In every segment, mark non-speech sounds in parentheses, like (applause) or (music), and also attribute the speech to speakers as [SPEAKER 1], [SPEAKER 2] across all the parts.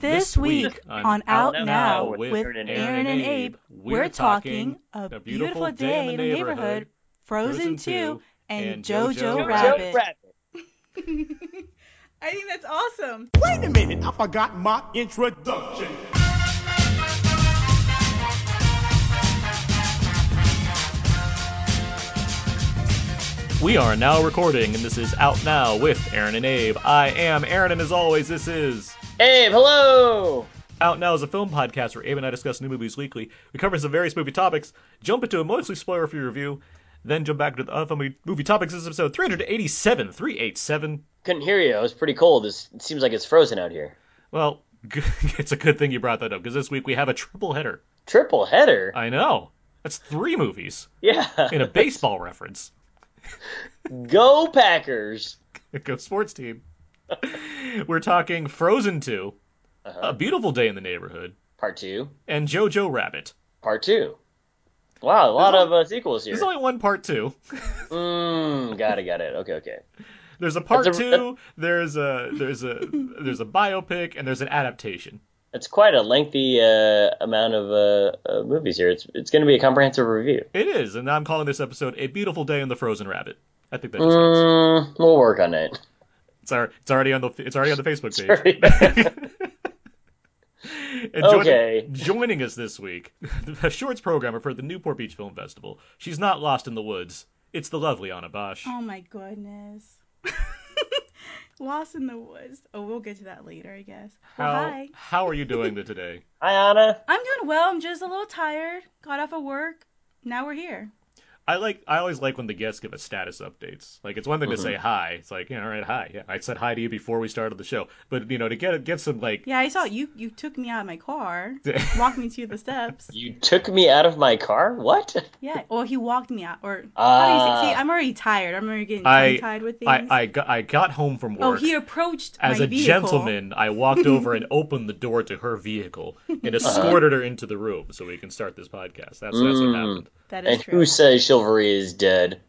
[SPEAKER 1] This week on Out Now with
[SPEAKER 2] and
[SPEAKER 1] Aaron and Abe, we're talking A Beautiful Day in the Neighborhood, Frozen 2, and
[SPEAKER 2] and
[SPEAKER 1] Jojo
[SPEAKER 2] Jojo
[SPEAKER 1] Rabbit.
[SPEAKER 3] I think that's awesome.
[SPEAKER 4] Wait a minute, I forgot my introduction.
[SPEAKER 2] We are now recording, and this is Out Now with Aaron and Abe. I am Aaron, and as always, this is
[SPEAKER 5] Abe, hello!
[SPEAKER 2] Out Now is a film podcast where Abe and I discuss new movies weekly. We cover some various movie topics, jump into a mostly spoiler-free review, then jump back to the other movie- movie topics. This is episode 387, 387.
[SPEAKER 5] Couldn't hear you. It was pretty cold. It's, it seems like it's frozen out here.
[SPEAKER 2] Well, (laughs) it's a good thing you brought that up, because this week we have a triple header.
[SPEAKER 5] Triple header?
[SPEAKER 2] I know. That's three movies in
[SPEAKER 5] yeah. (laughs)
[SPEAKER 2] a baseball (laughs) reference.
[SPEAKER 5] Go Packers!
[SPEAKER 2] Go sports team. (laughs) We're talking Frozen 2, A Beautiful Day in the Neighborhood,
[SPEAKER 5] Part two.
[SPEAKER 2] and Jojo Rabbit.
[SPEAKER 5] Part two. Wow, a lot of uh, sequels here.
[SPEAKER 2] There's only one part two.
[SPEAKER 5] Mmm, got it, got it. Okay, okay.
[SPEAKER 2] There's a part
[SPEAKER 5] That's a-
[SPEAKER 2] two. There's a there's a there's a biopic and there's an adaptation.
[SPEAKER 5] That's quite a lengthy uh, amount of uh, uh, movies here. It's it's going to be a comprehensive review.
[SPEAKER 2] It is, and I'm calling this episode "A Beautiful Day in the Frozen Rabbit." I think that's
[SPEAKER 5] Mmm, we'll work on it. (laughs)
[SPEAKER 2] it's, our, it's already on the it's already on the Facebook page.
[SPEAKER 5] Sorry. (laughs)
[SPEAKER 2] And joining-
[SPEAKER 5] Okay.
[SPEAKER 2] joining us this week, (laughs) the shorts programmer for the Newport Beach Film Festival. She's not lost in the woods. It's the lovely Anna Bosch.
[SPEAKER 3] Oh my goodness. (laughs) Lost in the woods. Oh, we'll get to that later, I guess. Well,
[SPEAKER 2] How,
[SPEAKER 3] hi.
[SPEAKER 2] how are you doing today?
[SPEAKER 5] Hi, Anna.
[SPEAKER 3] I'm doing well. I'm just a little tired. Got off of work. Now we're here.
[SPEAKER 2] I like I always like when the guests give us status updates. Like it's one thing to say hi. It's like, yeah, all right, hi. Yeah, I said hi to you before we started the show. But you know, to get get some like
[SPEAKER 3] Yeah, I saw you. You took me out of
[SPEAKER 1] (laughs)
[SPEAKER 3] my car, walked me to the steps.
[SPEAKER 5] You took me out of my car? What?
[SPEAKER 3] Yeah. Well, he walked me out. Or how do you say?
[SPEAKER 5] Ah.
[SPEAKER 3] See, I'm already tired. I'm already getting
[SPEAKER 2] I-
[SPEAKER 3] tied with things.
[SPEAKER 2] I, I got I got home from work.
[SPEAKER 3] oh, he approached
[SPEAKER 2] as
[SPEAKER 3] my
[SPEAKER 2] a
[SPEAKER 3] vehicle.
[SPEAKER 2] gentleman, I walked
[SPEAKER 3] (laughs)
[SPEAKER 2] over and opened the door to her vehicle and escorted her into the room so we can start this podcast. That's that's what
[SPEAKER 5] Mm.
[SPEAKER 2] happened.
[SPEAKER 3] That is
[SPEAKER 5] And
[SPEAKER 3] true.
[SPEAKER 5] who says chivalry is dead?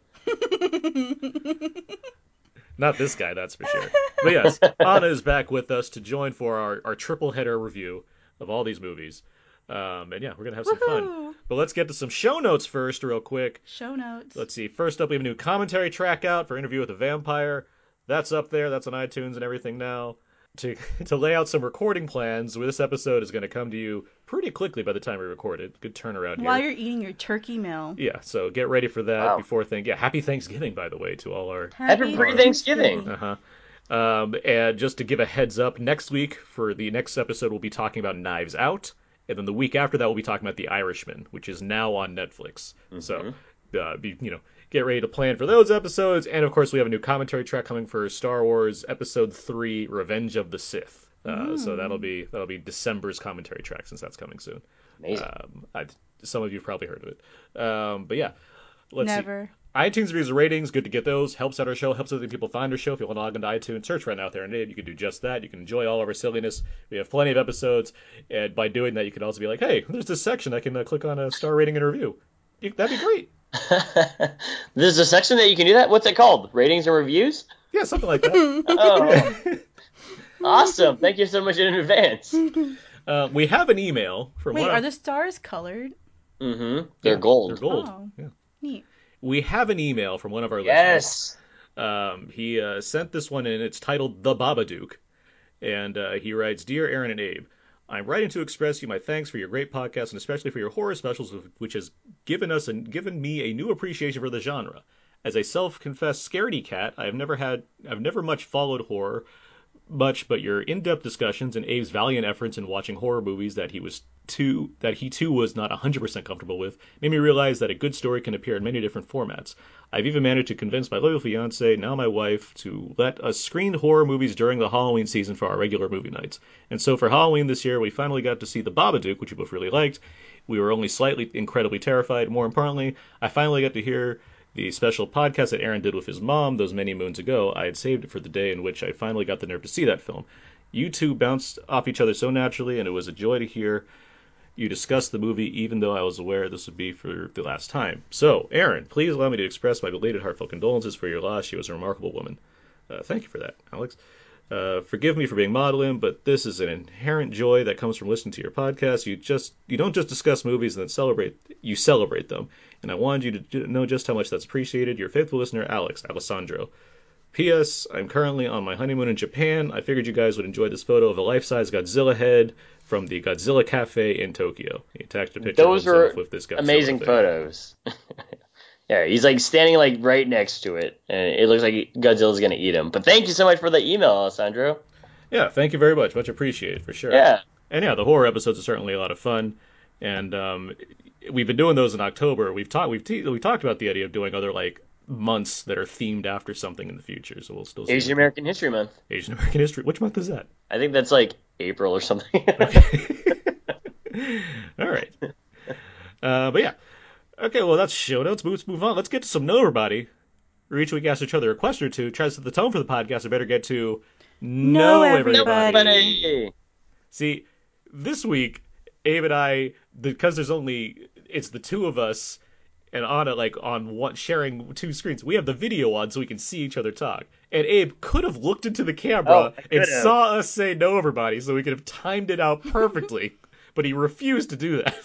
[SPEAKER 2] Not this guy, that's for sure. But yes, Anna is back with us to join for our, our triple header review of all these movies. Um, and yeah, we're gonna have some fun.
[SPEAKER 3] Woohoo.
[SPEAKER 2] But let's get to some show notes first, real quick.
[SPEAKER 3] Show notes.
[SPEAKER 2] Let's see. First up, we have a new commentary track out for Interview with a Vampire. That's up there. That's on iTunes and everything now. To (laughs) to lay out some recording plans, this episode is going to come to you pretty quickly by the time we record it. Good turnaround
[SPEAKER 3] While
[SPEAKER 2] here.
[SPEAKER 3] you're eating your turkey meal.
[SPEAKER 2] Yeah, so get ready for that
[SPEAKER 5] Wow.
[SPEAKER 2] before thank. Yeah, happy Thanksgiving by the way to all our.
[SPEAKER 5] Happy pre-Thanksgiving.
[SPEAKER 2] Uh huh. Um, and just to give a heads up, next week for the next episode, we'll be talking about Knives Out, and then the week after that, we'll be talking about The Irishman, which is now on Netflix. So, uh, be, you know, get ready to plan for those episodes. And of course, we have a new commentary track coming for Star Wars Episode Three: Revenge of the Sith. Uh, So that'll be that'll be December's commentary track since that's coming soon.
[SPEAKER 5] Amazing.
[SPEAKER 2] Um, I, some of you've probably heard of it, um, but yeah, let's see
[SPEAKER 3] Never.
[SPEAKER 2] iTunes reviews and ratings, good to get those. Helps out our show, helps other people find our show. If you want to log into iTunes, search right now there and Abe. You can do just that. You can enjoy all of our silliness. We have plenty of episodes. And by doing that, you can also be like, hey, there's this section. I can uh, click on a star rating and review. You- That'd be great.
[SPEAKER 5] There's a section that you can do that. What's it called? Ratings and reviews?
[SPEAKER 2] Yeah, something like that.
[SPEAKER 5] Oh, awesome! Thank you so much in advance. Mm-hmm.
[SPEAKER 2] uh, we have an email from
[SPEAKER 3] Wait,
[SPEAKER 2] one
[SPEAKER 3] are
[SPEAKER 2] of-
[SPEAKER 3] the stars colored?
[SPEAKER 5] hmm They're gold.
[SPEAKER 2] They're gold.
[SPEAKER 3] Oh.
[SPEAKER 2] Yeah.
[SPEAKER 3] Neat.
[SPEAKER 2] We have an email from one of our listeners.
[SPEAKER 5] Yes.
[SPEAKER 2] Um, he uh, sent this one in. It's titled The Babadook. And uh, he writes Dear Aaron and Abe, I'm writing to express you my thanks for your great podcast and especially for your horror specials, which has given us and given me a new appreciation for the genre. As a self-confessed scaredy cat, I have never had, I've never much followed horror, much, but your in-depth discussions and Abe's valiant efforts in watching horror movies that he was too that he too was not 100% comfortable with made me realize that a good story can appear in many different formats. I've even managed to convince my loyal fiance, now my wife, to let us screen horror movies during the Halloween season for our regular movie nights. And so for Halloween this year, we finally got to see The Babadook, which we both really liked. We were only slightly incredibly terrified. More importantly, I finally got to hear the special podcast that Aaron did with his mom those many moons ago. I had saved it for the day in which I finally got the nerve to see that film. You two bounced off each other so naturally, and it was a joy to hear you discussed the movie, even though I was aware this would be for the last time. So, Aaron, please allow me to express my belated heartfelt condolences for your loss. She was a remarkable woman. Uh, thank you for that, Alex. Uh, forgive me for being maudlin, but this is an inherent joy that comes from listening to your podcast. You just you don't just discuss movies and then celebrate you celebrate them. And I wanted you to ju- know just how much that's appreciated. Your faithful listener, Alex Alessandro. P.S. I'm currently on my honeymoon in Japan. I figured you guys would enjoy this photo of a life-size Godzilla head from the Godzilla Cafe in Tokyo. He attached a picture
[SPEAKER 5] Those
[SPEAKER 2] of himself
[SPEAKER 5] are
[SPEAKER 2] with this Godzilla
[SPEAKER 5] Amazing
[SPEAKER 2] thing.
[SPEAKER 5] photos. (laughs) yeah, he's like standing like right next to it, and it looks like Godzilla's gonna eat him. But thank you so much for the email, Alessandro.
[SPEAKER 2] Yeah, thank you very much. Much appreciated for sure.
[SPEAKER 5] Yeah,
[SPEAKER 2] And yeah, the horror episodes are certainly a lot of fun, and um, we've been doing those in October. We've talked we've te- we talked about the idea of doing other like months that are themed after something in the future. So we'll still see
[SPEAKER 5] Asian American History Month.
[SPEAKER 2] (laughs) Asian American history. Which month is that?
[SPEAKER 5] I think that's like April or something. (laughs)
[SPEAKER 2] All right. Uh, but yeah. Okay, well that's show notes. Let's move on. Let's get to some know everybody. Where each week asks each other a question or two, tries to set the tone for the podcast. I better get to know,
[SPEAKER 1] Know everybody.
[SPEAKER 5] Nobody.
[SPEAKER 2] See, this week, Abe and I, because there's only it's the two of us and Anna like on one sharing two screens. We have the video on so we can see each other talk. And Abe could have looked into the camera
[SPEAKER 5] Oh, I
[SPEAKER 2] and
[SPEAKER 5] could have.
[SPEAKER 2] saw us say no everybody, so we could have timed it out perfectly. (laughs) but he refused to do that.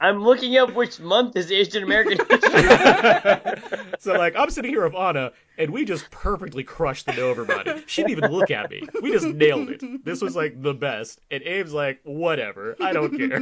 [SPEAKER 5] I'm looking up which month is Asian American History. Month.
[SPEAKER 2] (laughs) so like I'm sitting here with Anna and we just perfectly crushed the no everybody. She didn't even look at me. We just nailed it. This was like the best. And Abe's like, whatever. I don't care.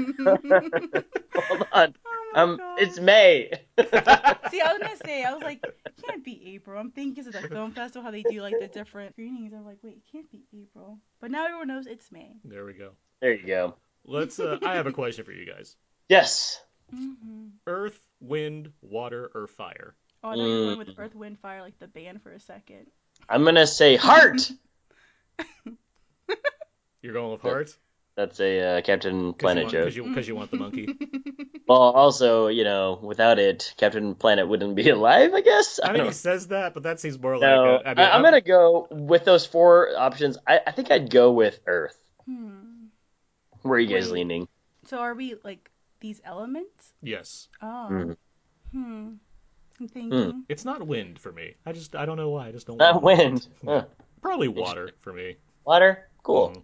[SPEAKER 5] Hold
[SPEAKER 3] Oh
[SPEAKER 5] on.
[SPEAKER 3] my
[SPEAKER 5] Um,
[SPEAKER 3] God.
[SPEAKER 5] it's May.
[SPEAKER 3] See, I was gonna say, I was like, it can't be April. I'm thinking 'cause of the
[SPEAKER 2] (laughs)
[SPEAKER 3] film festival, how they do like the different screenings. I'm like, wait, it can't be April. But now everyone knows it's May.
[SPEAKER 2] There we go.
[SPEAKER 5] There you go.
[SPEAKER 2] Let's. Uh, I
[SPEAKER 3] (laughs)
[SPEAKER 2] have a question for you guys.
[SPEAKER 5] Yes.
[SPEAKER 3] Mm-hmm.
[SPEAKER 2] Earth, wind, water, or fire?
[SPEAKER 3] Oh, I thought you were going
[SPEAKER 5] Mm.
[SPEAKER 3] with Earth, Wind, Fire, like the band for a second.
[SPEAKER 5] I'm gonna
[SPEAKER 2] (laughs)
[SPEAKER 5] say heart.
[SPEAKER 2] You're going with heart.
[SPEAKER 5] That's a uh, Captain Planet
[SPEAKER 2] Because you,
[SPEAKER 5] joke.
[SPEAKER 2] want- 'cause you, 'cause you want the
[SPEAKER 3] (laughs)
[SPEAKER 2] monkey.
[SPEAKER 5] Well, also, you know, without it, Captain Planet wouldn't be (laughs) alive. I guess.
[SPEAKER 2] I
[SPEAKER 5] I
[SPEAKER 2] mean,
[SPEAKER 5] don't
[SPEAKER 2] he says that, but that seems more like.
[SPEAKER 5] know.
[SPEAKER 2] a- I mean,
[SPEAKER 5] I, am gonna go with those four options. I, I think I'd go with Earth.
[SPEAKER 3] Hmm.
[SPEAKER 5] Where are you guys
[SPEAKER 3] Wait.
[SPEAKER 5] leaning?
[SPEAKER 3] So are we like these elements?
[SPEAKER 2] Yes,
[SPEAKER 3] Oh.
[SPEAKER 5] Mm.
[SPEAKER 3] Hmm. I'm thinking.
[SPEAKER 2] it's not wind for me. I just I don't know why. I just don't.
[SPEAKER 5] Not
[SPEAKER 2] want
[SPEAKER 5] wind. Huh.
[SPEAKER 2] Probably water for me.
[SPEAKER 5] Water. Cool.
[SPEAKER 2] Mhm.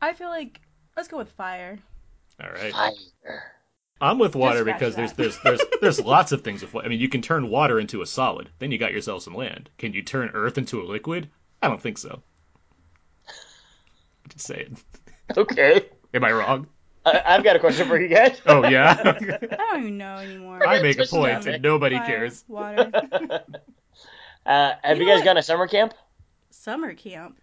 [SPEAKER 3] I feel like let's go with fire.
[SPEAKER 2] All right.
[SPEAKER 5] Fire. (laughs)
[SPEAKER 2] I'm with water
[SPEAKER 3] scratch
[SPEAKER 2] because there's
[SPEAKER 3] that.
[SPEAKER 2] there's
[SPEAKER 3] (laughs)
[SPEAKER 2] there's there's lots of things with. wa- I mean, you can turn water into a solid. Then you got yourself some land. Can you turn earth into a liquid? I don't think so. Just saying.
[SPEAKER 5] Okay.
[SPEAKER 2] Am I wrong?
[SPEAKER 5] I, I've got a question for you guys.
[SPEAKER 2] (laughs) Oh yeah.
[SPEAKER 5] (laughs)
[SPEAKER 3] I don't even know
[SPEAKER 2] (laughs)
[SPEAKER 3] anymore.
[SPEAKER 2] I make a
[SPEAKER 5] Just
[SPEAKER 2] point
[SPEAKER 5] that.
[SPEAKER 2] and nobody
[SPEAKER 3] Fire,
[SPEAKER 2] cares. (laughs)
[SPEAKER 3] Water.
[SPEAKER 5] Uh, have
[SPEAKER 3] You know
[SPEAKER 5] you, guys
[SPEAKER 3] what?
[SPEAKER 5] gone to summer camp?
[SPEAKER 3] Summer camp.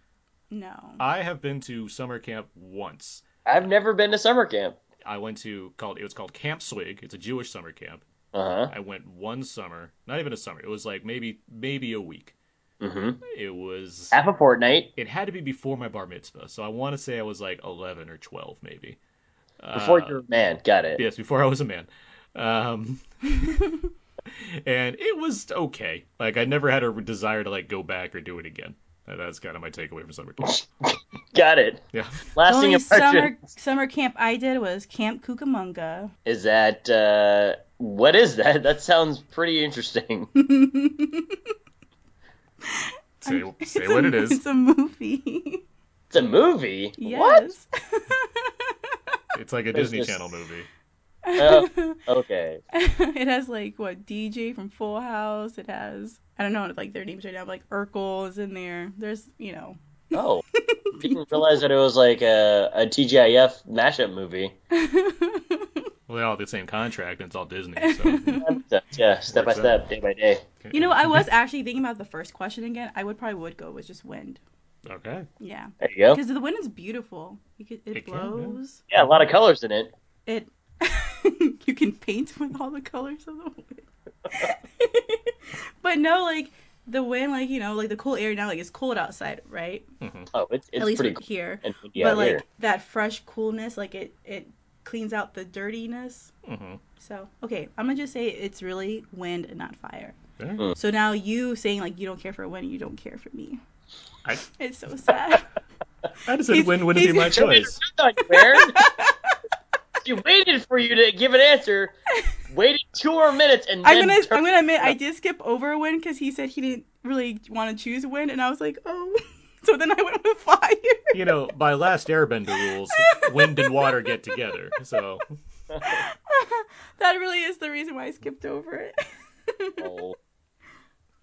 [SPEAKER 3] No.
[SPEAKER 5] Uh,
[SPEAKER 2] I have been to summer camp once.
[SPEAKER 5] I've never been to summer camp.
[SPEAKER 2] I went to called it was called Camp Swig. It's a Jewish summer camp.
[SPEAKER 5] Uh
[SPEAKER 2] I went one summer, not even a summer. It was like maybe maybe a week.
[SPEAKER 5] huh. hmm
[SPEAKER 2] It was
[SPEAKER 5] Half a fortnight
[SPEAKER 2] it had to be before my bar mitzvah, so I want to say I was like 11 or 12 maybe.
[SPEAKER 5] before
[SPEAKER 2] Uh,
[SPEAKER 5] you're a man. Got it.
[SPEAKER 2] yes, before I was a man. Um, (laughs) and it was okay. Like I never had a desire to like go back or do it again. Uh, That's kind of my takeaway from summer camp.
[SPEAKER 5] Got it.
[SPEAKER 2] Yeah.
[SPEAKER 3] The only
[SPEAKER 5] Lasting (laughs) impression
[SPEAKER 3] summer summer camp I did was Camp Cucamonga.
[SPEAKER 5] is that uh, what is that? (laughs) That sounds pretty interesting. (laughs)
[SPEAKER 2] Say say
[SPEAKER 3] (laughs) It's
[SPEAKER 2] what
[SPEAKER 3] a-
[SPEAKER 2] it is.
[SPEAKER 3] It's a movie.
[SPEAKER 5] It's a movie. (laughs) What?
[SPEAKER 3] yes.
[SPEAKER 2] It's like a
[SPEAKER 5] There's
[SPEAKER 2] Disney
[SPEAKER 5] this-
[SPEAKER 2] Channel movie.
[SPEAKER 5] Oh. Okay.
[SPEAKER 3] (laughs) it has like what DJ from Full House. It has I don't know like their names right now. But, like Urkel is in there. There's you know
[SPEAKER 5] Oh,
[SPEAKER 3] (laughs)
[SPEAKER 5] didn't realize that it was like a, a TGIF mashup movie.
[SPEAKER 2] Well, they all have the same contract, and it's
[SPEAKER 3] (laughs)
[SPEAKER 2] all Disney.
[SPEAKER 5] Mm-hmm.
[SPEAKER 2] So.
[SPEAKER 5] Yeah, step by
[SPEAKER 2] Works
[SPEAKER 5] step, day by day.
[SPEAKER 3] you know I was actually thinking about the first question again. I would probably would go with just wind.
[SPEAKER 2] Okay.
[SPEAKER 3] Yeah,
[SPEAKER 5] There you go.
[SPEAKER 3] because the wind is beautiful. You could, it,
[SPEAKER 2] It can, yeah.
[SPEAKER 3] blows.
[SPEAKER 5] Yeah, a lot of colors in it.
[SPEAKER 3] It (laughs) you can paint (laughs) with all the colors of the wind. (laughs) but no, like the wind, like you know, like the cool air now. Like it's cold outside, right?
[SPEAKER 2] Mm-hmm,
[SPEAKER 5] Oh, it's, it's
[SPEAKER 3] At least
[SPEAKER 5] pretty
[SPEAKER 3] like,
[SPEAKER 5] cool.
[SPEAKER 3] here. (laughs)
[SPEAKER 5] And windy
[SPEAKER 3] but
[SPEAKER 5] out
[SPEAKER 3] like
[SPEAKER 5] here.
[SPEAKER 3] that fresh coolness, like it it cleans out the dirtiness.
[SPEAKER 2] Mm-hmm.
[SPEAKER 3] So okay, I'm gonna just say it's really wind and not fire.
[SPEAKER 2] Fair.
[SPEAKER 5] Mm.
[SPEAKER 3] So now you saying like you don't care for wind, you don't care for me.
[SPEAKER 2] I-
[SPEAKER 3] It's so
[SPEAKER 5] (laughs)
[SPEAKER 3] sad.
[SPEAKER 2] I just said
[SPEAKER 3] He's-
[SPEAKER 2] win wouldn't be
[SPEAKER 3] he's-
[SPEAKER 2] my
[SPEAKER 5] Turn it
[SPEAKER 2] choice.
[SPEAKER 5] around,
[SPEAKER 3] (laughs)
[SPEAKER 5] Baron. she waited for you to give an answer. Waited two more minutes and
[SPEAKER 3] I'm
[SPEAKER 5] then
[SPEAKER 3] gonna
[SPEAKER 5] turned-
[SPEAKER 3] I'm gonna admit I did skip over wind because he said he didn't really want to choose wind, and I was like, oh, (laughs) So then I went with fire. (laughs)
[SPEAKER 2] You know, by last airbender rules, wind and water get together. So
[SPEAKER 3] that really is the reason why I skipped over it.
[SPEAKER 5] (laughs)
[SPEAKER 3] (laughs)
[SPEAKER 5] Oh,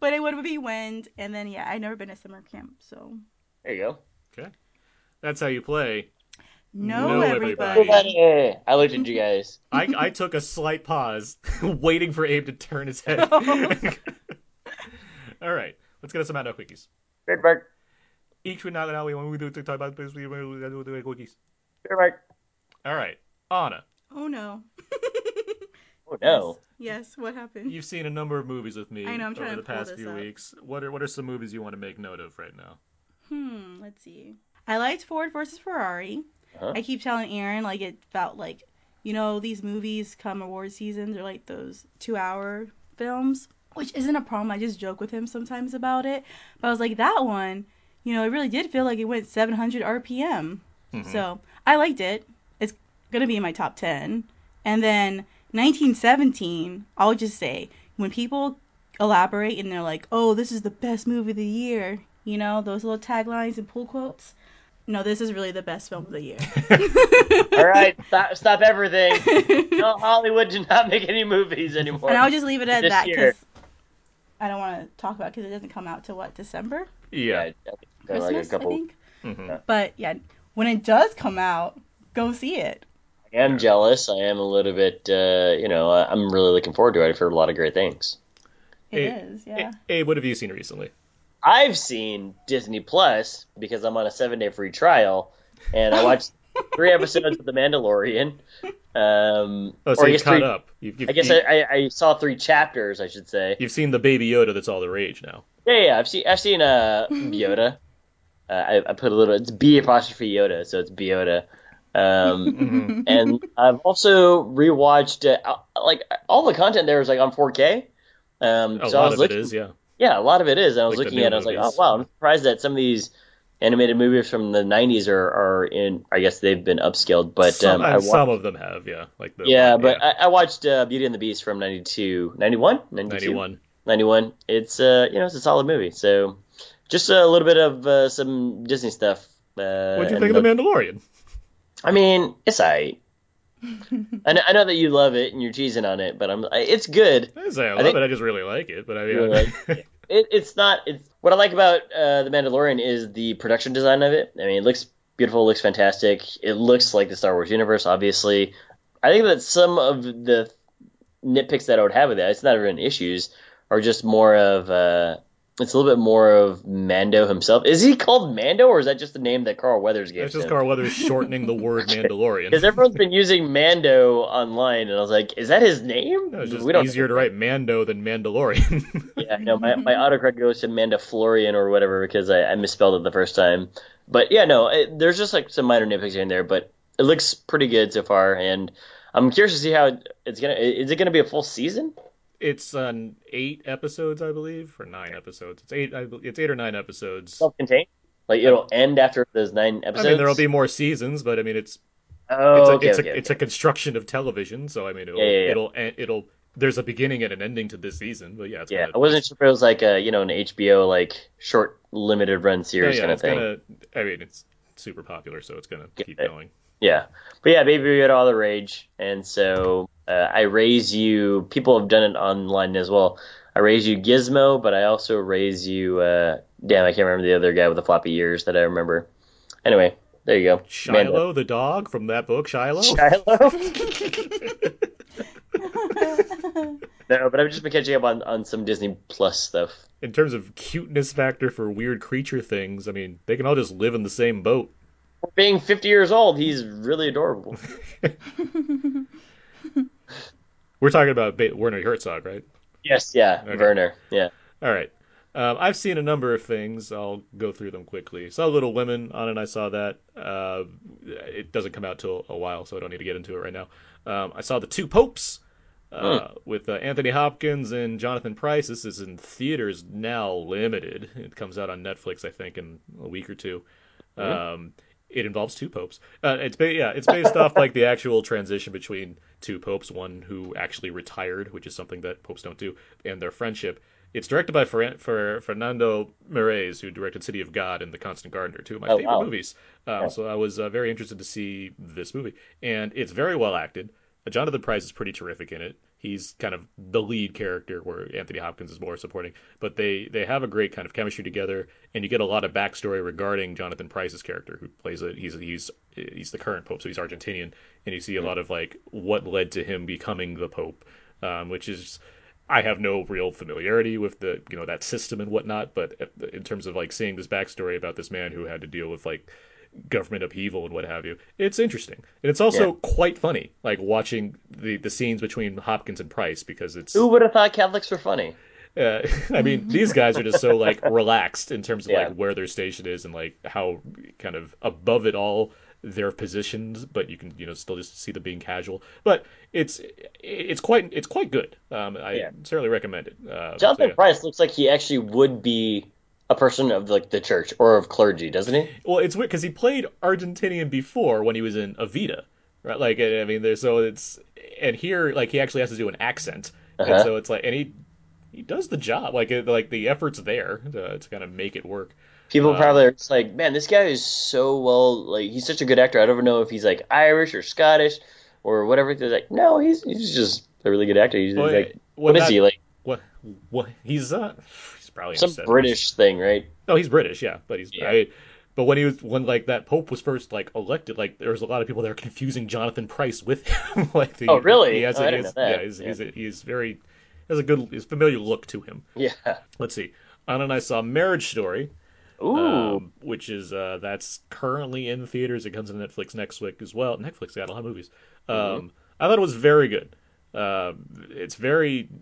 [SPEAKER 3] but it would be wind, and then yeah, I'd never been to summer camp, so
[SPEAKER 5] there you go.
[SPEAKER 2] that's how you play.
[SPEAKER 3] no,
[SPEAKER 2] No,
[SPEAKER 3] everybody.
[SPEAKER 2] everybody.
[SPEAKER 5] Hey, I looked at you
[SPEAKER 3] (laughs)
[SPEAKER 5] guys.
[SPEAKER 2] I, I took a slight pause, (laughs) waiting for Abe to turn his head. (laughs) All right, let's get us some out quickies.
[SPEAKER 5] Trademark. mark.
[SPEAKER 2] Each would not allow me when we do talk about this. We will do the quickies.
[SPEAKER 5] Trademark.
[SPEAKER 2] All right, Anna,
[SPEAKER 3] Oh no.
[SPEAKER 5] Oh no.
[SPEAKER 3] Yes, what happened?
[SPEAKER 2] you've seen a number of movies with me
[SPEAKER 3] I know, I'm
[SPEAKER 2] over
[SPEAKER 3] trying
[SPEAKER 2] the
[SPEAKER 3] to pull
[SPEAKER 2] past
[SPEAKER 3] this
[SPEAKER 2] few
[SPEAKER 3] up.
[SPEAKER 2] weeks. What are what are some movies you want to make note of right now?
[SPEAKER 3] Hmm, let's see. I liked Ford versus Ferrari.
[SPEAKER 5] Uh-huh.
[SPEAKER 3] I keep telling Aaron like it felt like you know these movies come award seasons are like those two hour films, which isn't a problem. I just joke with him sometimes about it. But I was like that one, you know, it really did feel like it went 700 RPM.
[SPEAKER 5] Mm-hmm.
[SPEAKER 2] Mm-hmm.
[SPEAKER 3] So I liked it. It's gonna be in my top 10. And then 1917, I'll just say when people elaborate and they're like, "Oh, this is the best movie of the year," you know, those little taglines and pull quotes. No, this is really the best film of the year.
[SPEAKER 5] (laughs) All (laughs) right, stop, stop everything. No, Hollywood did not make any movies
[SPEAKER 3] (laughs)
[SPEAKER 5] anymore.
[SPEAKER 3] And I'll just leave it at
[SPEAKER 5] This
[SPEAKER 3] that
[SPEAKER 5] year.
[SPEAKER 3] because I don't want to talk about because it doesn't come out till what December,
[SPEAKER 5] yeah, yeah, like a
[SPEAKER 3] Christmas, I
[SPEAKER 5] couple.
[SPEAKER 3] think.
[SPEAKER 2] hmm
[SPEAKER 3] But yeah, when it does come out, go see it.
[SPEAKER 5] I am jealous. I am a little bit. Uh, you know, I- I'm really looking forward to it. I've heard a lot of great things.
[SPEAKER 3] It
[SPEAKER 2] It-
[SPEAKER 3] is, yeah.
[SPEAKER 2] Abe, what have you seen recently?
[SPEAKER 5] I've seen Disney Plus because I'm on a seven day free trial, and
[SPEAKER 3] (laughs)
[SPEAKER 5] I watched three episodes of The Mandalorian. Um,
[SPEAKER 2] Oh, so
[SPEAKER 5] or I
[SPEAKER 2] you
[SPEAKER 5] guess
[SPEAKER 2] caught
[SPEAKER 5] three-
[SPEAKER 2] up. You've, you've,
[SPEAKER 5] I guess I,
[SPEAKER 2] you,
[SPEAKER 5] I, I saw three chapters, I should say.
[SPEAKER 2] have seen the Baby Yoda that's all the rage now.
[SPEAKER 5] Yeah, yeah, I've seen I've seen uh, Yoda. Uh, I, I put a little. It's B apostrophe Yoda, so it's Biota.
[SPEAKER 2] (laughs)
[SPEAKER 5] Um, and I've also rewatched uh, uh, like all the content there is like on 4K. Um,
[SPEAKER 2] A
[SPEAKER 5] so I
[SPEAKER 2] lot
[SPEAKER 5] was
[SPEAKER 2] of
[SPEAKER 5] looking,
[SPEAKER 2] it is, yeah.
[SPEAKER 5] yeah, a lot of it is. I was
[SPEAKER 2] Like the
[SPEAKER 5] looking
[SPEAKER 2] new
[SPEAKER 5] at, it, I was like, oh
[SPEAKER 2] movies.
[SPEAKER 5] wow, I'm surprised that some of these animated movies from the 90s are, are in. I guess they've been upscaled, but
[SPEAKER 2] some,
[SPEAKER 5] um, I
[SPEAKER 2] and
[SPEAKER 5] watched,
[SPEAKER 2] some of them have, yeah. Like the
[SPEAKER 5] yeah,
[SPEAKER 2] one,
[SPEAKER 5] but I, I watched uh, Beauty and the Beast from 92, 91, 92?
[SPEAKER 2] 91.
[SPEAKER 5] 91. It's uh, you know, it's a solid movie. So, just a little bit of uh, some Disney stuff. Uh,
[SPEAKER 2] What do you
[SPEAKER 5] and
[SPEAKER 2] think of the Mandalorian?
[SPEAKER 5] I mean,
[SPEAKER 2] (laughs)
[SPEAKER 5] it's alright. I know, I know that you love it and you're cheesing on it, but I'm I- it's good.
[SPEAKER 2] I, didn't say I love
[SPEAKER 5] think-
[SPEAKER 2] it. I just really like it. But (laughs) I mean,
[SPEAKER 5] Really like It, it's not. It's what I like about uh, the Mandalorian is the production design of it. I mean, it looks beautiful, it looks fantastic. It looks like the Star Wars universe, obviously. I think that some of the nitpicks that I would have with that, it's not even issues, are just more of uh, it's a little bit more of Mando himself. Is he called Mando, or is that just the name that Carl Weathers gave
[SPEAKER 2] it's just
[SPEAKER 5] him?
[SPEAKER 2] Carl Weathers shortening the word
[SPEAKER 5] (laughs)
[SPEAKER 2] Mandalorian.
[SPEAKER 5] Because everyone's been using Mando online, and I was like, is that his name?
[SPEAKER 2] No, it's just
[SPEAKER 5] We don't-
[SPEAKER 2] easier to write Mando than Mandalorian.
[SPEAKER 5] Yeah, no, my, my autocorrect goes to Mandaflorian or whatever because I, I misspelled it the first time. But yeah, no, it, there's just like some minor nitpicks in there, but it looks pretty good so far, and I'm curious to see how it, it's gonna. Is it gonna be a full season?
[SPEAKER 2] it's on eight episodes, I believe, or nine episodes. It's eight. I, bel- it's eight or nine episodes.
[SPEAKER 5] Self-contained? Like it'll end after those nine
[SPEAKER 2] I
[SPEAKER 5] Oh, episodes?
[SPEAKER 2] mean, there'll be more seasons, but I mean, it's
[SPEAKER 5] Oh,
[SPEAKER 2] it's a,
[SPEAKER 5] okay,
[SPEAKER 2] it's, a,
[SPEAKER 5] okay,
[SPEAKER 2] it's a construction of television. So I mean, it'll
[SPEAKER 5] Yeah, yeah, yeah.
[SPEAKER 2] it'll en- it'll there's a beginning and an ending to this season. But yeah, it's
[SPEAKER 5] yeah.
[SPEAKER 2] gonna,
[SPEAKER 5] I wasn't sure if it was like a you know an HBO like short limited run
[SPEAKER 2] yeah,
[SPEAKER 5] series
[SPEAKER 2] yeah,
[SPEAKER 5] kind of
[SPEAKER 2] it's
[SPEAKER 5] thing. eh,
[SPEAKER 2] gonna. I mean, it's super popular, so it's gonna keep
[SPEAKER 5] it.
[SPEAKER 2] going.
[SPEAKER 5] Yeah, but yeah, Baby Yoda, all the rage, and so uh, I raise you. People have done it online as well. I raise you Gizmo, but I also raise you. Uh, damn, I can't remember the other guy with the floppy ears that I remember. Anyway, there you go. Amanda.
[SPEAKER 2] Shiloh, the dog from that book, Shiloh. (laughs)
[SPEAKER 5] Shiloh. no, but I've just been catching up on, on some Disney Plus stuff.
[SPEAKER 2] in terms of cuteness factor for weird creature things, I mean, they can all just live in the same boat.
[SPEAKER 5] For being 50 years old, he's
[SPEAKER 2] (laughs)
[SPEAKER 5] really adorable.
[SPEAKER 2] We're talking about ba- Werner Herzog, right?
[SPEAKER 5] yes, yeah,
[SPEAKER 2] Okay.
[SPEAKER 5] Werner. Yeah.
[SPEAKER 2] All right. Um, I've seen a number of things. I'll go through them quickly. Saw Little Women on, and I saw that. Uh, it doesn't come out till a while, so I don't need to get into it right now. Um, I saw The Two Popes uh, with uh, Anthony Hopkins and Jonathan Price. This is in theaters now, limited. It comes out on Netflix, I think, in a week or two. Um, it involves two popes. Uh, it's ba- yeah, it's based off like the actual transition between two popes, one who actually retired, which is something that popes don't do, and their friendship, It's directed by Fer- Fer- Fernando Mérez, who directed City of God and The Constant Gardener, two of my
[SPEAKER 5] Oh,
[SPEAKER 2] favorite
[SPEAKER 5] wow.
[SPEAKER 2] movies. Um, So I was uh, very interested to see this movie, and it's very well acted. Uh, Jonathan Price is pretty terrific in it. He's kind of the lead character, where Anthony Hopkins is more supporting. But they they have a great kind of chemistry together, and you get a lot of backstory regarding Jonathan Price's character, who plays it. He's he's he's the current pope, so he's Argentinian, and you see a lot of like what led to him becoming the pope, um, which is I have no real familiarity with the you know that system and whatnot, but if- in terms of like seeing this backstory about this man who had to deal with like government upheaval and what have you, it's interesting and it's also quite funny. Like watching the the scenes between Hopkins and Price because it's
[SPEAKER 5] Who would have thought Catholics were funny?
[SPEAKER 2] uh, (laughs) I mean these guys are just so
[SPEAKER 5] (laughs)
[SPEAKER 2] like relaxed in terms of
[SPEAKER 5] Yeah.
[SPEAKER 2] like where their station is and like how kind of above it all their positions, but you can you know still just see them being casual. But it's it's quite it's quite good. Um, I
[SPEAKER 5] Yeah.
[SPEAKER 2] certainly recommend it. Uh, so
[SPEAKER 5] Jonathan
[SPEAKER 2] yeah.
[SPEAKER 5] Price looks like he actually would be a person of like the church or of clergy, doesn't he?
[SPEAKER 2] Well, it's weird because he played Argentinian before when he was in Evita, right? Like, I I mean, there's so it's and here like he actually has to do an accent, and
[SPEAKER 5] Uh-huh.
[SPEAKER 2] so it's like and he he does the job, like it, like the effort's there to, to kind of make it work.
[SPEAKER 5] People
[SPEAKER 2] Um,
[SPEAKER 5] probably are just like, man, this guy is so well. Like, he's such a good actor. I don't know if he's like Irish or Scottish or whatever. They're like, no, he's he's just a really good actor. He's,
[SPEAKER 2] Well,
[SPEAKER 5] like,
[SPEAKER 2] well,
[SPEAKER 5] what is
[SPEAKER 2] not-
[SPEAKER 5] he like?
[SPEAKER 2] What what he's uh he's probably in
[SPEAKER 5] Some
[SPEAKER 2] his 70s.
[SPEAKER 5] British thing, right? (laughs)
[SPEAKER 2] No, he's British, yeah, but he's
[SPEAKER 5] Yeah.
[SPEAKER 2] I mean, but when he was when like that Pope was first like elected, like there was a lot of people that are confusing Jonathan Price with him. (laughs) like the,
[SPEAKER 5] Oh, really?
[SPEAKER 2] He has,
[SPEAKER 5] Oh,
[SPEAKER 2] a-
[SPEAKER 5] I
[SPEAKER 2] he
[SPEAKER 5] didn't
[SPEAKER 2] has-
[SPEAKER 5] know that.
[SPEAKER 2] Yeah, he's,
[SPEAKER 5] Yeah.
[SPEAKER 2] He's, he's very has a good his familiar look to him.
[SPEAKER 5] Yeah.
[SPEAKER 2] let's see. Anna and I saw Marriage Story,
[SPEAKER 5] Ooh.
[SPEAKER 2] um, which is uh, that's currently in theaters. It comes to Netflix next week as well. Netflix got a lot of movies. Um,
[SPEAKER 5] Mm-hmm.
[SPEAKER 2] I thought it was very good. Um it's very (laughs)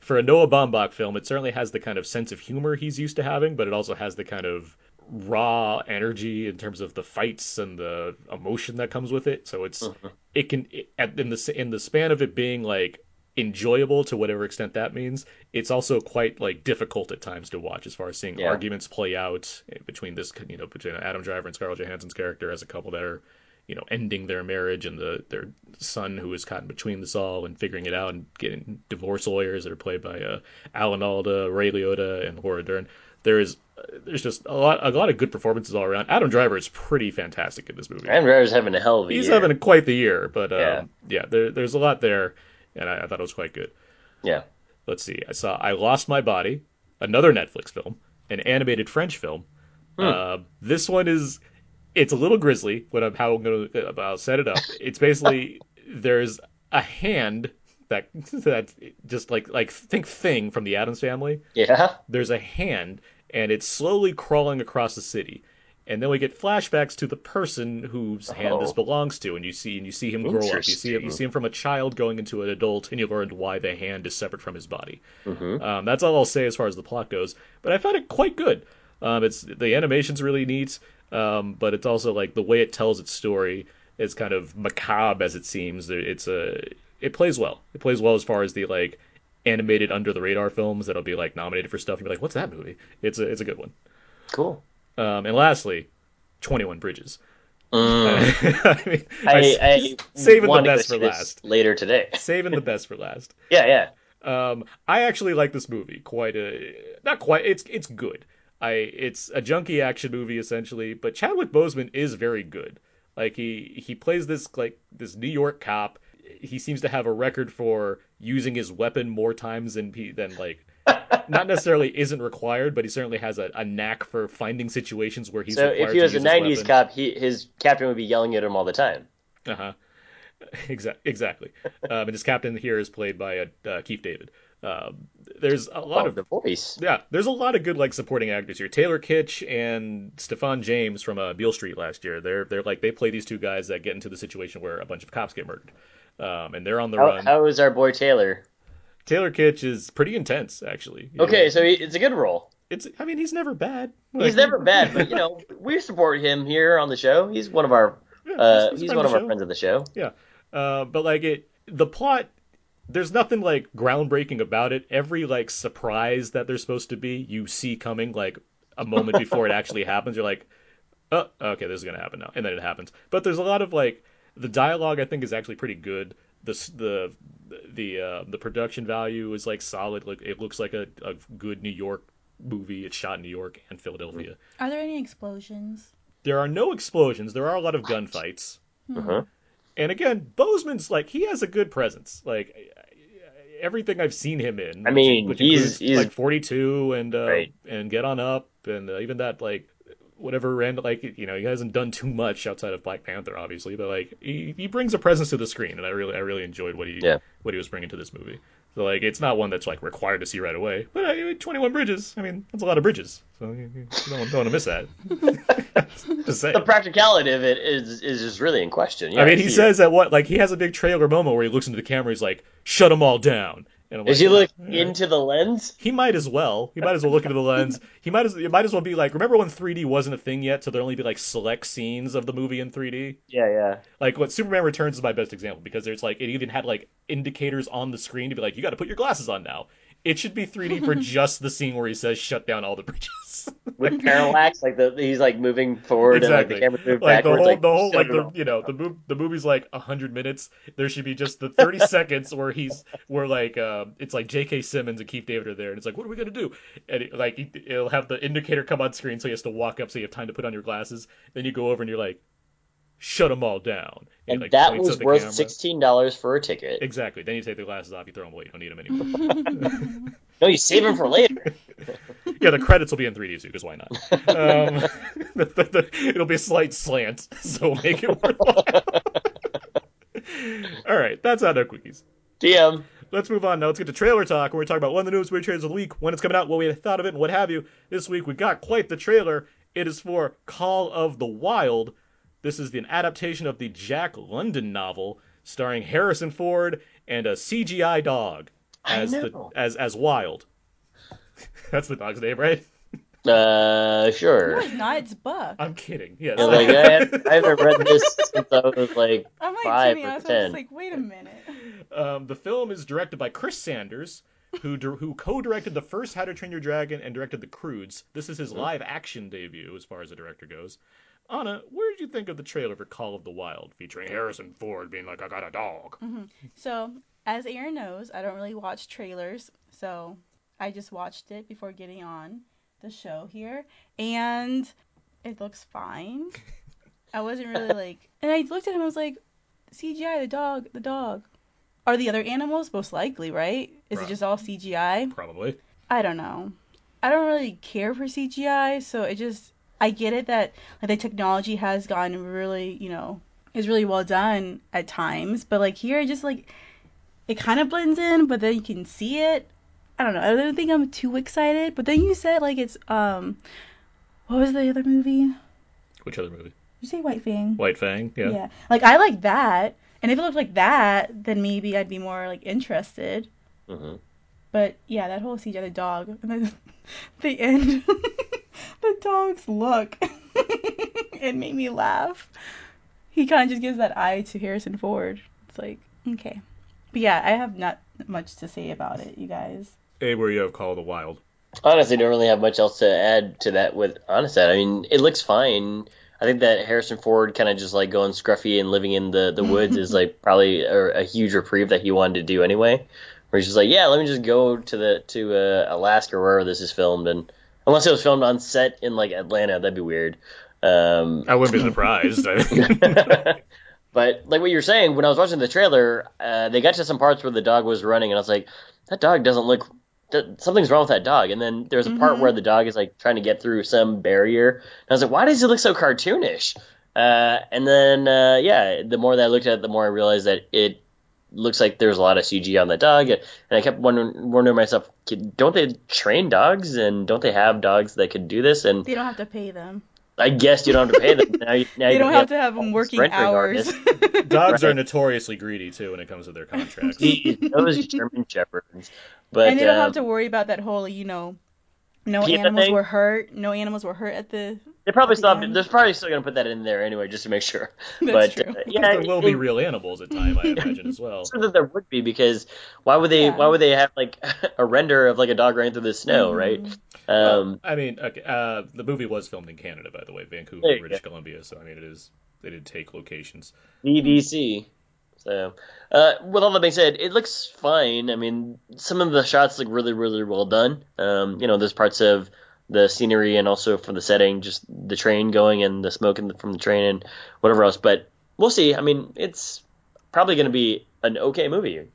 [SPEAKER 2] for a Noah Baumbach film. It certainly has the kind of sense of humor he's used to having, but it also has the kind of raw energy in terms of the fights and the emotion that comes with it. So it's
[SPEAKER 5] Uh-huh.
[SPEAKER 2] it can it, at, in the s- in the span of it being like enjoyable to whatever extent that means. It's also quite like difficult at times to watch as far as seeing
[SPEAKER 5] Yeah.
[SPEAKER 2] arguments play out eh, between this you know between Adam Driver and Scarlett Johansson's character as a couple that are you know ending their marriage and the their son who is caught in between this all and figuring it out and getting divorce lawyers that are played by uh, Alan Alda, Ray Liotta, and Laura Dern. There is uh, there's just a lot a lot of good performances all around. Adam Driver is pretty fantastic in this movie
[SPEAKER 5] Ryan Ryder's having a hell of a
[SPEAKER 2] he's
[SPEAKER 5] year.
[SPEAKER 2] having quite the year, but um, yeah,
[SPEAKER 5] Yeah.
[SPEAKER 2] there, there's a lot there, and I, I thought it was quite good.
[SPEAKER 5] Yeah.
[SPEAKER 2] Let's see, I saw I Lost My Body, another Netflix film, an animated French film. Uh, this one is it's a little grisly. What I'm how I'm gonna about set it up. It's basically there's a hand that (laughs) that just like like think thing from the Adams Family
[SPEAKER 5] Yeah. (laughs)
[SPEAKER 2] there's a hand and it's slowly crawling across the city and then we get flashbacks to the person whose hand this
[SPEAKER 5] Oh.
[SPEAKER 2] belongs to and you see and you see him grow up you see him you
[SPEAKER 5] Interesting.
[SPEAKER 2] see him from a child going into an adult and you learned why the hand is separate from his body um, that's all i'll say as far as the plot goes but i found it quite good um, it's the animation's really neat um, but it's also like the way it tells its story is kind of macabre as it seems There- it's a it plays well it plays well as far as the like animated under the radar films that'll be like nominated for stuff. And you're like, what's that movie? It's a it's a good one.
[SPEAKER 5] Cool.
[SPEAKER 2] Um, and lastly, Twenty One Bridges. (laughs) I mean,
[SPEAKER 5] I,
[SPEAKER 2] I-
[SPEAKER 5] I
[SPEAKER 2] saving the
[SPEAKER 5] want to go
[SPEAKER 2] best for
[SPEAKER 5] see this
[SPEAKER 2] last.
[SPEAKER 5] later today.
[SPEAKER 2] Saving the best for last.
[SPEAKER 5] Yeah, yeah.
[SPEAKER 2] Um, I actually like this movie quite a not quite. It's it's good. I it's a junky action movie essentially, but Chadwick Boseman is very good. Like he he plays this like this New York cop. He seems to have a record for using his weapon more times than he, than
[SPEAKER 5] (laughs)
[SPEAKER 2] like not necessarily isn't required, but he certainly has a, a knack for finding situations where he's
[SPEAKER 5] So
[SPEAKER 2] required
[SPEAKER 5] if he
[SPEAKER 2] to
[SPEAKER 5] was a
[SPEAKER 2] use his
[SPEAKER 5] '90s
[SPEAKER 2] weapon.
[SPEAKER 5] cop, he, his captain would be yelling at him all the time.
[SPEAKER 2] Uh-huh. (laughs) Exa- Exactly. um, and his captain here is played by uh, uh, Keith David. Um, there's a lot
[SPEAKER 5] Oh,
[SPEAKER 2] of
[SPEAKER 5] the voice.
[SPEAKER 2] yeah, there's a lot of good like supporting actors here. Taylor Kitsch and Stefan James from uh, Beale Street last year. They're they're like they play these two guys that get into the situation where a bunch of cops get murdered, um, and they're on the
[SPEAKER 5] How,
[SPEAKER 2] run.
[SPEAKER 5] how is our boy Taylor?
[SPEAKER 2] Taylor Kitsch is pretty intense actually. You
[SPEAKER 5] Okay,
[SPEAKER 2] know,
[SPEAKER 5] so he, it's a good role.
[SPEAKER 2] it's I mean he's never bad.
[SPEAKER 5] He's
[SPEAKER 2] Like, (laughs)
[SPEAKER 5] never bad, but you know we support him here on the show. He's one of our uh,
[SPEAKER 2] he's- he's
[SPEAKER 5] he's
[SPEAKER 2] friend of
[SPEAKER 5] one of
[SPEAKER 2] the
[SPEAKER 5] our
[SPEAKER 2] show.
[SPEAKER 5] friends of the show.
[SPEAKER 2] Yeah. Uh, but like it the plot there's nothing like groundbreaking about it. Every like surprise that there's supposed to be, you see coming like a moment before it actually happens. You're like, "Oh, okay, this is going to happen now." And then it happens. But there's a lot of like the dialogue I think is actually pretty good. The s- the the uh, the production value is like solid. Like it looks like a, a good New York movie. It's shot in New York and Philadelphia.
[SPEAKER 3] Are there any explosions?
[SPEAKER 2] There are no explosions. There are a lot of gunfights.
[SPEAKER 5] Uh-huh.
[SPEAKER 2] And again, Bozeman's like he has a good presence. Like everything I've seen him in.
[SPEAKER 5] I mean,
[SPEAKER 2] which
[SPEAKER 5] he's-
[SPEAKER 2] includes,
[SPEAKER 5] he's-
[SPEAKER 2] like 42 and uh,
[SPEAKER 5] Right.
[SPEAKER 2] and Get On Up and uh, even that like whatever random like you know he hasn't done too much outside of Black Panther obviously, but like he, he brings a presence to the screen and I really I really enjoyed what he
[SPEAKER 5] Yeah.
[SPEAKER 2] what he was bringing to this movie. So like it's not one that's like required to see right away, but uh, 21 bridges. I mean that's a lot of bridges, so you, you don't, don't want to miss that. (laughs) Just saying.
[SPEAKER 5] The practicality of it is is just really in question. Yeah,
[SPEAKER 2] I mean,
[SPEAKER 5] see
[SPEAKER 2] he
[SPEAKER 5] it.
[SPEAKER 2] says that what like he has a big trailer moment where he looks into the camera. He's like, "Shut them all down." And I'm
[SPEAKER 5] Does
[SPEAKER 2] like,
[SPEAKER 5] he look
[SPEAKER 2] "All right."
[SPEAKER 5] into the lens?
[SPEAKER 2] He might as well. He might as well look into the
[SPEAKER 5] (laughs)
[SPEAKER 2] lens. He might as it might as well be like. Remember when 3D wasn't a thing yet, so there'd only be like select scenes of the movie in 3D.
[SPEAKER 5] Yeah, yeah.
[SPEAKER 2] Like what Superman Returns is my best example because there's like it even had like indicators on the screen to be like, you got to put your glasses on now. It should be 3D
[SPEAKER 5] (laughs)
[SPEAKER 2] for just the scene where he says, "Shut down all the bridges." (laughs)
[SPEAKER 5] With parallax, like the he's like moving forward
[SPEAKER 2] exactly.
[SPEAKER 5] and like the camera moved
[SPEAKER 2] Like the
[SPEAKER 5] backwards.
[SPEAKER 2] whole, the whole,
[SPEAKER 5] shut
[SPEAKER 2] like
[SPEAKER 5] it
[SPEAKER 2] the
[SPEAKER 5] off.
[SPEAKER 2] you know the mov- the movie's like hundred minutes. There should be just the
[SPEAKER 5] (laughs)
[SPEAKER 2] thirty seconds where he's where like uh, it's like J.K. Simmons and Keith David are there, and it's like, what are we gonna do? And it, like he- it'll have the indicator come on screen, so he has to walk up, so you have time to put on your glasses. Then you go over and you're like, shut them all down. he,
[SPEAKER 5] and
[SPEAKER 2] like,
[SPEAKER 5] that
[SPEAKER 2] points at
[SPEAKER 5] was
[SPEAKER 2] the
[SPEAKER 5] worth
[SPEAKER 2] camera.
[SPEAKER 5] sixteen dollars for a ticket.
[SPEAKER 2] Exactly. Then you take the glasses off, you throw them away. You don't need them anymore.
[SPEAKER 5] No, you save them for
[SPEAKER 2] (laughs)
[SPEAKER 5] later.
[SPEAKER 2] yeah, the credits will be in 3D too, because why not?
[SPEAKER 5] (laughs)
[SPEAKER 2] Um, (laughs) the, the, the, it'll be a slight slant, (laughs) so make it worthwhile. (laughs) All right, that's out of quickies.
[SPEAKER 5] DM.
[SPEAKER 2] Let's move on now. Let's get to trailer talk. We're talking about one of the newest weird trailers of the week, when it's coming out, what we thought of it, and what have you. This week we got quite the trailer. It is for Call of the Wild. This is an adaptation of the Jack London novel, starring Harrison Ford and a CGI dog
[SPEAKER 5] I
[SPEAKER 2] as the
[SPEAKER 5] know.
[SPEAKER 2] as as Wild. (laughs) that's the dog's name, right?
[SPEAKER 5] Uh,
[SPEAKER 3] No,
[SPEAKER 5] sure.
[SPEAKER 3] it's not. It's Buck.
[SPEAKER 2] I'm kidding. Yes.
[SPEAKER 5] Yeah, like I, have, I haven't read this since I was like
[SPEAKER 3] I'm like,
[SPEAKER 5] five
[SPEAKER 3] to be
[SPEAKER 5] or
[SPEAKER 3] honest, I'm
[SPEAKER 5] ten.
[SPEAKER 3] just like, wait a minute.
[SPEAKER 2] Um, the film is directed by Chris Sanders, who dir- who co-directed the first How to Train Your Dragon and directed The Croods. This is his live action debut as far as a director goes. Anna, what did you think of the trailer for Call of the Wild featuring Harrison Ford being like, "I got a dog"?
[SPEAKER 3] So, as Aaron knows, I don't really watch trailers. So, I just watched it before getting on the show here, and it looks fine. I wasn't
[SPEAKER 5] (laughs)
[SPEAKER 3] really like, and I looked at him. I was like, CGI the dog, the dog. Are the other animals most likely right? Is
[SPEAKER 2] Right.
[SPEAKER 3] it just all CGI?
[SPEAKER 2] Probably.
[SPEAKER 3] I don't know. I don't really care for CGI, so it just I get it that like the technology has gotten really, you know, is really well done at times, but like here it just like it kind of blends in, but then you can see it. I don't know. I don't think I'm too excited, but then you said like it's um what was the other movie?
[SPEAKER 2] Which other movie?
[SPEAKER 3] You say White Fang?
[SPEAKER 2] White Fang. Yeah.
[SPEAKER 3] Yeah. Like I like that, and if it looked like that, then maybe I'd be more like interested. Mm-hmm.
[SPEAKER 5] Mhm.
[SPEAKER 3] But yeah, that whole CGI the (laughs) dog and then the end, (laughs) the dog's look, (laughs) it made me laugh. He kind of just gives that eye to Harrison Ford. It's like okay, but yeah, I have not much to say about it, you guys.
[SPEAKER 2] Hey, where you have Call of the Wild?
[SPEAKER 5] Honestly, don't really have much else to add to that. With honestly, I mean, it looks fine. I think that Harrison Ford kind of just like going scruffy and living in the, the woods is like probably a, a huge reprieve that he wanted to do anyway. Where he's just like, yeah, let me just go to the to uh, Alaska or wherever this is filmed, and unless it was filmed on set in like Atlanta, that'd be weird. Um,
[SPEAKER 2] I wouldn't be surprised.
[SPEAKER 5] (laughs)
[SPEAKER 2] I mean,
[SPEAKER 5] But like what you were saying, when I was watching the trailer, uh, they got to some parts where the dog was running, and I was like, that dog doesn't look. th- Something's wrong with that dog. And then there's a part
[SPEAKER 3] Mm-hmm.
[SPEAKER 5] where the dog is like trying to get through some barrier, and I was like, why does it look so cartoonish? Uh, and then uh, yeah, the more that I looked at it, the more I realized that it looks like there's a lot of CG on that dog, and I kept wondering, wondering myself, "Kid- don't they train dogs, and don't they have dogs that could do this? And
[SPEAKER 3] They don't have to pay them.
[SPEAKER 5] I guess you don't have to pay them. Now, you- now
[SPEAKER 3] (laughs) They
[SPEAKER 5] you
[SPEAKER 3] don't
[SPEAKER 5] pay
[SPEAKER 3] have to have them working
[SPEAKER 5] rendering
[SPEAKER 3] hours.
[SPEAKER 5] artist.
[SPEAKER 2] dogs are
[SPEAKER 5] Right.
[SPEAKER 2] notoriously greedy too when it comes to their contracts.
[SPEAKER 5] Jeez, those German shepherds. But
[SPEAKER 3] and they don't
[SPEAKER 5] um,
[SPEAKER 3] have to worry about that whole, you know, no
[SPEAKER 5] Yeah,
[SPEAKER 3] animals
[SPEAKER 5] they-
[SPEAKER 3] were hurt. No animals were hurt at the. (laughs)
[SPEAKER 5] They probably
[SPEAKER 3] at the
[SPEAKER 5] still. have-
[SPEAKER 3] end.
[SPEAKER 5] They're probably still going to put that in there anyway, just to make sure.
[SPEAKER 3] (laughs) That's
[SPEAKER 5] but
[SPEAKER 3] true.
[SPEAKER 5] uh, yeah,
[SPEAKER 2] there will be
[SPEAKER 5] it-
[SPEAKER 2] real animals at time, I imagine as well.
[SPEAKER 5] I'm sure that there would be because why would they?
[SPEAKER 3] Yeah.
[SPEAKER 5] Why would they have like (laughs) a render of like a dog running through the snow, right?
[SPEAKER 3] Mm-hmm.
[SPEAKER 5] Um,
[SPEAKER 2] I mean, okay, uh, the movie was filmed in Canada, by the way, Vancouver,
[SPEAKER 5] There you
[SPEAKER 2] British Columbia. So I mean, it is they did take locations.
[SPEAKER 5] DDC. So, uh, with all that being said, it looks fine. I mean, some of the shots look really, really well done. Um, you know, there's parts of the scenery and also for the setting, just the train going and the smoke in the, from the train and whatever else. But we'll see. I mean, it's probably going to be an okay movie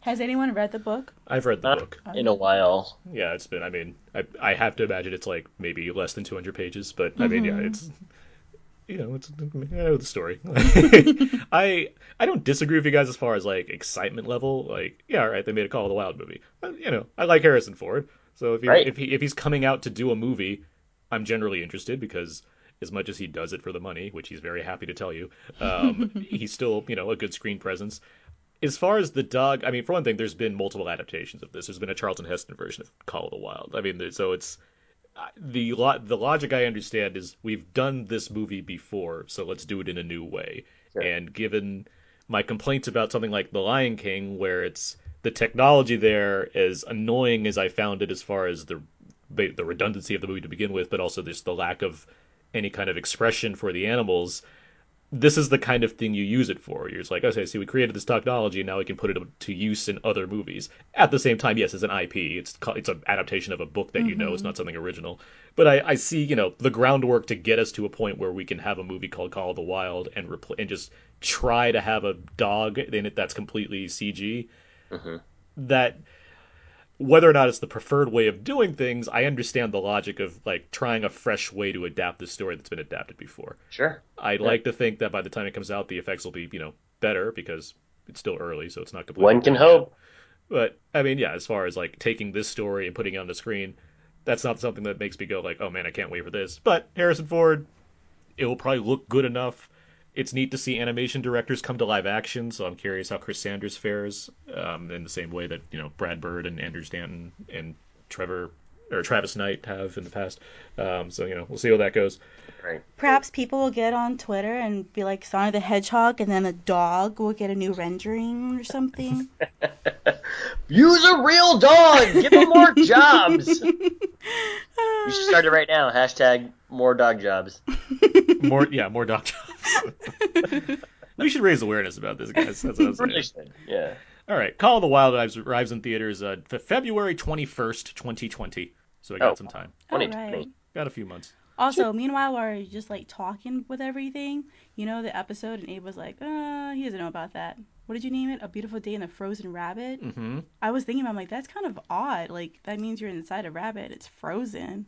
[SPEAKER 3] Has anyone read the book?
[SPEAKER 2] I've read the
[SPEAKER 5] Uh,
[SPEAKER 2] book.
[SPEAKER 5] in a while.
[SPEAKER 2] Yeah, it's been. I mean, I I have to imagine it's like maybe less than 200 pages, but I mean, yeah, it's you know, it's I know the story. (laughs) I I don't disagree with you guys as far as like excitement level. Like, yeah, all right, they made a Call of the Wild movie. But, you know, I like Harrison Ford, so if he,
[SPEAKER 5] Right.
[SPEAKER 2] if he if he's coming out to do a movie, I'm generally interested because. As much as he does it for the money, which he's very happy to tell you, um, (laughs) he's still, you know, a good screen presence as far as the dog, I mean, for one thing, there's been multiple adaptations of this. There's been a Charlton Heston version of Call of the Wild. I mean, there- so it's I- the lo- the logic I understand is we've done this movie before, so let's do it in a new way. And given my complaints about something like The Lion King, where it's the technology there, as annoying as I found it, as far as the the the redundancy of the movie to begin with, but also just the lack of any kind of expression for the animals this is the kind of thing you use it for. You're just like, okay, see, we created this technology, now we can put it to use in other movies. At the same time, yes, it's an IP. It's co- it's an adaptation of a book that you know. It's not something original. But I, I see, you know, the groundwork to get us to a point where we can have a movie called Call of the Wild and repl- and just try to have a dog in it that's completely CG. That whether or not it's the preferred way of doing things, I understand the logic of like trying a fresh way to adapt this story that's been adapted before.
[SPEAKER 5] Sure.
[SPEAKER 2] I'd like to think that by the time it comes out, the effects will be you know better because it's still early, so it's not completely.
[SPEAKER 5] One can
[SPEAKER 2] done yet.
[SPEAKER 5] hope.
[SPEAKER 2] But I mean, yeah, as far as like taking this story and putting it on the screen, that's not something that makes me go like, oh man, I can't wait for this. But Harrison Ford, it will probably look good enough. It's neat to see animation directors come to live action, so I'm curious how Chris Sanders fares um, in the same way that you know Brad Bird and Andrew Stanton and Trevor or Travis Knight have in the past. Um, so you know, we'll see how that goes.
[SPEAKER 5] Right.
[SPEAKER 3] Perhaps people will get on Twitter and be like Sonic the Hedgehog, and then a dog will get a new rendering or
[SPEAKER 5] (laughs)
[SPEAKER 3] something.
[SPEAKER 5] Use a real dog. Give them more jobs. You should start it right now. Hashtag more dog jobs.
[SPEAKER 2] more yeah more doc jobs (laughs) we should raise awareness about this guys that's what i'm saying
[SPEAKER 5] Really should. Yeah.
[SPEAKER 2] all right call of the wild arrives, arrives in theaters uh, fe- february 21st 2020 so i got
[SPEAKER 5] Oh.
[SPEAKER 2] some time
[SPEAKER 3] All
[SPEAKER 5] 2020.
[SPEAKER 3] right.
[SPEAKER 2] got a few months
[SPEAKER 3] Also, meanwhile, while you're just like talking with everything, you know the episode, and Abe was like, uh, he doesn't know about that. What did you name it? A Beautiful Day in the Frozen Rabbit?
[SPEAKER 5] Mm.
[SPEAKER 2] mm-hmm.
[SPEAKER 3] I was thinking about, I'm like, that's kind of odd. Like, that means you're inside a rabbit. It's frozen.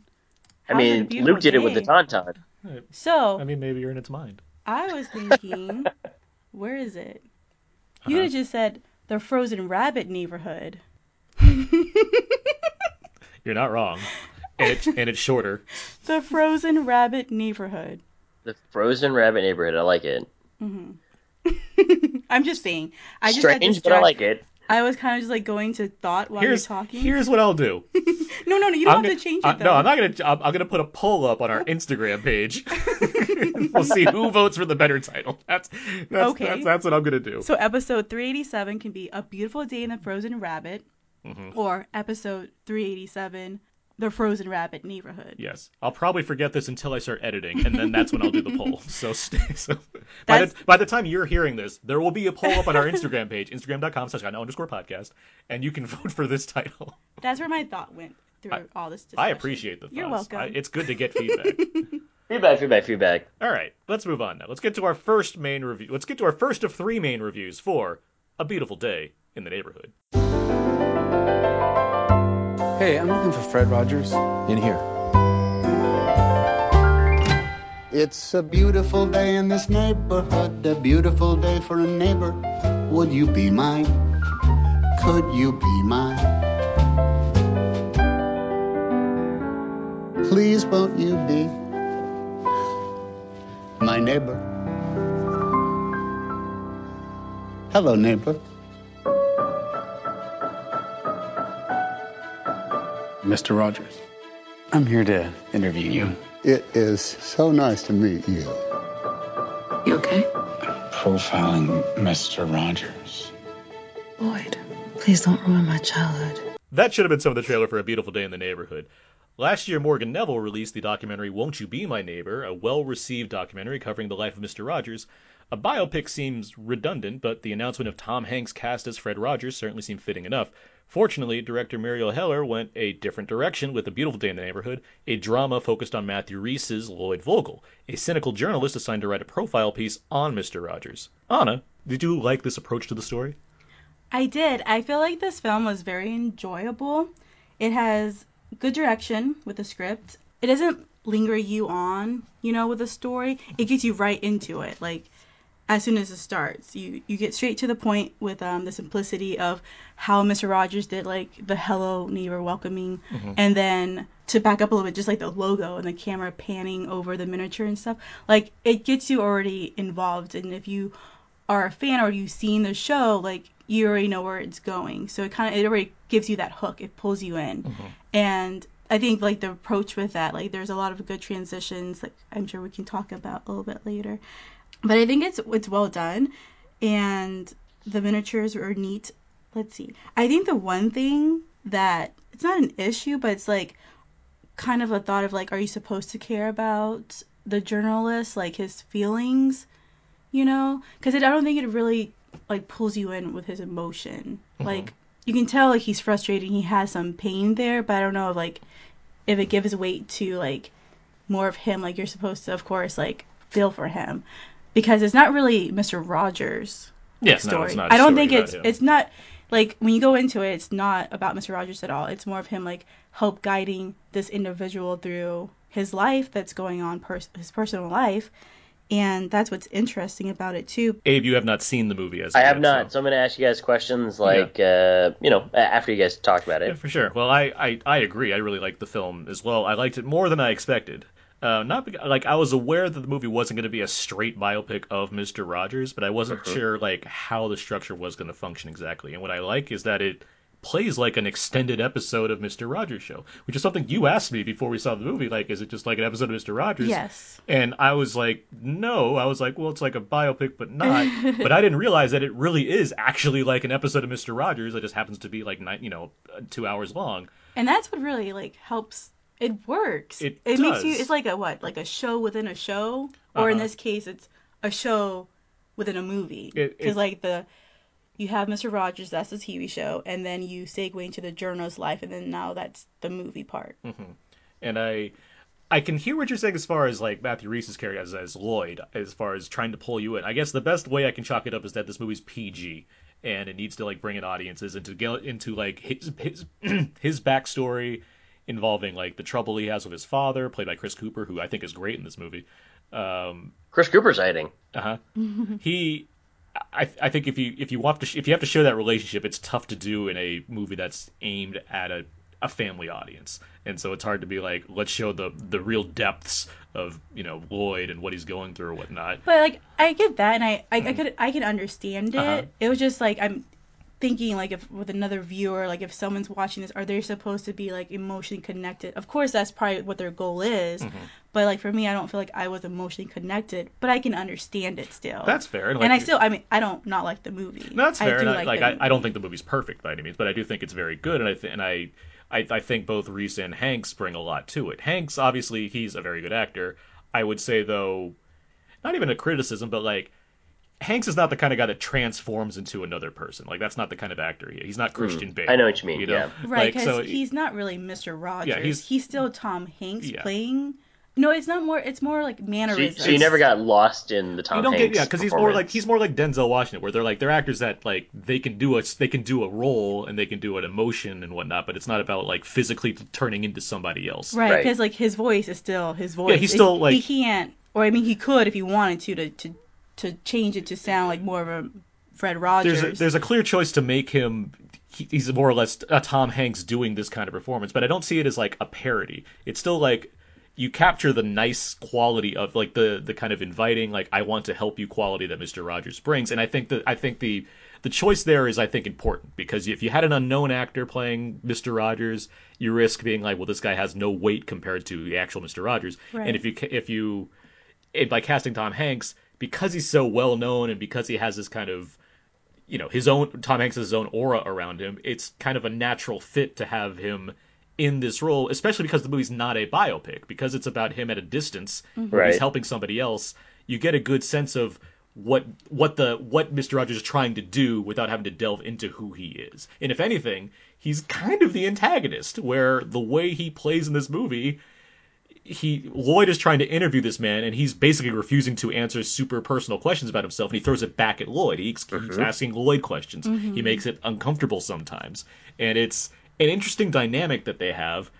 [SPEAKER 3] How's it
[SPEAKER 5] I
[SPEAKER 3] a
[SPEAKER 5] mean,
[SPEAKER 3] beautiful
[SPEAKER 5] Luke did it with the
[SPEAKER 3] day?
[SPEAKER 5] tauntaun.
[SPEAKER 3] So,
[SPEAKER 2] i mean maybe you're in its mind
[SPEAKER 3] I was
[SPEAKER 2] (laughs)
[SPEAKER 3] thinking, where is it?
[SPEAKER 2] Uh-huh.
[SPEAKER 3] You could have just said the Frozen Rabbit neighborhood.
[SPEAKER 2] you're not wrong and, it's and it's (laughs) shorter
[SPEAKER 3] The Frozen Rabbit neighborhood.
[SPEAKER 5] The Frozen Rabbit Neighborhood. I like it.
[SPEAKER 3] I'm just saying. I just got
[SPEAKER 5] Strange, but I
[SPEAKER 3] distracted.
[SPEAKER 5] like it.
[SPEAKER 3] I was kind of just like going to thought while
[SPEAKER 2] here's
[SPEAKER 3] you're talking.
[SPEAKER 2] here's what i'll do
[SPEAKER 3] No, no, no. You don't
[SPEAKER 2] I'm
[SPEAKER 3] have
[SPEAKER 2] gonna-
[SPEAKER 3] to change it
[SPEAKER 2] I-
[SPEAKER 3] though.
[SPEAKER 2] no i'm not gonna I'm, I'm gonna put a poll up on our instagram (laughs) page we'll see who votes for the better title that's that's
[SPEAKER 3] Okay.
[SPEAKER 2] that's, that's what i'm gonna do
[SPEAKER 3] So episode 387 can be a beautiful day in the Frozen Rabbit,
[SPEAKER 2] Mm-hmm.
[SPEAKER 3] or episode 387, the Frozen Rabbit neighborhood.
[SPEAKER 2] Yes, I'll probably forget this until I start editing, and then that's when I'll do
[SPEAKER 3] (laughs)
[SPEAKER 2] the poll. So, stay, so by, the,
[SPEAKER 3] That's-
[SPEAKER 2] by the time you're hearing this, there will be a poll up on our Instagram page, instagram.com slash I know underscore podcast, and you can vote for this title. (laughs)
[SPEAKER 3] That's where my thought went through all this. Discussion.
[SPEAKER 2] I appreciate the thoughts.
[SPEAKER 3] You're welcome.
[SPEAKER 2] I- it's good
[SPEAKER 3] (laughs)
[SPEAKER 2] to get feedback.
[SPEAKER 5] Feedback, feedback, feedback.
[SPEAKER 2] All right, let's move on now. Let's get to our first main review. Let's get to our first of three main reviews for A Beautiful Day in the Neighborhood.
[SPEAKER 6] Hey, I'm looking for Fred Rogers. In here.
[SPEAKER 7] It's a beautiful day in this neighborhood, a beautiful day for a neighbor. Would you be mine? Could you be mine? Please won't you be my neighbor? Hello, neighbor.
[SPEAKER 6] Mr. Rogers. I'm here to interview you.
[SPEAKER 7] It is so nice to meet you.
[SPEAKER 8] You okay?
[SPEAKER 6] Profiling Mr. Rogers.
[SPEAKER 8] Lloyd, please don't ruin my childhood.
[SPEAKER 2] That should have been some of the trailer for A Beautiful Day in the Neighborhood. Last year, Morgan Neville released the documentary Won't You Be My Neighbor, a well received documentary covering the life of Mr. Rogers. A biopic seems redundant, but the announcement of Tom Hanks cast as Fred Rogers certainly seemed fitting enough. Fortunately, director Muriel Heller went a different direction with A Beautiful Day in the Neighborhood, a drama focused on Matthew Reese's Lloyd Vogel, a cynical journalist assigned to write a profile piece on Mr. Rogers. Anna, did you like this approach to the story?
[SPEAKER 3] I did. I feel like this film was very enjoyable. It has good direction with the script. It doesn't linger you on, you know, with a story. It gets you right into it. Like as soon as it starts, you you get straight to the point with um, the simplicity of how Mr. Rogers did like the hello neighbor welcoming, and then to back up a little bit, just like the logo and the camera panning over the miniature and stuff. Like it gets you already involved, and if you are a fan or you've seen the show, like you already know where it's going. So it kind of it already gives you that hook. It pulls you in, and I think like the approach with that, like there's a lot of good transitions. Like I'm sure we can talk about a little bit later, but I think it's it's well done, and the miniatures are neat. Let's see. I think the one thing that it's not an issue, but it's like kind of a thought of like, are you supposed to care about the journalist, like his feelings, you know? Because I don't think it really like pulls you in with his emotion. Like you can tell like he's frustrated, he has some pain there, but I don't know like if it gives weight to like more of him. Like you're supposed to, of course, like feel for him because it's not really Mr. Rogers
[SPEAKER 2] Yes,
[SPEAKER 3] story.
[SPEAKER 2] no, it's not. a
[SPEAKER 3] I don't
[SPEAKER 2] story
[SPEAKER 3] think
[SPEAKER 2] about
[SPEAKER 3] it's
[SPEAKER 2] him.
[SPEAKER 3] it's not like when you go into it, it's not about Mr. Rogers at all. It's more of him like help guiding this individual through his life that's going on, pers- his personal life, and that's what's interesting about it too.
[SPEAKER 2] Abe, you have not seen the movie as
[SPEAKER 5] I
[SPEAKER 2] of
[SPEAKER 5] have
[SPEAKER 2] yet,
[SPEAKER 5] not,
[SPEAKER 2] so-
[SPEAKER 5] so I'm going to ask you guys questions like, uh, you know, a- after you guys talk about
[SPEAKER 2] Yeah,
[SPEAKER 5] it.
[SPEAKER 2] for sure. Well, I, I, I agree. I really liked the film as well. I liked it more than I expected. Uh, not because, like I was aware that the movie wasn't going to be a straight biopic of Mister Rogers, but I wasn't sure like how the structure was going to function exactly. And what I like is that it plays like an extended episode of Mister Rogers show, which is something you asked me before we saw the movie. Like, is it just like an episode of Mister Rogers?
[SPEAKER 3] Yes.
[SPEAKER 2] And I was like, no. I was like, well, it's like a biopic, but not. but I didn't realize that it really is actually like an episode of Mister Rogers that just happens to be like nine, you know, uh, two hours long.
[SPEAKER 3] And that's what really like helps. It works.
[SPEAKER 2] It
[SPEAKER 3] makes you.
[SPEAKER 2] does.
[SPEAKER 3] It's like a what? Like a show within a show, or in
[SPEAKER 2] Uh-huh.
[SPEAKER 3] this case, it's a show within a movie.
[SPEAKER 2] It- it-
[SPEAKER 3] Because like the you have Mr. Rogers, that's the TV show, and then you segue into the journalist's life, and then now that's the movie part.
[SPEAKER 2] And I, I can hear what you're saying as far as like Matthew Reese's character as, as Lloyd, as far as trying to pull you in. I guess the best way I can chalk it up is that this movie's PG. And it needs to like bring in audiences and to get into like his his (clears throat) his backstory, involving like the trouble he has with his father, played by Chris Cooper, who I think is great in this movie. Um,
[SPEAKER 5] Chris Cooper's hiding.
[SPEAKER 2] uh huh. he, I, I think if you if you want to sh- if you have to show that relationship, it's tough to do in a movie that's aimed at a, a family audience, and so it's hard to be like let's show the the real depths of you know Lloyd and what he's going through or whatnot.
[SPEAKER 3] But like I get that, and I I, I could I can understand it.
[SPEAKER 2] Mm. Uh-huh.
[SPEAKER 3] It was just like I'm thinking like if with another viewer, like if someone's watching this, are they supposed to be like emotionally connected? Of course, that's probably what their goal is.
[SPEAKER 2] Mm-hmm.
[SPEAKER 3] But like for me, I don't feel like I was emotionally connected, but I can understand it still.
[SPEAKER 2] That's fair, and,
[SPEAKER 3] And,
[SPEAKER 2] like,
[SPEAKER 3] I
[SPEAKER 2] you-
[SPEAKER 3] still I mean I don't not like the movie.
[SPEAKER 2] No, that's fair.
[SPEAKER 3] I
[SPEAKER 2] and I, like
[SPEAKER 3] the
[SPEAKER 2] I, I don't
[SPEAKER 3] movie.
[SPEAKER 2] think the movie's perfect by any means, but I do think it's very good, and I th- and I, I I think both Reese and Hanks bring a lot to it. Hanks, obviously, he's a very good actor. I would say though, not even a criticism, but like. Hanks is not the kind of guy that transforms into another person. Like that's not the kind of actor he is. He's not Christian Bale.
[SPEAKER 5] Hmm. I know what you mean, yeah.
[SPEAKER 3] Right,
[SPEAKER 2] Like,
[SPEAKER 3] because
[SPEAKER 2] so
[SPEAKER 3] he's not really Mr. Rogers.
[SPEAKER 2] he's-
[SPEAKER 3] he's, still Tom Hanks
[SPEAKER 2] Yeah.
[SPEAKER 3] playing. No, it's not more. It's more like
[SPEAKER 5] So you,
[SPEAKER 3] mannerisms.
[SPEAKER 5] so you never got lost in the Tom
[SPEAKER 2] you don't
[SPEAKER 5] Hanks
[SPEAKER 2] get yeah because he's more like
[SPEAKER 5] performance.
[SPEAKER 2] he's more like Denzel Washington, where they're like they're actors that like they can do a they can do a role and they can do an emotion and whatnot, but it's not about like physically turning into somebody else.
[SPEAKER 3] Right,
[SPEAKER 5] Right.
[SPEAKER 3] because like his voice is still his voice.
[SPEAKER 2] he's
[SPEAKER 3] It-
[SPEAKER 2] still, like-
[SPEAKER 3] he can't, or I mean, he could if he wanted to to to, to change it to sound like more of a Fred Rogers.
[SPEAKER 2] there's a, there's a clear choice to make him he, he's more or less a Tom Hanks doing this kind of performance, but I don't see it as like a parody. It's still like you capture the nice quality of like the the kind of inviting like I want to help you quality that Mr. Rogers brings, and I think that I think the the choice there is I think important because if you had an unknown actor playing Mr. Rogers, you risk being like, well, this guy has no weight compared to the actual Mr. Rogers,
[SPEAKER 3] Right.
[SPEAKER 2] and if you ca- if you and by casting Tom Hanks because he's so well known and because he has this kind of you know his own Tom Hanks' his own aura around him, it's kind of a natural fit to have him in this role, especially because the movie's not a biopic because it's about him at a distance. where He's
[SPEAKER 5] Right.
[SPEAKER 2] helping somebody else. You get a good sense of what what the what Mr. Rogers is trying to do without having to delve into who he is. And if anything, he's kind of the antagonist where the way he plays in this movie he Lloyd is trying to interview this man and he's basically refusing to answer super personal questions about himself and he throws it back at Lloyd. He keeps asking Lloyd questions. He makes it uncomfortable sometimes. And it's an interesting dynamic that they have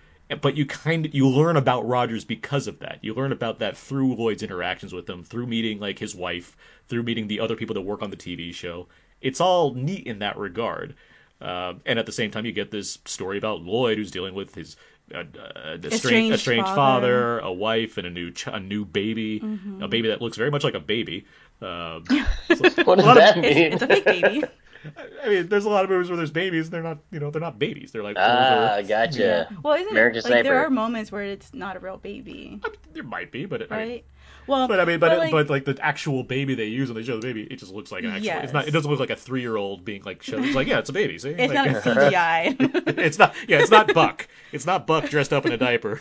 [SPEAKER 2] but you kind of you learn about Rogers because of that. You learn about that through Lloyd's interactions with him, through meeting like his wife, through meeting the other people that work on the TV show. It's all neat in that regard. Uh, and at the same time, you get this story about Lloyd who's dealing with his uh, uh, estranged, estranged,
[SPEAKER 3] Estranged
[SPEAKER 2] father.
[SPEAKER 3] father.
[SPEAKER 2] a wife, and a new ch- a new baby,
[SPEAKER 3] Mm-hmm.
[SPEAKER 2] a baby that looks very much like a baby. Uh,
[SPEAKER 5] What does
[SPEAKER 2] lot of-
[SPEAKER 5] that mean?
[SPEAKER 3] It's, it's a fake baby.
[SPEAKER 2] (laughs) I mean, there's a lot of movies where there's babies, and they're not you know they're not babies. They're like older.
[SPEAKER 5] ah, gotcha.
[SPEAKER 3] Well, isn't
[SPEAKER 5] American
[SPEAKER 3] it, like, there
[SPEAKER 5] Sniper.
[SPEAKER 3] are moments where it's not a real baby,
[SPEAKER 2] I mean, there might be, but I mean,
[SPEAKER 3] right? Well,
[SPEAKER 2] But I mean, but but
[SPEAKER 3] like,
[SPEAKER 2] like, the actual baby they use when they show the baby, it just looks like an actual. It's not. It
[SPEAKER 3] Yes.
[SPEAKER 2] doesn't look like a three year old being like shown. It's like yeah, it's a baby. See,
[SPEAKER 3] (laughs) it's not
[SPEAKER 2] like,
[SPEAKER 3] a CGI.
[SPEAKER 2] it's not. Yeah, it's not Buck. It's not Buck dressed up in
[SPEAKER 3] (laughs)
[SPEAKER 2] a diaper.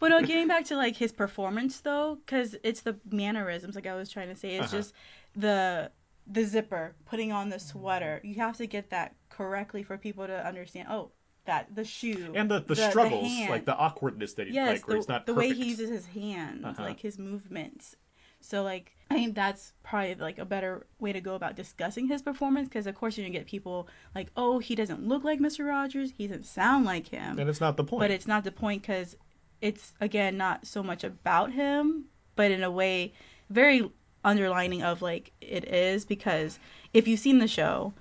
[SPEAKER 3] but no, getting back to like his performance though, because it's the mannerisms. Like I was trying to say,
[SPEAKER 2] Uh-huh.
[SPEAKER 3] it's just the the zipper putting on the sweater. You have to get that correctly for people to understand. Oh, that the shoe
[SPEAKER 2] And the, the, struggles,
[SPEAKER 3] hand.
[SPEAKER 2] like the awkwardness that he
[SPEAKER 3] yes,
[SPEAKER 2] like, where
[SPEAKER 3] the,
[SPEAKER 2] it's not
[SPEAKER 3] the way
[SPEAKER 2] perfect.
[SPEAKER 3] he uses his hands,
[SPEAKER 2] Uh-huh.
[SPEAKER 3] like his movements. So like I think that's probably like a better way to go about discussing his performance because of course you're gonna get people like, oh, he doesn't look like Mr. Rogers, he doesn't sound like him,
[SPEAKER 2] and it's not the point.
[SPEAKER 3] but it's not the point because it's again not so much about him, but in a way very underlining of like it is because if you've seen the show,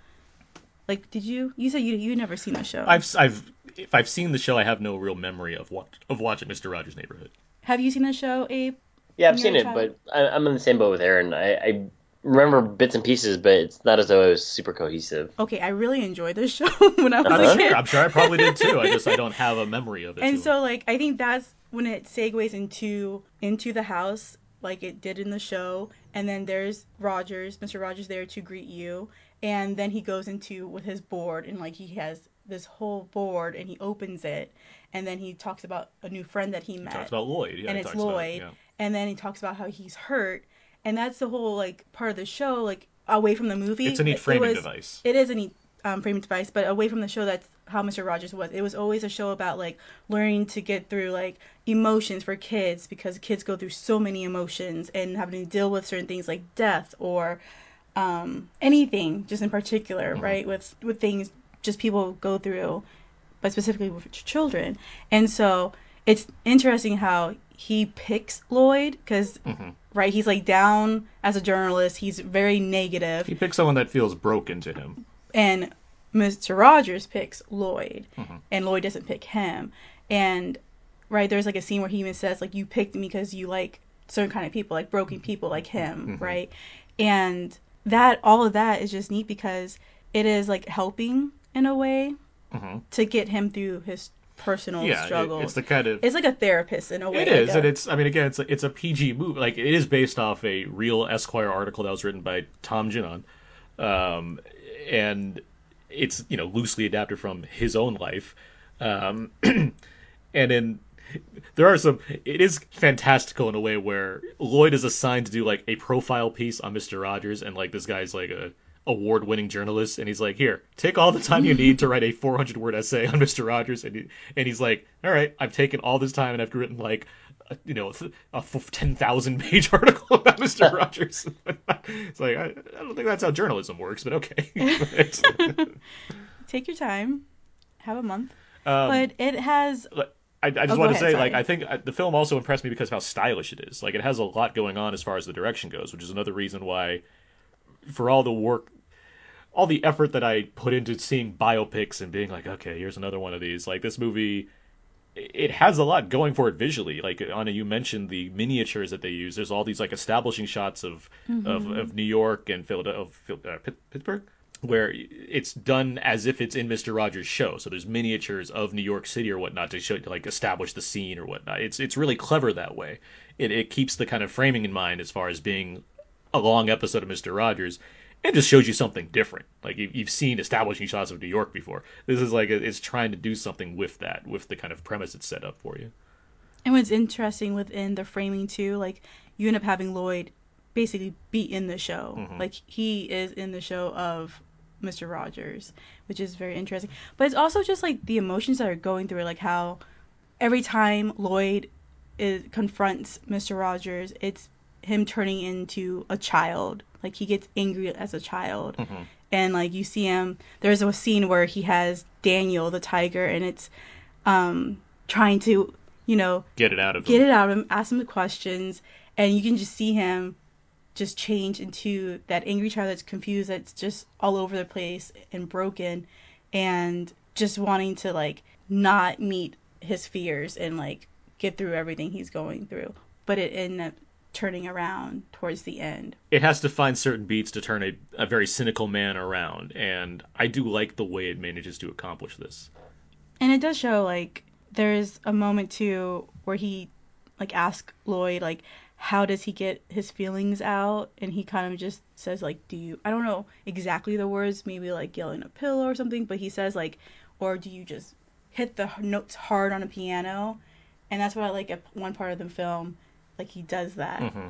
[SPEAKER 3] like did you? You said you you never seen the show.
[SPEAKER 2] I've I've if I've seen the show, I have no real memory of what of watching Mister
[SPEAKER 3] (laughs)
[SPEAKER 2] Rogers' Neighborhood.
[SPEAKER 3] Have you seen the show, Abe?
[SPEAKER 5] Yeah, I've
[SPEAKER 3] You're
[SPEAKER 5] seen
[SPEAKER 3] a
[SPEAKER 5] it,
[SPEAKER 3] child.
[SPEAKER 5] but I, I'm in the same boat with Aaron. I, I remember bits and pieces, but it's not as though it was super cohesive.
[SPEAKER 3] okay, I really enjoyed this (laughs) show when I was
[SPEAKER 2] I'm
[SPEAKER 3] a
[SPEAKER 2] sure.
[SPEAKER 3] kid.
[SPEAKER 2] I'm sure I probably did too. I just I don't have a memory of it.
[SPEAKER 3] And
[SPEAKER 2] too.
[SPEAKER 3] so like I think that's when it segues into into the house like it did in the show and then there's Rogers, Mr. Rogers there to greet you and then he goes into with his board and like he has this whole board and he opens it and then he talks about a new friend that he met
[SPEAKER 2] talks about Lloyd. Yeah,
[SPEAKER 3] and
[SPEAKER 2] he
[SPEAKER 3] it's
[SPEAKER 2] talks about-
[SPEAKER 3] Lloyd.
[SPEAKER 2] yeah.
[SPEAKER 3] And then he talks about how he's hurt, and that's the whole like part of the show, like away from the movie.
[SPEAKER 2] It's a neat
[SPEAKER 3] It
[SPEAKER 2] framing
[SPEAKER 3] was-
[SPEAKER 2] device.
[SPEAKER 3] It is a neat um, framing device, but away from the show, that's how Mr. Rogers was. It was always a show about like learning to get through like emotions for kids because kids go through so many emotions and having to deal with certain things like death or um, anything, just in particular,
[SPEAKER 2] Mm-hmm.
[SPEAKER 3] right? With with things, just people go through but specifically with ch- children. And so it's interesting how he picks Lloyd because,
[SPEAKER 2] Mm-hmm.
[SPEAKER 3] right, he's like down as a journalist, he's very negative,
[SPEAKER 2] He picks someone that feels broken to him.
[SPEAKER 3] and Mr. Rogers picks Lloyd,
[SPEAKER 2] Mm-hmm.
[SPEAKER 3] and Lloyd doesn't pick him. And right there's like a scene where he even says like you picked me because you like certain kind of people, like broken people like him,
[SPEAKER 2] Mm-hmm.
[SPEAKER 3] right? And that all of that is just neat because it is like helping in a way to get him through his personal
[SPEAKER 2] Mm-hmm. Yeah, it-
[SPEAKER 3] struggles.
[SPEAKER 2] it's the kind of
[SPEAKER 3] It's like a therapist in a way.
[SPEAKER 2] It
[SPEAKER 3] like
[SPEAKER 2] is,
[SPEAKER 3] a-
[SPEAKER 2] and it's. I mean, again, it's a, it's a PG movie. Like it is based off a real Esquire article that was written by Tom Ginnon, um, and it's you know loosely adapted from his own life, um, (clears throat) and in there are some. It is fantastical in a way where Lloyd is assigned to do like a profile piece on Mister Rogers, and like this guy's like a award-winning journalist and he's like here take all the time you need to write a (laughs) 400 word essay on mr rogers and, he, and he's like all right i've taken all this time and i've written like a, you know th- a f- 10,000 (laughs) page article about mr rogers (laughs) it's like I, I don't think that's how journalism works but okay (laughs)
[SPEAKER 3] Take your time, have a month,
[SPEAKER 2] um,
[SPEAKER 3] but it has
[SPEAKER 2] but I, I just
[SPEAKER 3] Oh, go
[SPEAKER 2] want to
[SPEAKER 3] ahead,
[SPEAKER 2] say,
[SPEAKER 3] sorry.
[SPEAKER 2] like, I think uh, the film also impressed me because of how stylish it is. Like, it has a lot going on as far as the direction goes, which is another reason why, for all the work, all the effort that I put into seeing biopics and being like, okay, here's another one of these. Like, this movie, it it has a lot going for it visually. Like, Anna, you mentioned the miniatures that they use. There's all these like establishing shots of of, of New York and Philadelphia, of, Phil- uh, Pitt- Pittsburgh. Where it's done as if it's in Mister Rogers' show, so there's miniatures of New York City or whatnot to show, to like establish the scene or whatnot. It's it's really clever that way. It it keeps the kind of framing in mind as far as being a long episode of Mister Rogers, and just shows you something different. Like you, you've seen establishing shots of New York before. This is like it's trying to do something with that, with the kind of premise it's set up for you.
[SPEAKER 3] And what's interesting within the framing too, like you end up having Lloyd basically be in the show. Like he is in the show of Mr. Rogers, which is very interesting. But it's also just like the emotions that are going through it, like how every time Lloyd is, confronts Mr. Rogers, it's him turning into a child. Like he gets angry as a child. And like you see him, there's a scene where he has Daniel the tiger and it's um trying to, you know,
[SPEAKER 2] Get it out of
[SPEAKER 3] get
[SPEAKER 2] him.
[SPEAKER 3] it out of him, ask him the questions, and you can just see him just change into that angry child that's confused, that's just all over the place and broken, and just wanting to like not meet his fears and like get through everything he's going through. But it ended up turning around towards the end.
[SPEAKER 2] It has to find certain beats to turn a, a very cynical man around, and I do like the way it manages to accomplish this.
[SPEAKER 3] And it does show like there's a moment too where he like asks Lloyd like how does he get his feelings out and he kind of just says like do you I don't know exactly the words maybe like yelling a pillow or something but he says like or do you just hit the h- notes hard on a piano and that's why like at one part of the film like he does that
[SPEAKER 2] Mm-hmm.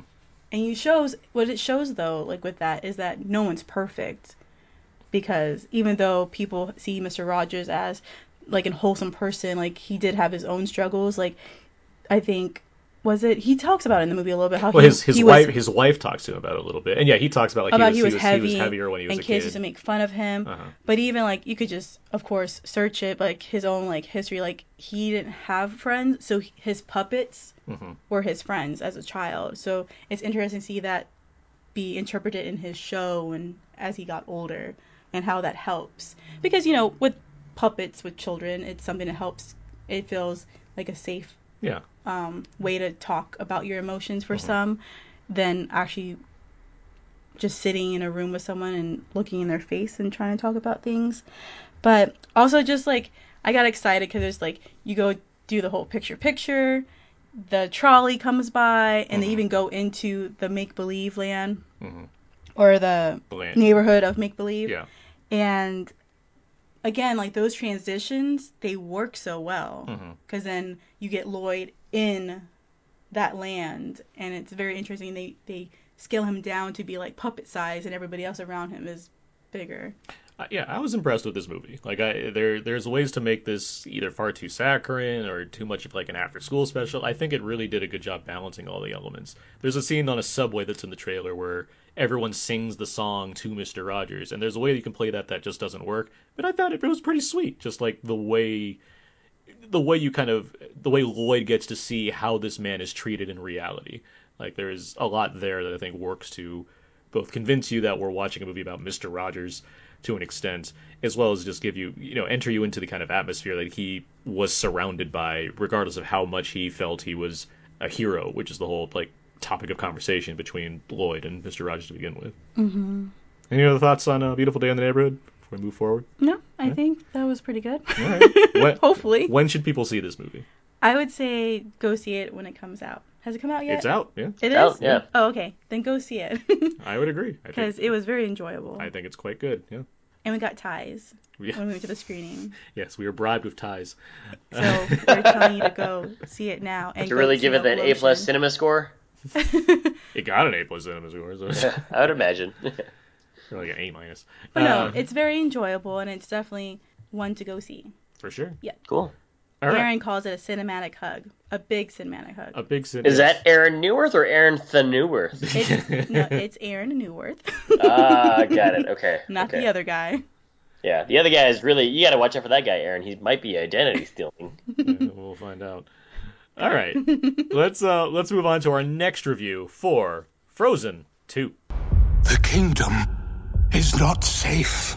[SPEAKER 3] and you shows what it shows though like with that is that no one's perfect because even though people see Mr. Rogers as like an wholesome person, like he did have his own struggles. Like I think was it he talks about it in the movie a little bit how
[SPEAKER 2] Well,
[SPEAKER 3] he,
[SPEAKER 2] his his
[SPEAKER 3] he
[SPEAKER 2] wife
[SPEAKER 3] was,
[SPEAKER 2] his wife talks to him about it a little bit, and yeah, he talks about like
[SPEAKER 3] about
[SPEAKER 2] he was, he was,
[SPEAKER 3] heavy
[SPEAKER 2] he was heavier when he was
[SPEAKER 3] and
[SPEAKER 2] a
[SPEAKER 3] kids
[SPEAKER 2] kid. Uh-huh.
[SPEAKER 3] used to make fun of him. But even like you could just of course search it, but, like his own like history. Like he didn't have friends, so he- his puppets
[SPEAKER 2] Mm-hmm.
[SPEAKER 3] were his friends as a child. So it's interesting to see that be interpreted in his show and as he got older and how that helps because you know with puppets with children it's something that helps it feels like a safe
[SPEAKER 2] yeah,
[SPEAKER 3] way to talk about your emotions
[SPEAKER 2] Mm-hmm.
[SPEAKER 3] for some than actually just sitting in a room with someone and looking in their face and trying to talk about things. But also just like I got excited because it's like you go do the whole picture picture, the trolley comes by, and they
[SPEAKER 2] Mm-hmm.
[SPEAKER 3] even go into the make believe land or the
[SPEAKER 2] Land.
[SPEAKER 3] neighborhood of make believe.
[SPEAKER 2] yeah.
[SPEAKER 3] And again, like those transitions, they work so well
[SPEAKER 2] Mm-hmm.
[SPEAKER 3] because then you get Lloyd in that land, and it's very interesting. They they scale him down to be like puppet size, and everybody else around him is bigger.
[SPEAKER 2] Uh, yeah, I was impressed with this movie. Like, I there there's ways to make this either far too saccharine or too much of like an after school special. I think it really did a good job balancing all the elements. There's a scene on a subway that's in the trailer where everyone sings the song to Mister Rogers, and there's a way that you can play that that just doesn't work. But I thought it was pretty sweet, just like the way the way you kind of the way Lloyd gets to see how this man is treated in reality. Like there is a lot there that I think works to both convince you that we're watching a movie about Mister Rogers to an extent, as well as just give you you know enter you into the kind of atmosphere that he was surrounded by, regardless of how much he felt he was a hero, which is the whole like topic of conversation between Lloyd and Mister Rogers to begin with. Mm-hmm. Any other thoughts on uh, Beautiful Day in the Neighborhood before we move forward?
[SPEAKER 3] No, I think that was pretty good.
[SPEAKER 2] All right.
[SPEAKER 3] (laughs)
[SPEAKER 2] When-
[SPEAKER 3] Hopefully,
[SPEAKER 2] when should people see this movie?
[SPEAKER 3] I would say go see it when it comes out. Has it come out yet?
[SPEAKER 2] It's out. Yeah,
[SPEAKER 3] It
[SPEAKER 5] It's out,
[SPEAKER 3] is?
[SPEAKER 5] yeah.
[SPEAKER 3] Oh, okay. Then go see it (laughs)
[SPEAKER 2] I would agree. I
[SPEAKER 3] because
[SPEAKER 2] think,
[SPEAKER 3] it was very enjoyable,
[SPEAKER 2] I think it's quite good. Yeah.
[SPEAKER 3] and we got ties when
[SPEAKER 2] Yeah.
[SPEAKER 3] we went to the screening.
[SPEAKER 2] Yes, we were bribed with ties.
[SPEAKER 3] So we're telling you to go see it now and
[SPEAKER 5] To
[SPEAKER 3] go
[SPEAKER 5] really
[SPEAKER 3] see
[SPEAKER 5] give it that A
[SPEAKER 3] Revolution.
[SPEAKER 5] plus cinema score,
[SPEAKER 2] It got an A plus cinema score, so it's (laughs)
[SPEAKER 5] I would imagine. (laughs)
[SPEAKER 2] like an A minus.
[SPEAKER 3] But no,
[SPEAKER 2] Uh,
[SPEAKER 3] it's very enjoyable and it's definitely one to go see.
[SPEAKER 2] for sure.
[SPEAKER 5] cool.
[SPEAKER 2] All right.
[SPEAKER 3] Aaron calls it a cinematic hug, a big cinematic hug.
[SPEAKER 2] A big cinema.
[SPEAKER 5] Is that Aaron Newworth or Aaron
[SPEAKER 3] (laughs)
[SPEAKER 5] the Newworth? (laughs)
[SPEAKER 3] It's, no, it's Aaron Newworth,
[SPEAKER 5] ah, got it. Okay.
[SPEAKER 3] (laughs) not
[SPEAKER 5] okay.
[SPEAKER 3] the other guy.
[SPEAKER 5] Yeah, the other guy is really. You got to watch out for that guy, Aaron. He might be
[SPEAKER 3] (laughs)
[SPEAKER 5] identity stealing.
[SPEAKER 2] Yeah, we'll find out. All right. let's uh let's move on to our next review for Frozen 2.
[SPEAKER 4] The kingdom is not safe.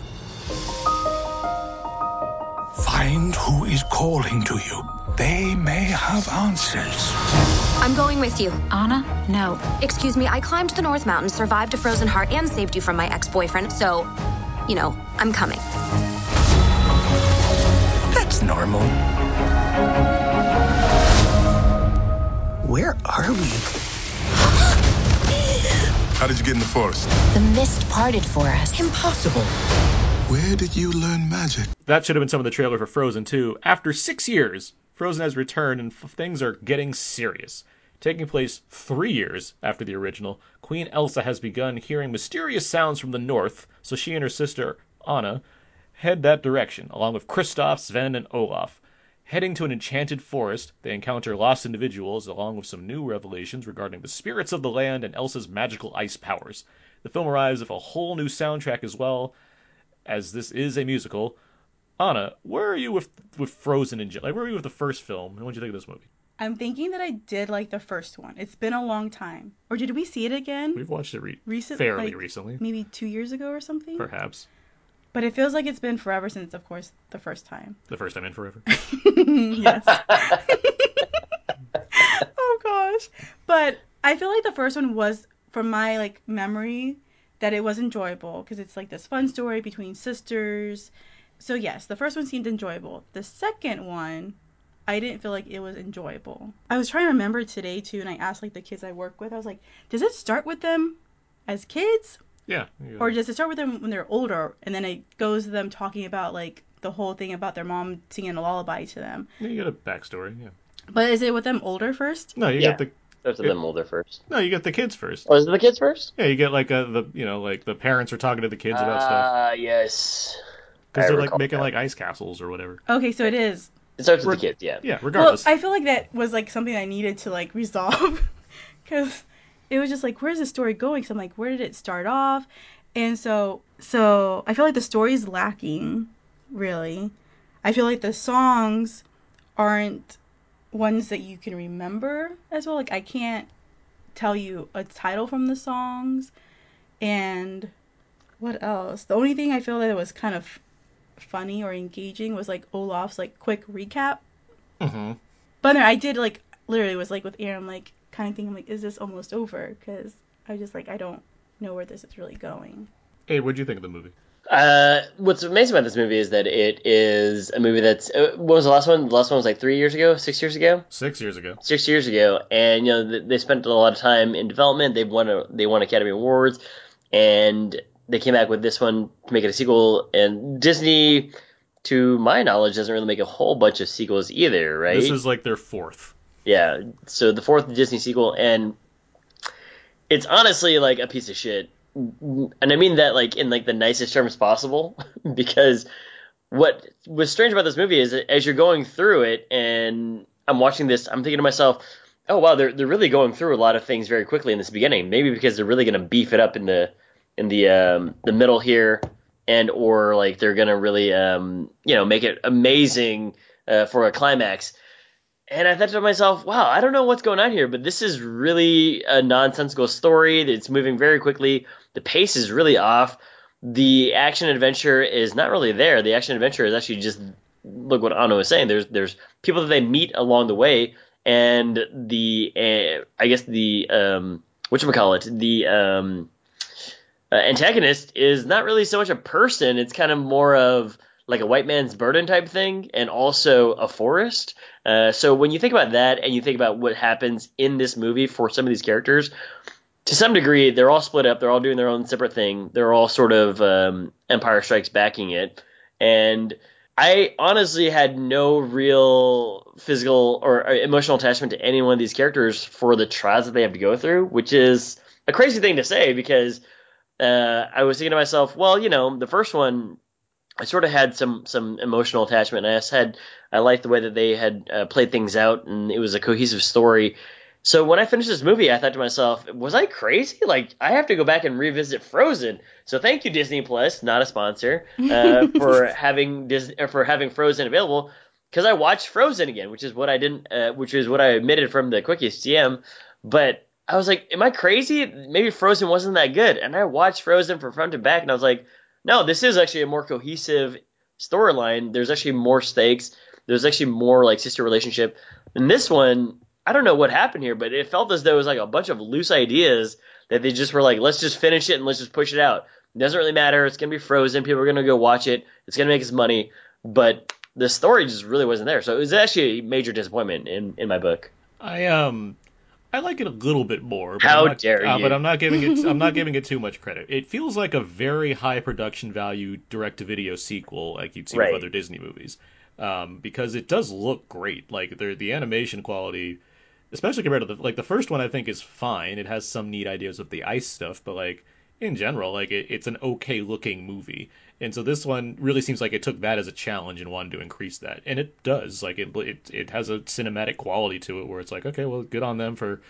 [SPEAKER 4] Find who is calling to you. They may have answers.
[SPEAKER 9] I'm going with you.
[SPEAKER 8] Anna? No.
[SPEAKER 9] Excuse me, I climbed the North Mountain, survived a frozen heart, and saved you from my ex boyfriend, so, you know, I'm coming.
[SPEAKER 4] That's normal. Where are we? How did you get in the forest?
[SPEAKER 8] The mist parted for us.
[SPEAKER 4] Impossible. Where did you learn magic?
[SPEAKER 2] That should have been some of the trailer for Frozen 2. After 6 years, Frozen has returned and f- things are getting serious. Taking place three years after the original, Queen Elsa has begun hearing mysterious sounds from the north, so she and her sister, Anna, head that direction, along with Kristoff, Sven, and Olaf. Heading to an enchanted forest, they encounter lost individuals, along with some new revelations regarding the spirits of the land and Elsa's magical ice powers. The film arrives with a whole new soundtrack as well, as this is a musical. Anna, where are you with with Frozen in general? Like, where were you with the first film? And what did you think of this movie?
[SPEAKER 3] I'm thinking that I did like the first one. It's been a long time. Or did we see it again?
[SPEAKER 2] We've watched it re-
[SPEAKER 3] Recent-
[SPEAKER 2] fairly
[SPEAKER 3] like-
[SPEAKER 2] recently,
[SPEAKER 3] Maybe two years ago or something?
[SPEAKER 2] perhaps
[SPEAKER 3] But it feels like it's been forever since, of course, the first time.
[SPEAKER 2] the first time in
[SPEAKER 5] (laughs)
[SPEAKER 2] forever.
[SPEAKER 3] yes. oh gosh. But I feel like the first one was, from my like memory, that it was enjoyable because it's like this fun story between sisters. So yes, the first one seemed enjoyable. The second one, I didn't feel like it was enjoyable. I was trying to remember today too, and I asked like the kids I work with. I was like, does it start with them as kids,
[SPEAKER 2] yeah. yeah.
[SPEAKER 3] or does it start with them when they're older, and then it goes to them talking about like the whole thing about their mom singing a lullaby to them?
[SPEAKER 2] Yeah, you got a backstory. Yeah.
[SPEAKER 3] But is it with them older first?
[SPEAKER 2] No, you
[SPEAKER 5] Yeah.
[SPEAKER 2] got the
[SPEAKER 5] Those are
[SPEAKER 2] Yeah.
[SPEAKER 5] them older first.
[SPEAKER 2] no, you got the kids first.
[SPEAKER 5] Oh, is it the kids first?
[SPEAKER 2] Yeah, you get like uh the you know like the parents are talking to the kids about stuff
[SPEAKER 5] Ah, yes.
[SPEAKER 2] because
[SPEAKER 5] I
[SPEAKER 2] they're like
[SPEAKER 5] recall
[SPEAKER 2] making
[SPEAKER 5] that.
[SPEAKER 2] like ice castles or whatever.
[SPEAKER 3] Okay, so it is.
[SPEAKER 5] It starts
[SPEAKER 2] We're-
[SPEAKER 5] with the kids, yeah.
[SPEAKER 2] Yeah,
[SPEAKER 3] Well,
[SPEAKER 2] regardless.
[SPEAKER 3] I feel like that was like something I needed to like (laughs) resolve because it was just like, where's the story going? So I'm like, where did it start off? And so, so I feel like the story's lacking, really. I feel like the songs aren't ones that you can remember as well. Like, I can't tell you a title from the songs. And what else? The only thing I feel that was kind of funny or engaging was like Olaf's like quick recap
[SPEAKER 2] Mhm.
[SPEAKER 3] but no, I did like literally was like with Aaron, like kind of thinking like, is this almost over? Because I was just like, I don't know where this is really going.
[SPEAKER 2] Hey, what'd you think of the movie?
[SPEAKER 5] Uh, what's amazing about this movie is that it is a movie that's. Uh, what was the last one? The last one was like three years ago, six years ago?
[SPEAKER 2] Six years ago.
[SPEAKER 5] six years ago, and you know th- they spent a lot of time in development. They won a, they won Academy Awards, and they came back with this one to make it a sequel. And Disney, to my knowledge, doesn't really make a whole bunch of sequels either, right?
[SPEAKER 2] This is like their fourth.
[SPEAKER 5] yeah. So the fourth Disney sequel, and it's honestly like a piece of shit, and I mean that like in like the nicest terms possible, (laughs) because what was strange about this movie is that as you're going through it and I'm watching this, I'm thinking to myself, oh wow, they're they're really going through a lot of things very quickly in this beginning. Maybe because they're really going to beef it up in the in the um, the middle here, and or like they're going to really um, you know make it amazing uh, for a climax. And I thought to myself, wow, I don't know what's going on here, but this is really a nonsensical story. It's moving very quickly. The pace is really off. The action adventure is not really there. The action adventure is actually just look what Anno is saying. There's there's people that they meet along the way, and the uh, I guess the um what you call it the um uh, antagonist is not really so much a person. It's kind of more of like a white man's burden type thing, and also a forest. Uh, so when you think about that, and you think about what happens in this movie for some of these characters, to some degree, they're all split up. They're all doing their own separate thing. They're all sort of um, Empire Strikes backing it, and I honestly had no real physical or uh, emotional attachment to any one of these characters for the trials that they have to go through, which is a crazy thing to say because uh, I was thinking to myself, well, you know, the first one, I sort of had some some emotional attachment. I just had I liked the way that they had uh, played things out, and it was a cohesive story. So when I finished this movie, I thought to myself, was I crazy? Like I have to go back and revisit Frozen. So thank you Disney Plus, not a sponsor, uh, for having Disney or for having Frozen available because I watched Frozen again, which is what I didn't, uh, which is what I admitted from the quickest TM. But I was like, am I crazy? Maybe Frozen wasn't that good, and I watched Frozen from front to back, and I was like, no, this is actually a more cohesive storyline. There's actually more stakes. There's actually more like sister relationship. And this one, I don't know what happened here, but it felt as though it was like a bunch of loose ideas that they just were like, let's just finish it and let's just push it out. It doesn't really matter. It's gonna be frozen. People are gonna go watch it. It's gonna make us money. But the story just really wasn't there. So it was actually a major disappointment in, in my book.
[SPEAKER 2] I um I like it a little bit more. But
[SPEAKER 5] How
[SPEAKER 2] I'm not,
[SPEAKER 5] dare
[SPEAKER 2] uh,
[SPEAKER 5] you.
[SPEAKER 2] But I'm not giving it. I'm not giving it too much credit. It feels like a very high production value direct to video sequel, like you'd see
[SPEAKER 5] Right.
[SPEAKER 2] with other Disney movies, um, because it does look great. Like the the animation quality, especially compared to the like the first one. I think is fine. It has some neat ideas with the ice stuff, but like in general, like it, it's an okay looking movie. And so this one really seems like it took that as a challenge and wanted to increase that, and it does. Like it it, it has a cinematic quality to it where it's like, okay, well, good on them for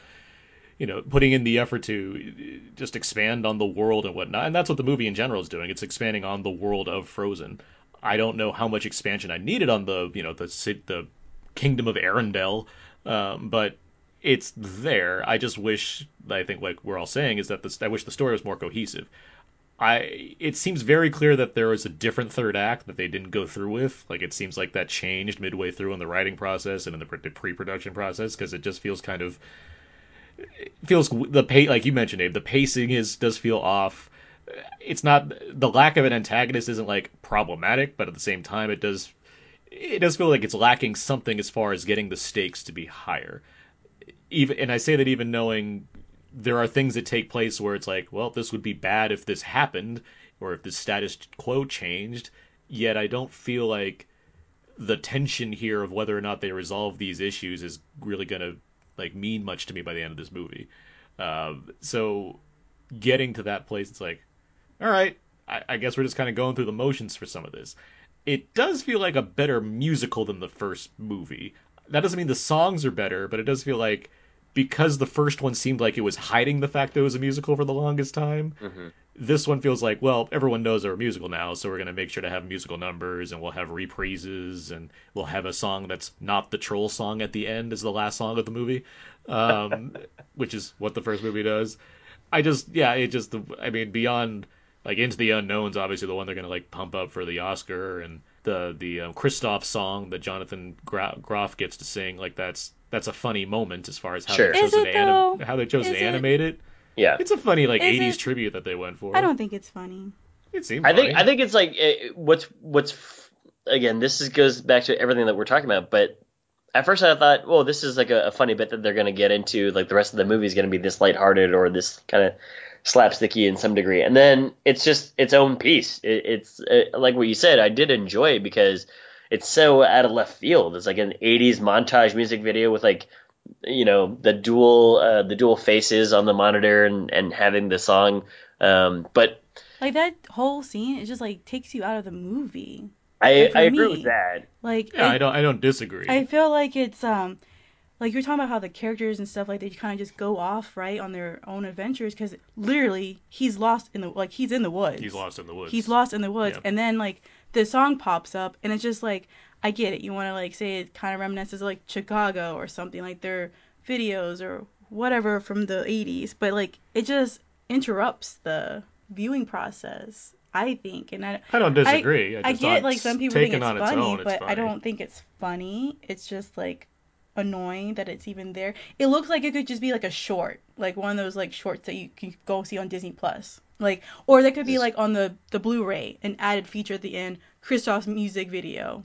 [SPEAKER 2] you know putting in the effort to uh, just expand on the world and whatnot. And that's what the movie in general is doing. It's expanding on the world of Frozen. I don't know how much expansion I needed on the you know the the kingdom of Arendelle, um, but it's there. I just wish I think like we're all saying is that this I wish the story was more cohesive. I it seems very clear that there was a different third act that they didn't go through with. Like it seems like that changed midway through in the writing process and in the pre-production process because it just feels kind of it feels the pay like you mentioned Abe the pacing is does feel off. It's not the lack of an antagonist isn't like problematic, but at the same time it does it does feel like it's lacking something as far as getting the stakes to be higher even and I say that even knowing there are things that take place where it's like, well, this would be bad if this happened or if the status quo changed, yet I don't feel like the tension here of whether or not they resolve these issues is really going to like mean much to me by the end of this movie. Um, so getting to that place, it's like, all right, I, I guess we're just kind of going through the motions for some of this. It does feel like a better musical than the first movie. That doesn't mean the songs are better, but it does feel like because the first one seemed like it was hiding the fact that it was a musical for the longest time. Mm-hmm. This one feels like, well, everyone knows they're a musical now, so we're going to make sure to have musical numbers and we'll have reprises and we'll have a song that's not the troll song at the end as the last song of the movie, um, which is what the first movie does. I just, yeah, it just, I mean, beyond like Into the Unknown's obviously the one they're going to like pump up for the Oscar and the the um, Christoph song that Jonathan Gra- Groff gets to sing, like that's that's a funny moment as far as how
[SPEAKER 5] Sure.
[SPEAKER 2] they
[SPEAKER 3] Is
[SPEAKER 2] chose to
[SPEAKER 3] it,
[SPEAKER 2] anim-
[SPEAKER 3] though?
[SPEAKER 2] how they chose
[SPEAKER 3] Is
[SPEAKER 2] to
[SPEAKER 3] it?
[SPEAKER 2] animate it.
[SPEAKER 5] Yeah.
[SPEAKER 2] It's a funny like
[SPEAKER 3] Is
[SPEAKER 2] '80s
[SPEAKER 3] it?
[SPEAKER 2] tribute that they went for.
[SPEAKER 3] I don't think it's funny.
[SPEAKER 2] It seemed.
[SPEAKER 5] I think
[SPEAKER 2] funny.
[SPEAKER 5] I think it's like eh, what's what's f- again. This is, goes back to everything that we're talking about. But at first, I thought, well, this is like a, a funny bit that they're going to get into. Like the rest of the movie is going to be this lighthearted or this kind of slapsticky in some degree. And then it's just its own piece. It, it's eh, like what you said. I did enjoy it because it's so out of left field. It's like an '80s montage music video with like you know the dual uh, the dual faces on the monitor and and having the song. Um, but
[SPEAKER 3] Like that whole scene, it just like takes you out of the movie.
[SPEAKER 5] I,
[SPEAKER 3] Like, for
[SPEAKER 5] I agree
[SPEAKER 3] me,
[SPEAKER 5] with that.
[SPEAKER 3] Like
[SPEAKER 2] Yeah,
[SPEAKER 3] it-
[SPEAKER 2] I don't. I don't disagree.
[SPEAKER 3] I feel like it's um like you're talking about how the characters and stuff like they kind of just go off right on their own adventures because literally he's lost in the like he's in the woods.
[SPEAKER 2] He's lost in the woods.
[SPEAKER 3] He's lost in the woods,
[SPEAKER 2] Yeah.
[SPEAKER 3] and then like the song pops up, and it's just like I get it. You want to like say it kind of reminisces of, like Chicago or something like their videos or whatever from the 80s, but like it just interrupts the viewing process. I think, and I
[SPEAKER 2] I don't disagree. I,
[SPEAKER 3] I,
[SPEAKER 2] just
[SPEAKER 3] get
[SPEAKER 2] thought
[SPEAKER 3] like
[SPEAKER 2] it's
[SPEAKER 3] some people
[SPEAKER 2] taken
[SPEAKER 3] think it's
[SPEAKER 2] on
[SPEAKER 3] funny,
[SPEAKER 2] its own, it's
[SPEAKER 3] but I
[SPEAKER 2] funny.
[SPEAKER 3] don't think it's funny. It's just like annoying that it's even there. It looks like it could just be like a short, like one of those like shorts that you can go see on Disney Plus. Like or that could be like on the the Blu-ray, an added feature at the end, Kristoff's music
[SPEAKER 5] (laughs)
[SPEAKER 3] video.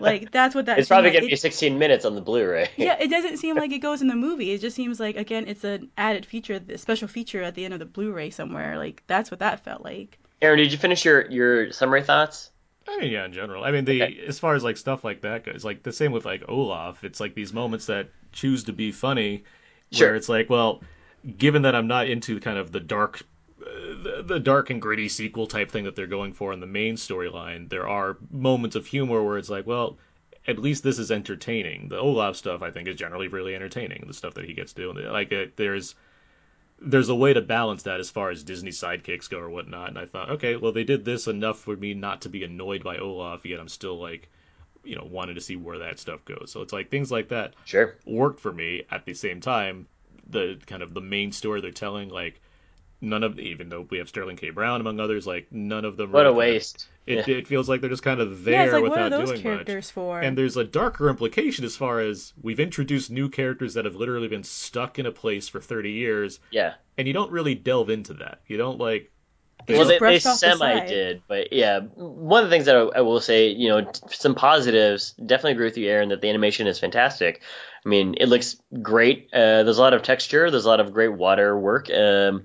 [SPEAKER 3] like that's what that
[SPEAKER 5] It's probably
[SPEAKER 3] seemed like.
[SPEAKER 5] gonna
[SPEAKER 3] It-
[SPEAKER 5] be 16 minutes on the Blu-ray.
[SPEAKER 3] yeah, it doesn't seem like it goes in the movie. It just seems like again, it's an added feature, a special feature at the end of the Blu-ray somewhere. Like that's what that felt like.
[SPEAKER 5] Aaron, did you finish your your summary thoughts?
[SPEAKER 2] I mean, yeah, in general. I mean, the as far as like stuff like that goes, like the same with like Olaf. It's like these moments that choose to be funny,
[SPEAKER 5] Sure.
[SPEAKER 2] where it's like, well, given that I'm not into kind of the dark, uh, the, the dark and gritty sequel type thing that they're going for in the main storyline, there are moments of humor where it's like, well, at least this is entertaining. The Olaf stuff, I think, is generally really entertaining. The stuff that he gets to do, like it, there's there's a way to balance that as far as Disney sidekicks go or whatnot. And I thought, okay, well, they did this enough for me not to be annoyed by Olaf, yet I'm still like, you know, wanted to see where that stuff goes. So it's like things like that
[SPEAKER 5] Sure.
[SPEAKER 2] worked for me. At the same time, the kind of the main story they're telling, like none of even though we have Sterling K. Brown among others, like none of them.
[SPEAKER 5] What a
[SPEAKER 2] really kind of-
[SPEAKER 5] waste.
[SPEAKER 2] it, it feels like they're just kind of there
[SPEAKER 3] yeah, it's like
[SPEAKER 2] without
[SPEAKER 3] what are those
[SPEAKER 2] doing much.
[SPEAKER 3] characters for?
[SPEAKER 2] And there's a darker implication as far as we've introduced new characters that have literally been stuck in a place for 30 years
[SPEAKER 5] Yeah.
[SPEAKER 2] and you don't really delve into that. You don't like.
[SPEAKER 3] It's
[SPEAKER 5] well,
[SPEAKER 3] just
[SPEAKER 5] they, they
[SPEAKER 3] brushed off the
[SPEAKER 5] semi
[SPEAKER 3] side.
[SPEAKER 5] did, but yeah. One of the things that I, I will say, you know, t- some positives. Definitely agree with you, Aaron, that the animation is fantastic. I mean, it looks great. Uh, there's a lot of texture. There's a lot of great water work. Um,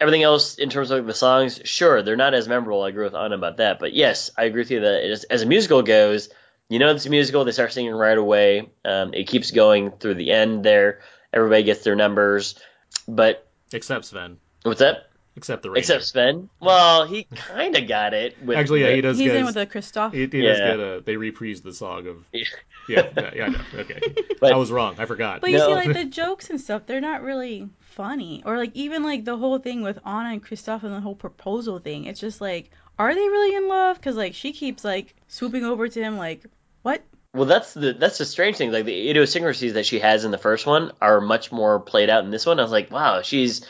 [SPEAKER 5] everything else in terms of the songs, sure, they're not as memorable. I agree with Anna about that, but yes, I agree with you that it is, as a musical goes, You know it's a musical. They start singing right away. Um, it keeps going through the end there. Everybody gets their numbers. But
[SPEAKER 2] Except Sven.
[SPEAKER 5] what's that?
[SPEAKER 2] Except the ranger.
[SPEAKER 5] Except Sven. Well, he kind of got it. With
[SPEAKER 2] Actually, yeah,
[SPEAKER 5] the-
[SPEAKER 2] he does
[SPEAKER 3] He's
[SPEAKER 2] get.
[SPEAKER 3] in with a Christoph.
[SPEAKER 2] he, he does
[SPEAKER 5] Yeah.
[SPEAKER 2] get a. They reprise the song of.
[SPEAKER 5] Yeah.
[SPEAKER 2] (laughs) Yeah, yeah, yeah I know.
[SPEAKER 5] (laughs)
[SPEAKER 2] Okay,
[SPEAKER 5] But-
[SPEAKER 2] I was wrong. I forgot.
[SPEAKER 3] But you see,
[SPEAKER 5] No.
[SPEAKER 3] like
[SPEAKER 5] (laughs)
[SPEAKER 3] the jokes and stuff, they're not really funny. Or like even like the whole thing with Anna and Kristoff and the whole proposal thing. It's just like, are they really in love? Because like she keeps like swooping over to him, like what?
[SPEAKER 5] Well, that's the that's the strange thing. Like the idiosyncrasies that she has in the first one are much more played out in this one. I was like, wow, she's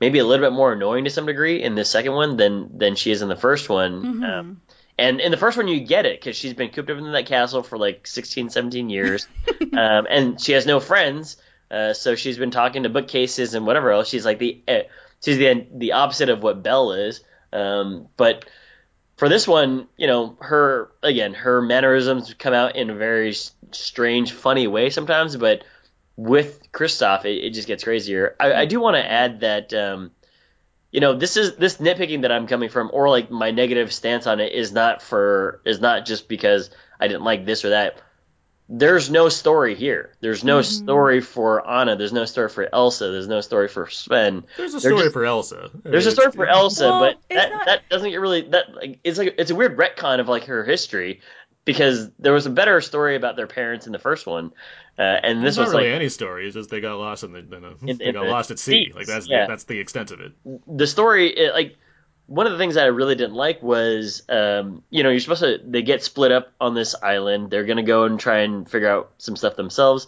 [SPEAKER 5] maybe a little bit more annoying to some degree in this second one than than she is in the first one. Um, and in the first one, you get it because she's been cooped up in that castle for like 16, 17 years, um, and she has no friends. Uh, so she's been talking to bookcases and whatever else. She's like the eh, she's the the opposite of what Belle is. Um, but for this one, you know, her again, her mannerisms come out in a very s- strange, funny way sometimes, but with Kristoff, it, it just gets crazier. I, I do want to add that, um, you know, this is this nitpicking that I'm coming from, or like my negative stance on it is not for is not just because I didn't like this or that. There's no story here. There's no story for Anna. There's no story for Elsa. There's no story for Sven.
[SPEAKER 2] There's a
[SPEAKER 5] They're
[SPEAKER 2] story
[SPEAKER 5] just-
[SPEAKER 2] for Elsa. I
[SPEAKER 5] There's
[SPEAKER 2] mean,
[SPEAKER 5] a story for Elsa,
[SPEAKER 3] Well,
[SPEAKER 5] but
[SPEAKER 3] it's
[SPEAKER 5] that,
[SPEAKER 3] not-
[SPEAKER 5] that doesn't get really that like it's like it's a weird retcon of like her history because there was a better story about their parents in the first one, uh, and this
[SPEAKER 2] It's not
[SPEAKER 5] was
[SPEAKER 2] really
[SPEAKER 5] like
[SPEAKER 2] any story. It's just they got lost in the. In a,
[SPEAKER 5] In-
[SPEAKER 2] they
[SPEAKER 5] in
[SPEAKER 2] got
[SPEAKER 5] the
[SPEAKER 2] lost at sea.
[SPEAKER 5] sea,
[SPEAKER 2] Like that's
[SPEAKER 5] yeah.
[SPEAKER 2] the, that's the extent of it.
[SPEAKER 5] the story. It, like one of the things that I really didn't like was um, you know you're supposed to they get split up on this island. They're gonna go and try and figure out some stuff themselves.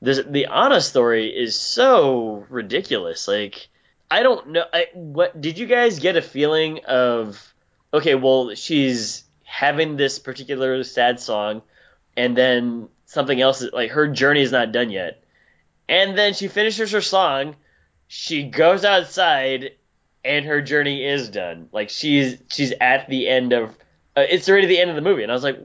[SPEAKER 5] This, the Anna story is so ridiculous. Like I don't know. I, what did you guys get a feeling of? Okay, well, she's having this particular sad song, and then something else. is- Like her journey is not done yet, and then she finishes her song. She goes outside, and her journey is done. Like she's she's at the end of. Uh, it's already the end of the movie, and I was like,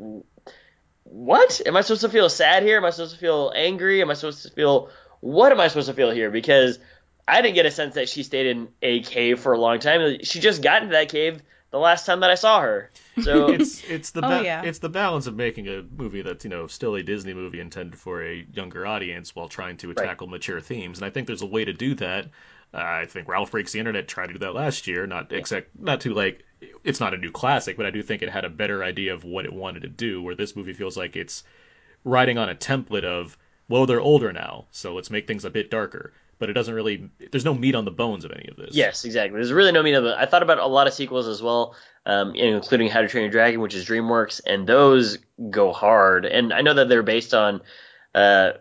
[SPEAKER 5] what? Am I supposed to feel sad here? Am I supposed to feel angry? Am I supposed to feel what am I supposed to feel here? Because I didn't get a sense that she stayed in a cave for a long time. She just got into that cave the last time that I saw her.
[SPEAKER 2] (laughs)
[SPEAKER 5] So
[SPEAKER 3] (laughs)
[SPEAKER 2] it's it's the
[SPEAKER 3] Oh,
[SPEAKER 2] ba-
[SPEAKER 3] yeah.
[SPEAKER 2] it's the balance of making a movie that's you know still a Disney movie intended for a younger audience while trying to tackle mature themes, and I think there's a way to do that. Uh, I think Ralph Breaks the Internet tried to do that last year, not exact, not to like it's not a new classic, but I do think it had a better idea of what it wanted to do. Where this movie feels like it's riding on a template of well they're older now, so let's make things a bit darker, but it doesn't really there's no meat on the bones of any of this.
[SPEAKER 5] Yes, exactly. There's really no meaning of it. I thought about a lot of sequels as well, um, including How to Train Your Dragon, which is DreamWorks, and those go hard. And I know that they're based on uh,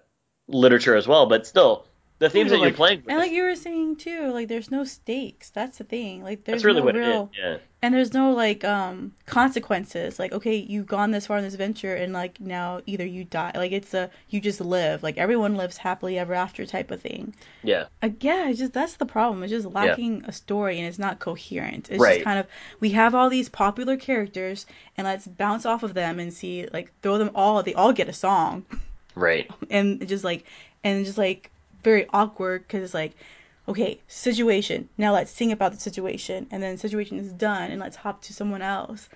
[SPEAKER 5] literature as well, but still, the themes that you're playing with,
[SPEAKER 3] And like you were saying too, like there's no stakes. That's the thing. Like there's
[SPEAKER 5] that's really
[SPEAKER 3] no
[SPEAKER 5] what
[SPEAKER 3] real
[SPEAKER 5] it is. Yeah.
[SPEAKER 3] and there's no like um consequences. Like okay, you've gone this far on this venture, and like now either you die, like it's a you just live. Like everyone lives happily ever after type of thing.
[SPEAKER 5] Yeah.
[SPEAKER 3] Uh, yeah, it's just that's the problem. It's just lacking a story and it's not coherent. It's
[SPEAKER 5] Right.
[SPEAKER 3] just kind of we have all these popular characters and let's bounce off of them and see like throw them all they all get a song
[SPEAKER 5] Right.
[SPEAKER 3] and it just like and just like very awkward because it's like okay situation now let's sing about the situation and then situation is done and let's hop to someone else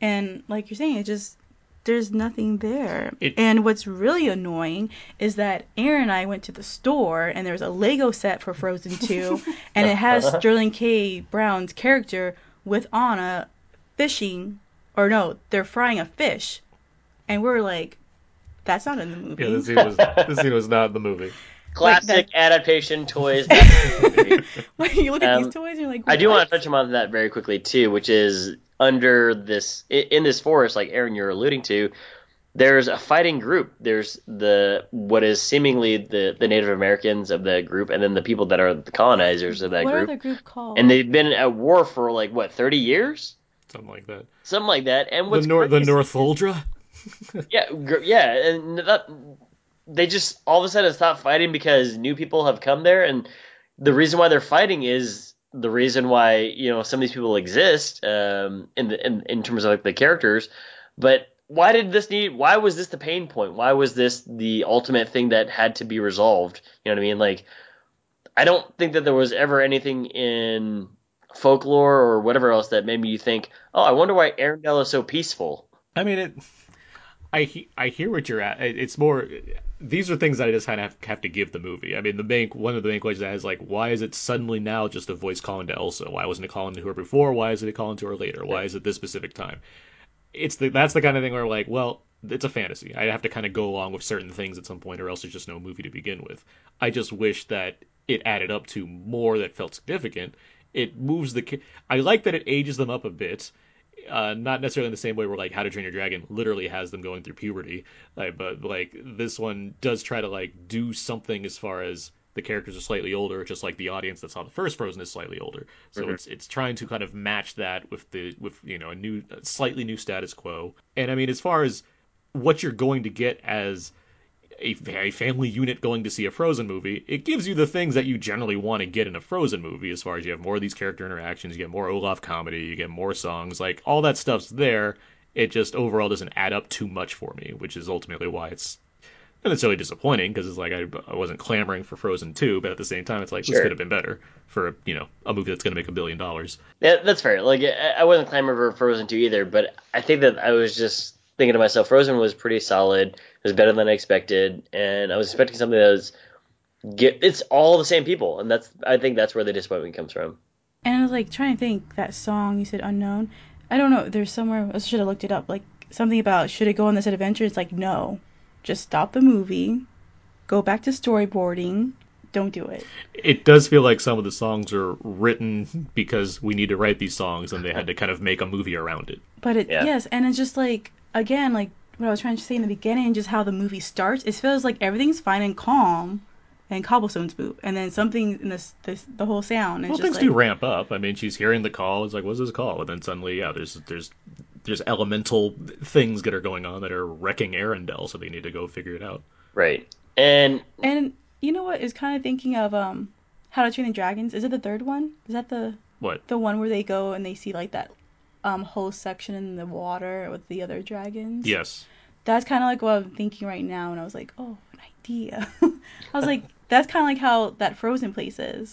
[SPEAKER 3] and like you're saying it just there's nothing there
[SPEAKER 2] It-
[SPEAKER 3] and what's really annoying is that aaron and i went to the store and there's a lego set for frozen
[SPEAKER 2] (laughs)
[SPEAKER 3] 2 and it has sterling k brown's character with anna fishing or no they're frying a fish and we're like that's not in the movie
[SPEAKER 2] Yeah, this scene was this scene was not the movie.
[SPEAKER 5] Classic
[SPEAKER 3] Like
[SPEAKER 5] adaptation toys.
[SPEAKER 3] (laughs) Like, you look at
[SPEAKER 5] Um,
[SPEAKER 3] these toys and you're like,
[SPEAKER 5] I do want
[SPEAKER 3] what?
[SPEAKER 5] to touch on that very quickly too, which is under this i- in this forest, like Aaron, you're alluding to. There's a fighting group. There's the what is seemingly the the Native Americans of that group, and then the people that are the colonizers of that
[SPEAKER 3] What are
[SPEAKER 5] group.
[SPEAKER 3] the group called?
[SPEAKER 5] And they've been at war for like what thirty years,
[SPEAKER 2] Something like that.
[SPEAKER 5] something like that. And
[SPEAKER 2] The
[SPEAKER 5] what's
[SPEAKER 2] North the
[SPEAKER 5] crazy-
[SPEAKER 2] Northuldra?
[SPEAKER 5] yeah, gr- yeah, and that, they just all of a sudden stop fighting because new people have come there, and the reason why they're fighting is the reason why you know some of these people exist um, in the in, in terms of like the characters. But why did this need? Why was this the pain point? Why was this the ultimate thing that had to be resolved? You know what I mean? Like, I don't think that there was ever anything in folklore or whatever else that made me think, oh, I wonder why Arendelle is so peaceful.
[SPEAKER 2] I mean, it. I he- I hear what you're at. It- It's more. These are things that I just kind of have, have to give the movie. I mean, the main one of the main questions I had is like, why is it suddenly now just a voice calling to Elsa? Why wasn't it calling to her before? Why is it calling to her later? Why is it this specific time? It's the that's the kind of thing where like, well, it's a fantasy. I have to kind of go along with certain things at some point, or else there's just no movie to begin with. I just wish that it added up to more that felt significant. It moves the. ca- I like that it ages them up a bit uh, not necessarily in the same way where like How to Train Your Dragon literally has them going through puberty, like, but like this one does try to like do something as far as the characters are slightly older, just like the audience that saw the first Frozen is slightly older. So it's it's trying to kind of match that with the with you know a new a slightly new status quo. And I mean as far as what you're going to get as a, a family unit going to see a Frozen movie, it gives you the things that you generally want to get in a Frozen movie. As far as you have more of these character interactions, you get more Olaf comedy, you get more songs, like all that stuff's there. It just overall doesn't add up too much for me, which is ultimately why it's not necessarily disappointing because it's like I, I wasn't clamoring for Frozen 2, but at the same time, it's like this
[SPEAKER 5] Sure.
[SPEAKER 2] could have been better for you know a movie that's going to make a billion dollars.
[SPEAKER 5] Yeah, that's fair. Like I I wasn't clamoring for Frozen two either, but I think that I was just thinking to myself, Frozen was pretty solid. It was better than I expected, and I was expecting something that was get. It's all the same people, and that's I think that's where the disappointment comes from.
[SPEAKER 3] And I was like trying to think that song you said unknown. I don't know. There's somewhere I should have looked it up. Like something about should it go on this adventure? It's like no, just stop the movie, go back to storyboarding. Don't do it.
[SPEAKER 2] it does feel like some of the songs are written because we need to write these songs and they had to kind of make a movie around it.
[SPEAKER 3] But it
[SPEAKER 5] Yeah.
[SPEAKER 3] yes, and it's just like again like what I was trying to say in the beginning, just how the movie starts. It feels like everything's fine and calm, and cobblestones boop, and then something in this, this the whole sound. It's
[SPEAKER 2] Well,
[SPEAKER 3] just
[SPEAKER 2] things
[SPEAKER 3] like,
[SPEAKER 2] do ramp up. I mean, she's hearing the call. It's like, what's this call? And then suddenly, yeah, there's there's there's elemental things that are going on that are wrecking Arendelle, so they need to go figure it out.
[SPEAKER 5] Right, and
[SPEAKER 3] And you know what is kind of thinking of um How to Train the Dragons. Is it the third one? Is that the
[SPEAKER 2] What?
[SPEAKER 3] the one where they go and they see like that um whole section in the water with the other dragons?
[SPEAKER 2] Yes.
[SPEAKER 3] That's kind of like what I'm thinking right now and I was like, "Oh, an idea." (laughs) I was like, that's kind of like how that frozen place is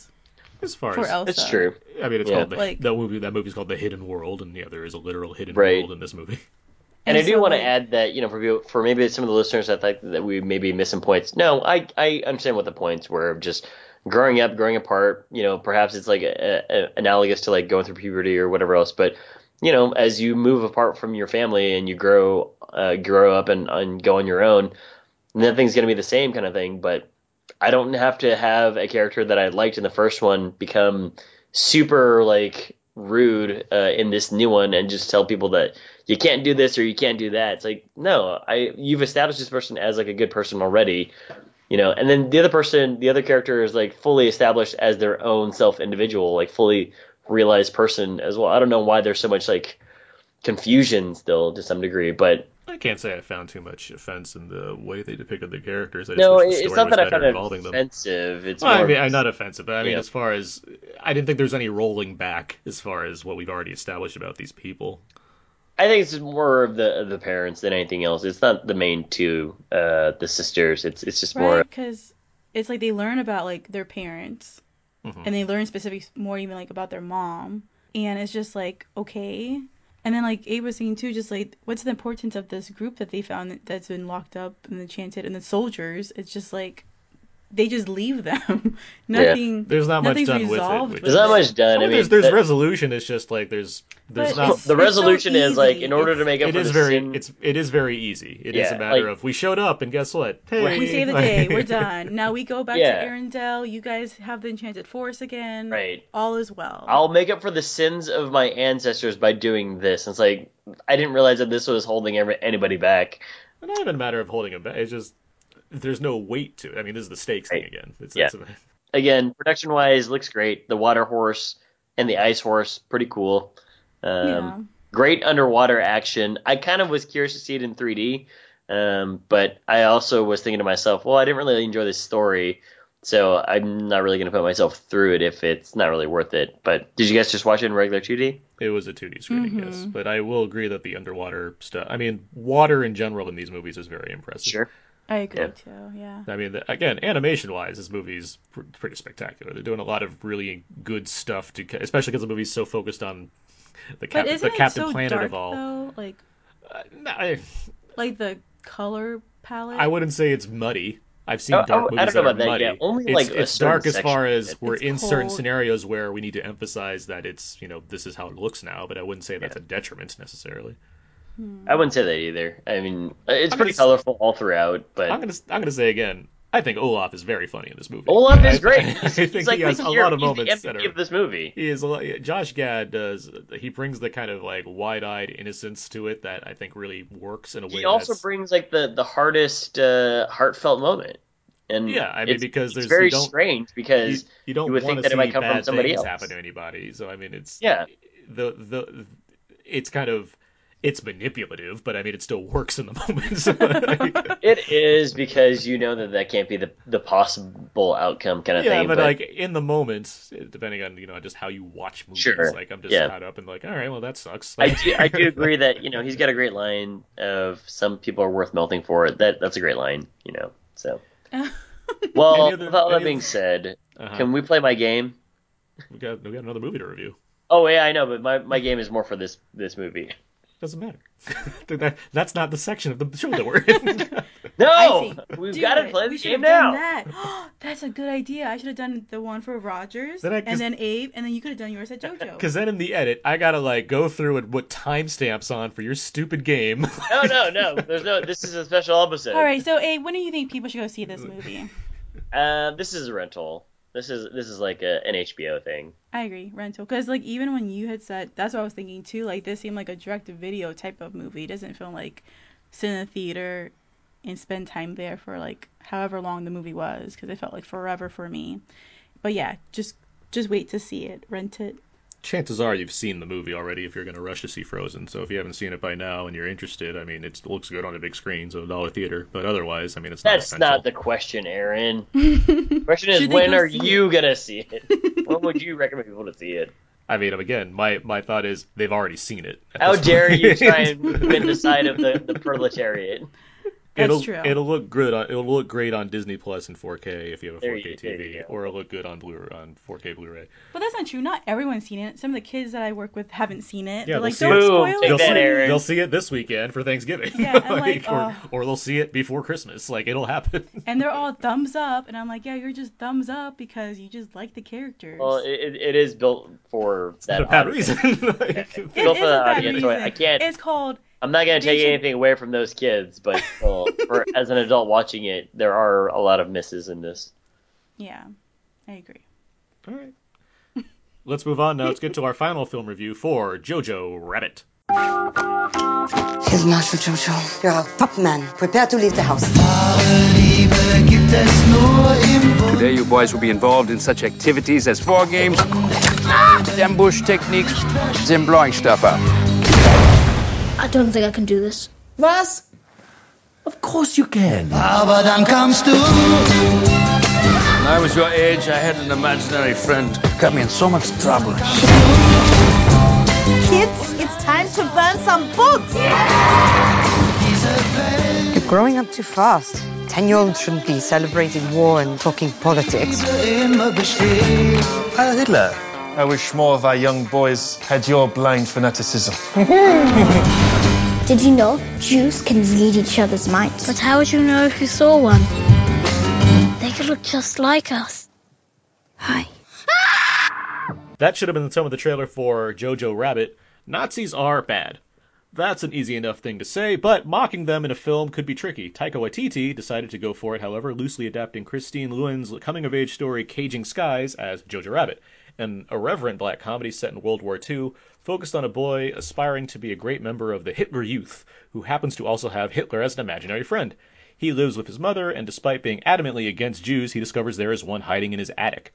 [SPEAKER 2] As far
[SPEAKER 3] for
[SPEAKER 2] as
[SPEAKER 3] Elsa.
[SPEAKER 5] it's true.
[SPEAKER 2] I mean, it's
[SPEAKER 5] Yeah.
[SPEAKER 2] called the,
[SPEAKER 3] Like-
[SPEAKER 2] that movie. That movie's called The Hidden World, and yeah, there is a literal hidden
[SPEAKER 5] Right.
[SPEAKER 2] world in this movie. (laughs)
[SPEAKER 5] And, I do
[SPEAKER 3] so,
[SPEAKER 5] want to
[SPEAKER 3] like,
[SPEAKER 5] add that you know for people- for maybe some of the listeners that think that we may be missing points. No, I I understand what the points were of just growing up, growing apart. You know, perhaps it's like a, a, analogous to like going through puberty or whatever else. But you know, as you move apart from your family and you grow uh, grow up and, and go on your own, nothing's going to be the same kind of thing. But I don't have to have a character that I liked in the first one become super like rude uh, in this new one and just tell people that you can't do this or you can't do that. It's like no, I you've established this person as like a good person already, you know. And then the other person, the other character is like fully established as their own self individual, like fully realized person as well. I don't know why there's so much like confusion still to some degree, but
[SPEAKER 2] I can't say I found too much offense in the way they depicted the characters. I just
[SPEAKER 5] no,
[SPEAKER 2] wish the
[SPEAKER 5] it's
[SPEAKER 2] story
[SPEAKER 5] not
[SPEAKER 2] was
[SPEAKER 5] that I
[SPEAKER 2] better
[SPEAKER 5] found it
[SPEAKER 2] involving them.
[SPEAKER 5] offensive. It's
[SPEAKER 2] Well, I
[SPEAKER 5] more
[SPEAKER 2] mean, I'm not offensive, but I mean,
[SPEAKER 5] Yeah.
[SPEAKER 2] as far as I didn't think there's any rolling back as far as what we've already established about these people.
[SPEAKER 5] I think it's more of the of the parents than anything else. It's not the main two, uh, the sisters. It's it's just more
[SPEAKER 3] Right, because it's like they learn about like their parents,
[SPEAKER 5] Mm-hmm.
[SPEAKER 3] and they learn specifics more even like about their mom, and it's just like okay. And then like Abe was saying too, just like what's the importance of this group that they found that's been locked up and enchanted, and the soldiers? It's just like they just leave them. (laughs) Nothing.
[SPEAKER 2] There's not much
[SPEAKER 3] nothing's
[SPEAKER 2] done with it,
[SPEAKER 3] resolved
[SPEAKER 2] which-
[SPEAKER 5] there's not
[SPEAKER 3] it.
[SPEAKER 5] much done. I,
[SPEAKER 2] Well,
[SPEAKER 5] mean,
[SPEAKER 2] there's there's
[SPEAKER 5] that-
[SPEAKER 2] resolution. It's just like there's there's
[SPEAKER 3] But
[SPEAKER 2] not.
[SPEAKER 5] (laughs)
[SPEAKER 3] it's-
[SPEAKER 5] the resolution
[SPEAKER 3] so
[SPEAKER 5] is like
[SPEAKER 3] easy.
[SPEAKER 5] in order to make up
[SPEAKER 2] It
[SPEAKER 5] for
[SPEAKER 2] is
[SPEAKER 5] the
[SPEAKER 2] very
[SPEAKER 5] sin-
[SPEAKER 2] it's it is very easy. It is
[SPEAKER 5] Yeah,
[SPEAKER 2] a matter
[SPEAKER 5] like-
[SPEAKER 2] of we showed up and guess what?
[SPEAKER 3] (laughs)
[SPEAKER 2] Hey,
[SPEAKER 3] We
[SPEAKER 2] (laughs)
[SPEAKER 3] save the
[SPEAKER 2] like-
[SPEAKER 3] day. We're done. Now we go back
[SPEAKER 5] Yeah.
[SPEAKER 3] to Arendelle. You guys have the enchanted forest again.
[SPEAKER 5] Right.
[SPEAKER 3] All is well.
[SPEAKER 5] I'll make up for the sins of my ancestors by doing this. And it's like I didn't realize that this was holding every, anybody back.
[SPEAKER 2] It's not even a matter of holding it back. It's just there's no weight to it. I mean, this is the stakes thing
[SPEAKER 5] Right.
[SPEAKER 2] again. It's,
[SPEAKER 5] Yeah.
[SPEAKER 2] it's
[SPEAKER 5] Again, production wise, looks great. The water horse and the ice horse, pretty cool. Um,
[SPEAKER 3] yeah.
[SPEAKER 5] Great underwater action. I kind of was curious to see it in 3D, um, but I also was thinking to myself, well, I didn't really enjoy this story, so I'm not really going to put myself through it if it's not really worth it. But did you guys just watch it in regular 2D?
[SPEAKER 2] It was a 2D screening, yes.
[SPEAKER 3] Mm-hmm.
[SPEAKER 2] But I will agree that the underwater stuff. I mean, water in general in these movies is very impressive.
[SPEAKER 3] I agree
[SPEAKER 5] Yeah.
[SPEAKER 3] too. Yeah.
[SPEAKER 2] I mean, the- again, animation wise, this movie's pr- pretty spectacular. They're doing a lot of really good stuff, to, ca- especially because the movie's so focused on the, cap-
[SPEAKER 3] But isn't
[SPEAKER 2] the
[SPEAKER 3] it
[SPEAKER 2] Captain
[SPEAKER 3] so
[SPEAKER 2] Planet
[SPEAKER 3] dark
[SPEAKER 2] of all.
[SPEAKER 3] though? Like
[SPEAKER 2] No, I,
[SPEAKER 3] Like the color palette.
[SPEAKER 2] I wouldn't say it's muddy. I've seen
[SPEAKER 5] Oh,
[SPEAKER 2] dark
[SPEAKER 5] oh,
[SPEAKER 2] movies
[SPEAKER 5] I don't know
[SPEAKER 2] that are
[SPEAKER 5] about that,
[SPEAKER 2] muddy.
[SPEAKER 5] yeah. Only,
[SPEAKER 2] it's,
[SPEAKER 5] like, a
[SPEAKER 2] it's dark
[SPEAKER 5] certain
[SPEAKER 2] as far
[SPEAKER 5] section.
[SPEAKER 2] as we're
[SPEAKER 3] It's
[SPEAKER 2] in certain
[SPEAKER 3] cold.
[SPEAKER 2] scenarios where we need to emphasize that it's you know this is how it looks now, but I wouldn't say that's a detriment necessarily.
[SPEAKER 5] I wouldn't say that either. I mean, it's
[SPEAKER 2] I'm
[SPEAKER 5] pretty
[SPEAKER 2] gonna-
[SPEAKER 5] colorful all throughout, but
[SPEAKER 2] I'm gonna I'm gonna say again. I think Olaf is very funny in this movie.
[SPEAKER 5] Olaf
[SPEAKER 2] I-
[SPEAKER 5] is
[SPEAKER 2] (laughs)
[SPEAKER 5] great.
[SPEAKER 2] I,
[SPEAKER 5] He's,
[SPEAKER 2] think
[SPEAKER 5] he's like
[SPEAKER 2] he has
[SPEAKER 5] the
[SPEAKER 2] a
[SPEAKER 5] hero.
[SPEAKER 2] lot of
[SPEAKER 5] He's the
[SPEAKER 2] moments that
[SPEAKER 5] MVP
[SPEAKER 2] are
[SPEAKER 5] of this movie.
[SPEAKER 2] He is a lot, Josh Gad does. He brings the kind of like wide-eyed innocence to it that I think really works in a way.
[SPEAKER 5] He also
[SPEAKER 2] that's,
[SPEAKER 5] brings like the the hardest uh, heartfelt moment. And
[SPEAKER 2] Yeah, I mean,
[SPEAKER 5] it's-
[SPEAKER 2] because
[SPEAKER 5] it's
[SPEAKER 2] there's-
[SPEAKER 5] very
[SPEAKER 2] you don't-
[SPEAKER 5] strange
[SPEAKER 2] you,
[SPEAKER 5] because
[SPEAKER 2] you don't
[SPEAKER 5] you would
[SPEAKER 2] want
[SPEAKER 5] think
[SPEAKER 2] to
[SPEAKER 5] that
[SPEAKER 2] see
[SPEAKER 5] it might come
[SPEAKER 2] bad
[SPEAKER 5] from somebody
[SPEAKER 2] things
[SPEAKER 5] else.
[SPEAKER 2] happen to anybody. So I mean, it's
[SPEAKER 5] Yeah.
[SPEAKER 2] the the it's kind of it's manipulative, but I mean, it still works in the (laughs) moment. So,
[SPEAKER 5] (laughs)
[SPEAKER 2] like,
[SPEAKER 5] it is because you know that that can't be the the possible outcome kind of
[SPEAKER 2] yeah,
[SPEAKER 5] thing.
[SPEAKER 2] but, like in the moment, depending on you know just how you watch movies,
[SPEAKER 5] Sure,
[SPEAKER 2] like I'm just
[SPEAKER 5] yeah.
[SPEAKER 2] caught up and like, all right, well that sucks.
[SPEAKER 5] I do, I do agree that you know he's got a great line of some people are worth melting for. That that's a great line, you know.
[SPEAKER 3] (laughs)
[SPEAKER 5] So, well,
[SPEAKER 2] Any other-
[SPEAKER 5] with all
[SPEAKER 2] any
[SPEAKER 5] that being
[SPEAKER 2] other-
[SPEAKER 5] said,
[SPEAKER 2] Uh-huh.
[SPEAKER 5] can we play my game?
[SPEAKER 2] (laughs) we got we got another movie to review.
[SPEAKER 5] Oh yeah, I know, but my, my game is more for this this movie.
[SPEAKER 2] Doesn't matter. (laughs) that, that's not the section of the show that we're in. (laughs)
[SPEAKER 5] No,
[SPEAKER 3] I see.
[SPEAKER 5] (laughs) we've
[SPEAKER 3] Do
[SPEAKER 5] got to
[SPEAKER 3] it.
[SPEAKER 5] play
[SPEAKER 3] We
[SPEAKER 5] this
[SPEAKER 3] should've
[SPEAKER 5] game now.
[SPEAKER 3] done That. (gasps) That's a good idea. I should have done the one for Rogers
[SPEAKER 2] Then I just-
[SPEAKER 3] and then Abe, and then you could have done yours
[SPEAKER 2] (laughs)
[SPEAKER 3] at JoJo.
[SPEAKER 2] Because then in the edit, I gotta like go through and put timestamps on for your stupid game. (laughs)
[SPEAKER 5] No, no, no. There's no. This is
[SPEAKER 3] (laughs)
[SPEAKER 5] a special episode.
[SPEAKER 3] All right, so Abe, when do you think people should go see this movie?
[SPEAKER 5] Uh, this is a rental. This is this is like a, an HBO thing.
[SPEAKER 3] I agree, rental. Because like even when you had said, that's what I was thinking too. Like this seemed like a direct to video type of movie. It doesn't feel like sit in a theater and spend time there for like however long the movie was because it felt like forever for me. But yeah, just just wait to see it, rent it.
[SPEAKER 2] Chances are you've seen the movie already if you're gonna rush to see Frozen. So if you haven't seen it by now and you're interested, I mean, it looks good on a big screen, so a dollar theater. But otherwise, I mean, it's not
[SPEAKER 5] That's
[SPEAKER 2] essential.
[SPEAKER 5] not the
[SPEAKER 3] (laughs)
[SPEAKER 5] question, Aaron. question is
[SPEAKER 3] Should they
[SPEAKER 5] when
[SPEAKER 3] go
[SPEAKER 5] are
[SPEAKER 3] see
[SPEAKER 5] you gonna see
[SPEAKER 3] (laughs)
[SPEAKER 5] it? when would you recommend people to see it?
[SPEAKER 2] I mean, again, my my thought is they've already seen it. at
[SPEAKER 5] How
[SPEAKER 2] this
[SPEAKER 5] dare
[SPEAKER 2] point.
[SPEAKER 5] you try and win the side of the, the proletariat?
[SPEAKER 3] That's
[SPEAKER 2] it'll,
[SPEAKER 3] true.
[SPEAKER 2] It'll look good. On, it'll look great on Disney Plus in 4K if you have a
[SPEAKER 5] There
[SPEAKER 2] 4K
[SPEAKER 5] you- there
[SPEAKER 2] TV,
[SPEAKER 5] you go.
[SPEAKER 2] or it'll look good on Blu on 4K Blu-ray.
[SPEAKER 3] But that's not true. Not everyone's seen it. Some of the kids that I work with haven't seen it.
[SPEAKER 2] Yeah,
[SPEAKER 3] They're like
[SPEAKER 2] they'll
[SPEAKER 3] don't
[SPEAKER 5] see it.
[SPEAKER 3] spoil
[SPEAKER 5] Boom,
[SPEAKER 3] it.
[SPEAKER 5] take
[SPEAKER 2] they'll,
[SPEAKER 5] that,
[SPEAKER 3] for me."
[SPEAKER 5] Aaron.
[SPEAKER 2] they'll see it this weekend for Thanksgiving.
[SPEAKER 3] Yeah,
[SPEAKER 2] (laughs)
[SPEAKER 3] I'm like,
[SPEAKER 2] or,
[SPEAKER 3] oh.
[SPEAKER 2] or they'll see it before Christmas. Like it'll happen.
[SPEAKER 3] And they're all thumbs up, and I'm like, yeah, you're just thumbs up because you just like the characters.
[SPEAKER 5] Well, it, it- it is built for
[SPEAKER 2] (laughs)
[SPEAKER 5] that
[SPEAKER 2] Not a bad
[SPEAKER 5] audience.
[SPEAKER 2] reason. Like,
[SPEAKER 5] (laughs)
[SPEAKER 3] It
[SPEAKER 5] built
[SPEAKER 3] is
[SPEAKER 5] for
[SPEAKER 3] a
[SPEAKER 5] that
[SPEAKER 3] bad
[SPEAKER 5] audience, so I- I
[SPEAKER 3] reason.
[SPEAKER 5] can't-
[SPEAKER 3] It's called
[SPEAKER 5] I'm not gonna
[SPEAKER 3] They
[SPEAKER 5] take
[SPEAKER 3] should-
[SPEAKER 5] anything away from those kids, but still, for, as an adult watching it, there are a lot of misses in this.
[SPEAKER 3] yeah. I agree.
[SPEAKER 2] All right. (laughs) Let's move on now. Let's get to our final film review for Jojo Rabbit.
[SPEAKER 8] Here's Marshal Jojo. You're a pup man. Prepare to leave the house.
[SPEAKER 6] Today, you boys will be involved in such activities as war games,
[SPEAKER 10] Ah!
[SPEAKER 6] ambush techniques, and blowing stuff up.
[SPEAKER 10] I don't think I can do this.
[SPEAKER 8] Russ,
[SPEAKER 10] Of course you can.
[SPEAKER 6] When I was your age, I had an imaginary friend. Got me in so much trouble.
[SPEAKER 8] kids, it's time to burn some books. You're growing up too fast. Ten year olds shouldn't be celebrating war and talking politics.
[SPEAKER 10] Heil Hitler.
[SPEAKER 6] I wish more of our young boys had your blind fanaticism.
[SPEAKER 10] Did you know Jews can read each other's minds? But how would you know if you saw one? They could look just like us. Hi.
[SPEAKER 2] That should have been the tone of the trailer for Jojo Rabbit. Nazis are bad. That's an easy enough thing to say, but mocking them in a film could be tricky. Taika Waititi decided to go for it, however, loosely adapting Christine Lewin's coming of age story Caging Skies as Jojo Rabbit, an irreverent black comedy set in World War II, focused on a boy aspiring to be a great member of the Hitler Youth, who happens to also have Hitler as an imaginary friend. He lives with his mother, and despite being adamantly against Jews, he discovers there is one hiding in his attic.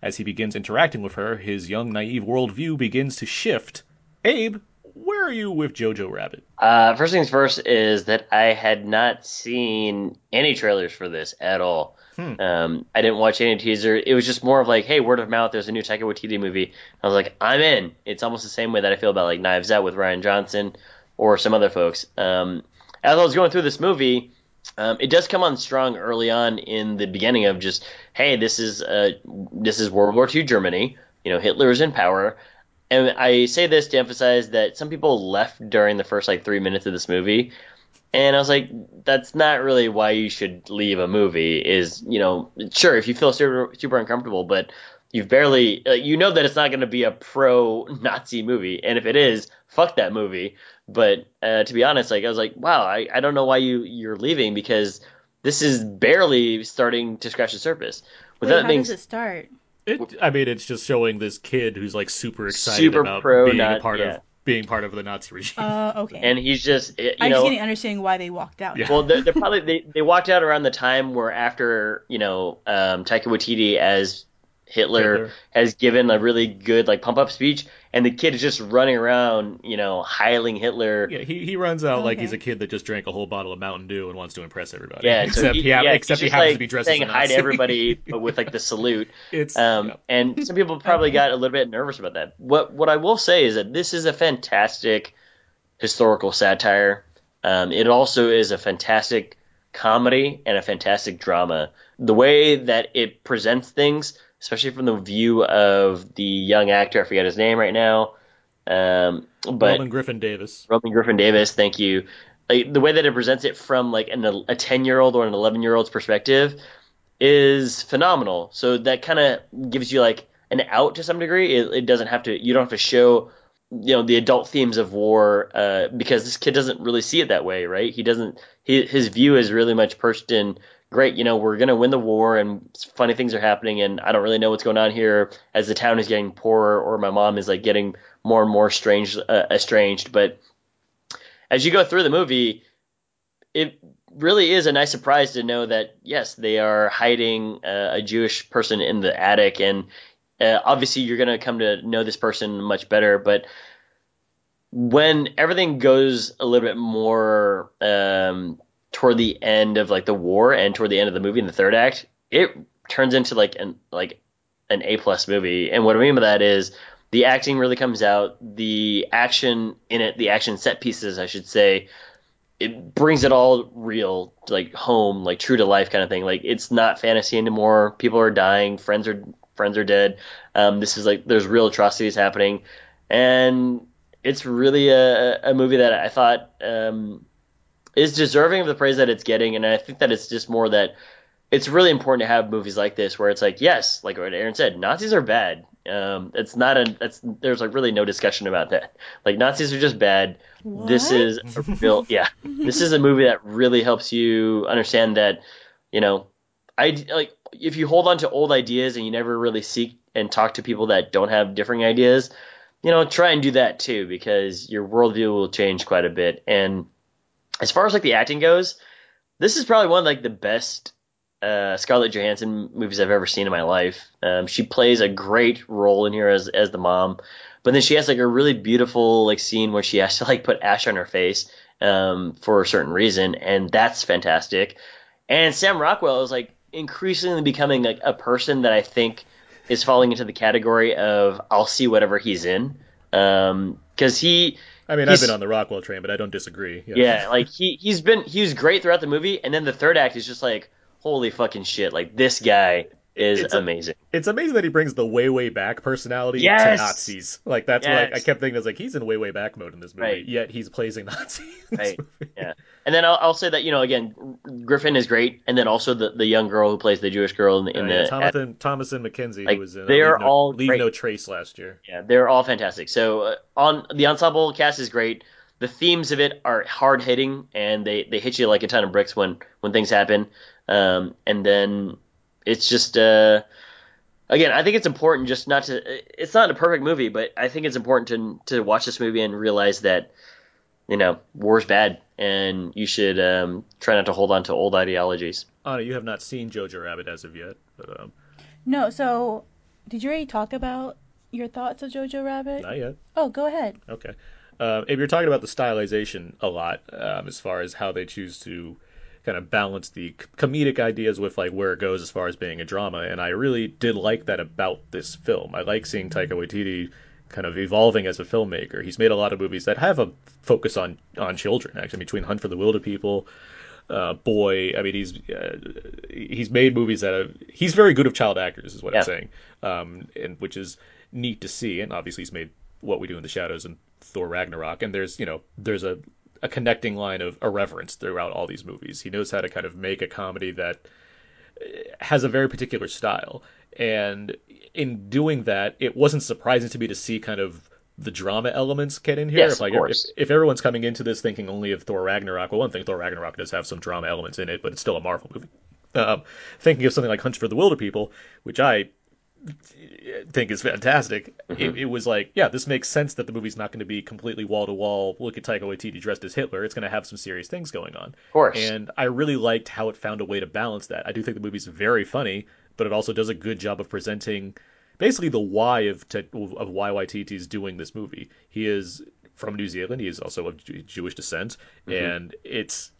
[SPEAKER 2] As he begins interacting with her, his young, naive worldview begins to shift. Abe, where are you with Jojo Rabbit?
[SPEAKER 5] Uh, first things first is that I had not seen any trailers for this at all. Um, I didn't watch any teaser. It was just more of like, hey, word of mouth. There's a new Taika Waititi movie. I was like, I'm in. It's almost the same way that I feel about like Knives Out with Ryan Johnson or some other folks. Um, as I was going through this movie, um, it does come on strong early on in the beginning of just, hey, this is uh, this is World War II Germany. You know, Hitler is in power. And I say this to emphasize that some people left during the first like three minutes of this movie, And I was like, that's not really why you should leave a movie. Is you know, sure if you feel super super uncomfortable, but you've barely like, you know that it's not going to be a pro Nazi movie, and if it is, fuck that movie. But uh, to be honest, like I was like, wow, I, I don't know why you you're leaving because this is barely starting to scratch the surface.
[SPEAKER 3] Wait, how does it start?
[SPEAKER 2] It, I mean, it's just showing this kid who's like super excited
[SPEAKER 5] Super
[SPEAKER 2] about
[SPEAKER 5] pro,
[SPEAKER 2] being a
[SPEAKER 5] not-
[SPEAKER 2] part
[SPEAKER 5] yeah.
[SPEAKER 2] of being part of the Nazi regime.
[SPEAKER 3] Uh, okay.
[SPEAKER 5] and he's just eh, you
[SPEAKER 3] I
[SPEAKER 5] know
[SPEAKER 3] just (laughs) didn't understand why they walked out.
[SPEAKER 5] Well, they're, they're probably they, they walked out around the time where after you know um, Taika Waititi as Hitler,
[SPEAKER 2] Hitler.
[SPEAKER 5] has given a really good like pump up speech, and the kid is just running around you know hiling Hitler.
[SPEAKER 2] (laughs) yeah, he, he runs out like
[SPEAKER 3] Okay.
[SPEAKER 2] he's a kid that just drank a whole bottle of Mountain Dew and wants to impress everybody.
[SPEAKER 5] Yeah,
[SPEAKER 2] (laughs)
[SPEAKER 5] so
[SPEAKER 2] except
[SPEAKER 5] he,
[SPEAKER 2] he, ha-
[SPEAKER 5] yeah,
[SPEAKER 2] except he
[SPEAKER 5] he's just,
[SPEAKER 2] happens
[SPEAKER 5] like,
[SPEAKER 2] to be dressed
[SPEAKER 5] saying
[SPEAKER 2] as a
[SPEAKER 5] hi
[SPEAKER 2] Nazi.
[SPEAKER 5] to everybody, but with like the salute.
[SPEAKER 2] (laughs) It's
[SPEAKER 5] Um,
[SPEAKER 2] yeah.
[SPEAKER 5] And
[SPEAKER 2] (laughs)
[SPEAKER 5] some people probably got a little bit nervous about that. What what I will say is that this is a fantastic historical satire. Um, it also is a fantastic comedy and a fantastic drama. The way that it presents things, especially from the view of the young actor, I forget his name right now, um, but
[SPEAKER 2] Roman Griffin Davis.
[SPEAKER 5] Roman Griffin Davis, thank you. Like the way that it presents it from like an, a ten year old or an eleven year old's perspective is phenomenal. So that kind of gives you like an out to some degree. It, it doesn't have to. You don't have to show you know the adult themes of war uh, because this kid doesn't really see it that way, right? He doesn't. He, his view is really much perched in great. You know, we're gonna win the war, and funny things are happening, and I don't really know what's going on here as the town is getting poorer, or my mom is like getting more and more strange, uh, estranged. But as you go through the movie, it really is a nice surprise to know that yes, they are hiding uh, a Jewish person in the attic, and uh, obviously you're going to come to know this person much better. But when everything goes a little bit more um, toward the end of like the war and toward the end of the movie in the third act, it turns into like an like an A plus movie. And what I mean by that is the acting really comes out, the action in it, the action set pieces, I should say it brings it all real, like home, like true to life kind of thing. Like it's not fantasy anymore. People are dying. Friends are friends are dead. Um, this is like there's real atrocities happening, and it's really a, a movie that I thought um, is deserving of the praise that it's getting. And I think that it's just more that it's really important to have movies like this where it's like yes, like what Aaron said, Nazis are bad. Um, it's not a. It's there's like really no discussion about that. Like Nazis are just bad. This
[SPEAKER 3] What?
[SPEAKER 5] is a real yeah. This is a movie that really helps you understand that, you know, I like if you hold on to old ideas and you never really seek and talk to people that don't have differing ideas, you know, try and do that too because your worldview will change quite a bit. And as far as like the acting goes, this is probably one of like the best uh, Scarlett Johansson movies I've ever seen in my life. Um, she plays a great role in here as as the mom, but then she has like a really beautiful like scene where she has to like put ash on her face um, for a certain reason, and that's fantastic. And Sam Rockwell is like increasingly becoming like a person that I think is falling into the category of I'll see whatever he's in because he
[SPEAKER 2] I mean,
[SPEAKER 5] He's-
[SPEAKER 2] I've been on the Rockwell train, but I don't disagree.
[SPEAKER 5] yeah, like he he's been he was great throughout the movie, and then the third act is just like holy fucking shit! Like this guy is
[SPEAKER 2] It's a-
[SPEAKER 5] amazing.
[SPEAKER 2] it's amazing that he brings the way way back personality to
[SPEAKER 5] Yes!
[SPEAKER 2] Nazis. Like that's
[SPEAKER 5] Yes.
[SPEAKER 2] what I, I kept thinking. I was like, he's in way way back mode in this movie,
[SPEAKER 5] Right.
[SPEAKER 2] yet he's plays (laughs) a Nazi. in this
[SPEAKER 5] Right.
[SPEAKER 2] movie.
[SPEAKER 5] yeah, and then I'll, I'll say that you know again, Griffin is great, and then also the, the young girl who plays the Jewish girl in the,
[SPEAKER 2] Uh,
[SPEAKER 5] in
[SPEAKER 2] yeah,
[SPEAKER 5] the
[SPEAKER 2] Thomas and, Thomas and McKenzie,
[SPEAKER 5] like,
[SPEAKER 2] who was in uh,
[SPEAKER 5] they are
[SPEAKER 2] Leave no,
[SPEAKER 5] all
[SPEAKER 2] Leave
[SPEAKER 5] great.
[SPEAKER 2] No Trace last year.
[SPEAKER 5] yeah, they're all fantastic. So uh, on the ensemble cast is great. The themes of it are hard hitting, and they, they hit you like a ton of bricks when when things happen. Um, and then it's just uh, again, I think it's important just not to. uh, It's not a perfect movie, but I think it's important to to watch this movie and realize that you know war's bad, and you should um, try not to hold on to old ideologies.
[SPEAKER 2] Anna, you have not seen Jojo Rabbit as of yet, but um,
[SPEAKER 3] No, so did you already talk about your thoughts of Jojo Rabbit?
[SPEAKER 2] not yet.
[SPEAKER 3] Oh, go ahead.
[SPEAKER 2] Okay. Um, if you're talking about the stylization a lot, um, as far as how they choose to kind of balance the c- comedic ideas with like where it goes as far as being a drama, and I really did like that about this film. I like seeing Taika Waititi kind of evolving as a filmmaker. He's made a lot of movies that have a focus on on children. Actually, between Hunt for the Wilder People, uh, Boy, I mean, he's uh, he's made movies that have, he's very good of child actors, is what
[SPEAKER 5] Yeah.
[SPEAKER 2] I'm saying, um, and which is neat to see. And obviously, he's made What We Do in the Shadows and Thor Ragnarok, and there's you know there's a a connecting line of irreverence throughout all these movies. He knows how to kind of make a comedy that has a very particular style. And in doing that, it wasn't surprising to me to see kind of the drama elements get in here.
[SPEAKER 5] Yes,
[SPEAKER 2] if, like,
[SPEAKER 5] of course.
[SPEAKER 2] If, if everyone's coming into this thinking only of Thor Ragnarok, well, one thing Thor Ragnarok does have some drama elements in it, but it's still a Marvel movie. Um, thinking of something like Hunt for the Wilder People, which I think is fantastic. It, it was like, yeah, this makes sense that the movie's not going to be completely wall to wall. Look at Taika Waititi dressed as Hitler. It's going to have some serious things going on. Of
[SPEAKER 5] course.
[SPEAKER 2] And I really liked how it found a way to balance that. I do think the movie's very funny, but it also does a good job of presenting basically the why of te- of why Waititi's doing this movie. He is from New Zealand. He is also of Ju- Jewish descent,
[SPEAKER 5] Mhm.
[SPEAKER 2] and it's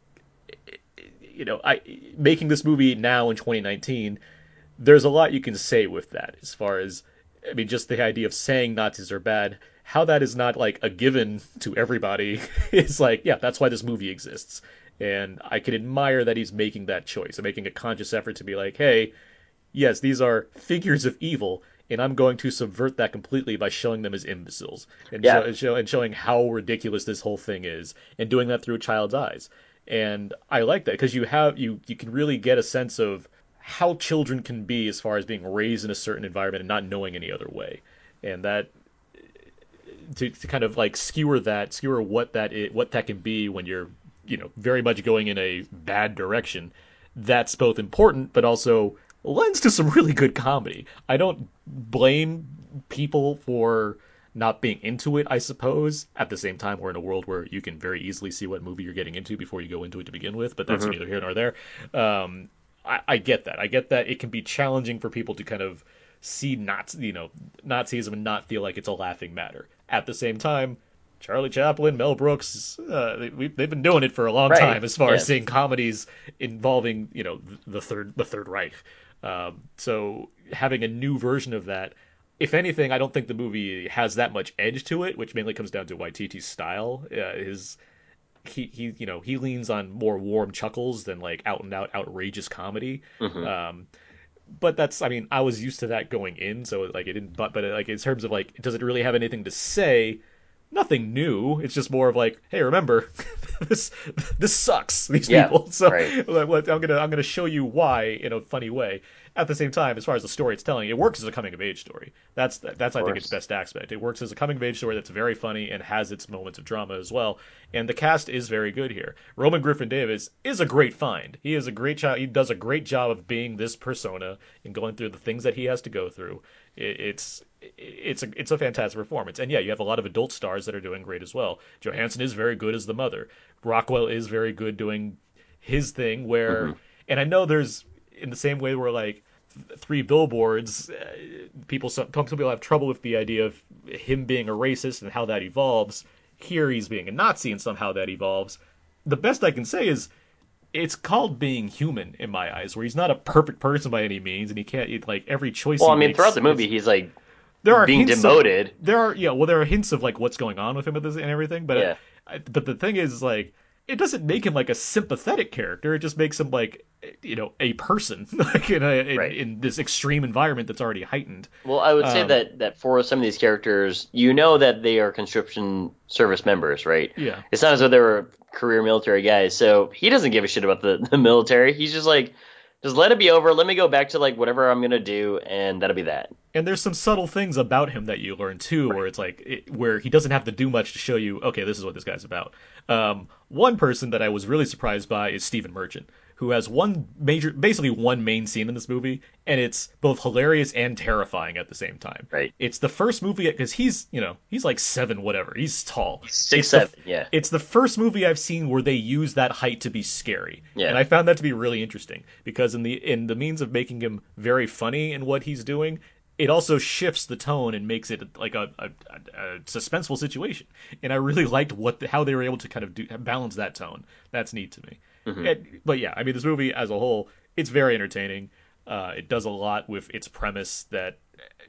[SPEAKER 2] you know, I making this movie now in 2019 there's a lot you can say with that as far as I mean just the idea of saying Nazis are bad how that is not like a given to everybody (laughs) is like yeah that's why this movie exists and I can admire that he's making that choice and making a conscious effort to be like hey yes these are figures of evil and I'm going to subvert that completely by showing them as imbeciles and,
[SPEAKER 5] Yeah.
[SPEAKER 2] show, and, show, and showing how ridiculous this whole thing is and doing that through a child's eyes and I like that because you have you you can really get a sense of how children can be as far as being raised in a certain environment and not knowing any other way and that to, to kind of like skewer that skewer what that is, what that can be when you're you know very much going in a bad direction that's both important but also lends to some really good comedy i don't blame people for not being into it i suppose at the same time we're in a world where you can very easily see what movie you're getting into before you go into it to begin with but that's
[SPEAKER 5] Mhm.
[SPEAKER 2] neither here nor there um, I, I get that. I get that it can be challenging for people to kind of see Nazi, you know, Nazism and not feel like it's a laughing matter. At the same time, Charlie Chaplin, Mel Brooks, uh, they, we, they've been doing it for a long
[SPEAKER 5] Right,
[SPEAKER 2] time as far as
[SPEAKER 5] yes.
[SPEAKER 2] seeing comedies involving, you know, the third the Third Reich. Um, so having a new version of that, if anything, I don't think the movie has that much edge to it, which mainly comes down to Waititi's style. Uh, his he he you know he leans on more warm chuckles than like out and out outrageous comedy.
[SPEAKER 5] Mhm.
[SPEAKER 2] Um, but that's I mean I was used to that going in, so like it didn't. But but like in terms of like does it really have anything to say? Nothing new. It's just more of like, hey, remember (laughs) this this sucks. These
[SPEAKER 5] Yeah,
[SPEAKER 2] people. (laughs) So
[SPEAKER 5] right.
[SPEAKER 2] like, what- I'm gonna I'm gonna show you why in a funny way. At the same time, as far as the story it's telling, it works as a coming of age story. That's that's I think
[SPEAKER 5] course.
[SPEAKER 2] its best aspect. It works as a coming of age story that's very funny and has its moments of drama as well. And the cast is very good here. Roman Griffin Davis is a great find. He is a great child. He does a great job of being this persona and going through the things that he has to go through. It, it's it's a it's a fantastic performance. And yeah, you have a lot of adult stars that are doing great as well. Johansson is very good as the mother. Rockwell is very good doing his thing where
[SPEAKER 5] Mm-hmm.
[SPEAKER 2] and I know there's in the same way where like th- three billboards uh, people some, some people have trouble with the idea of him being a racist and how that evolves here he's being a Nazi and somehow that evolves the best I can say is it's called being human in my eyes where he's not a perfect person by any means and he can't it- like every choice
[SPEAKER 5] Well,
[SPEAKER 2] he
[SPEAKER 5] I mean,
[SPEAKER 2] makes
[SPEAKER 5] throughout the
[SPEAKER 2] is-
[SPEAKER 5] movie, he's like
[SPEAKER 2] there are
[SPEAKER 5] being
[SPEAKER 2] hints of-
[SPEAKER 5] demoted.
[SPEAKER 2] there are yeah, well, there are hints of like what's going on with him and this- and everything, but
[SPEAKER 5] Yeah.
[SPEAKER 2] I, but the thing is like it doesn't make him like a sympathetic character. It just makes him like you know a person (laughs) like in a in,
[SPEAKER 5] Right.
[SPEAKER 2] in this extreme environment that's already heightened.
[SPEAKER 5] Well, I would say
[SPEAKER 2] Um,
[SPEAKER 5] that that for some of these characters, you know that they are conscription service members, right?
[SPEAKER 2] Yeah.
[SPEAKER 5] It's not as though they were career military guys. So he doesn't give a shit about the, (laughs) the military. He's just like, just let it be over. Let me go back to like whatever I'm gonna do, and that'll be that.
[SPEAKER 2] And there's some subtle things about him that you learn too, where it's like it, where he doesn't have to do much to show you, okay, this is what this guy's about. Um, one person that I was really surprised by is Stephen Merchant, who has one major, basically one main scene in this movie, and it's both hilarious and terrifying at the same time.
[SPEAKER 5] Right.
[SPEAKER 2] It's the first movie because he's you know he's like seven whatever he's tall
[SPEAKER 5] Six
[SPEAKER 2] It's the-
[SPEAKER 5] seven. yeah.
[SPEAKER 2] it's the first movie I've seen where they use that height to be scary.
[SPEAKER 5] Yeah.
[SPEAKER 2] And I found that to be really interesting because in the in the means of making him very funny in what he's doing, it also shifts the tone and makes it like a, a, a suspenseful situation. And I really liked what the, how they were able to kind of do balance that tone. That's neat to me.
[SPEAKER 5] Mm-hmm.
[SPEAKER 2] And- but yeah, I mean this movie as a whole, it's very entertaining. Uh, it does a lot with its premise that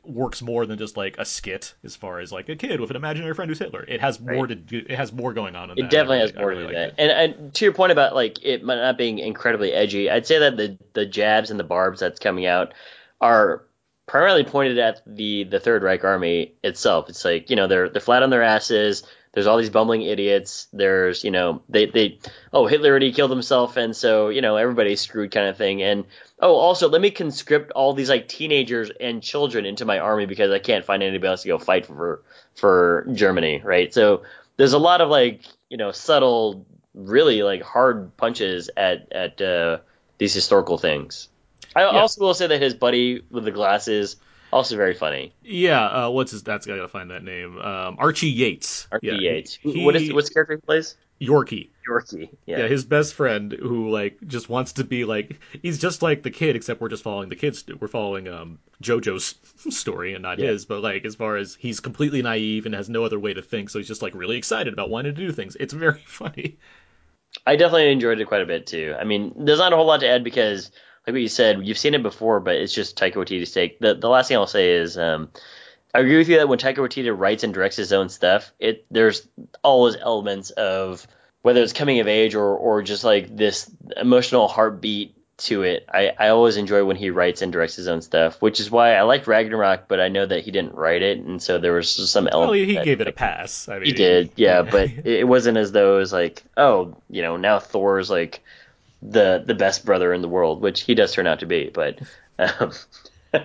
[SPEAKER 2] works more than just like a skit as far as like a kid with an imaginary friend who's Hitler. It has more to do. It has more going on. In
[SPEAKER 5] It
[SPEAKER 2] that.
[SPEAKER 5] definitely
[SPEAKER 2] I
[SPEAKER 5] has
[SPEAKER 2] really- I
[SPEAKER 5] more
[SPEAKER 2] really
[SPEAKER 5] to do
[SPEAKER 2] liked
[SPEAKER 5] that. And, and to your point about like it might not being incredibly edgy, I'd say that the the jabs and the barbs that's coming out are primarily pointed at the the Third Reich Army itself. It's like you know they're they're flat on their asses. There's all these bumbling idiots. There's you know they they oh Hitler already killed himself, and so you know everybody's screwed kind of thing. And oh also let me conscript all these like teenagers and children into my army because I can't find anybody else to go fight for for Germany, right? So there's a lot of like you know subtle, really like hard punches at at uh, these historical things. I
[SPEAKER 2] Yeah.
[SPEAKER 5] also will say that his buddy with the glasses also very funny.
[SPEAKER 2] Yeah, uh, what's his? That's I gotta find that name. Um, Archie Yates.
[SPEAKER 5] Archie
[SPEAKER 2] Yeah,
[SPEAKER 5] Yates.
[SPEAKER 2] he-
[SPEAKER 5] what is what's the character he plays?
[SPEAKER 2] Yorkie?
[SPEAKER 5] Yorkie. Yeah.
[SPEAKER 2] Yeah. his best friend who like just wants to be like he's just like the kid, except we're just following the kids. We're following um JoJo's (laughs) story and not
[SPEAKER 5] Yeah.
[SPEAKER 2] his. But like as far as he's completely naive and has no other way to think, so he's just like really excited about wanting to do things. It's very (laughs) funny.
[SPEAKER 5] I definitely enjoyed it quite a bit too. I mean, there's not a whole lot to add because, like what you said, you've seen it before, but it's just Taika Waititi's take. The the last thing I'll say is, um, I agree with you that when Taika Waititi writes and directs his own stuff, it there's always elements of whether it's coming of age or or just like this emotional heartbeat to it. I I always enjoy when he writes and directs his own stuff, which is why I like Ragnarok, but I know that he didn't write it, and so there was just some element.
[SPEAKER 2] Well, he, he
[SPEAKER 5] that-
[SPEAKER 2] gave it a pass. I mean,
[SPEAKER 5] Oh, he did, yeah, but it it wasn't as though it was like, oh, you know, now Thor's like the the best brother in the world, which he does turn out to be. But um, (laughs)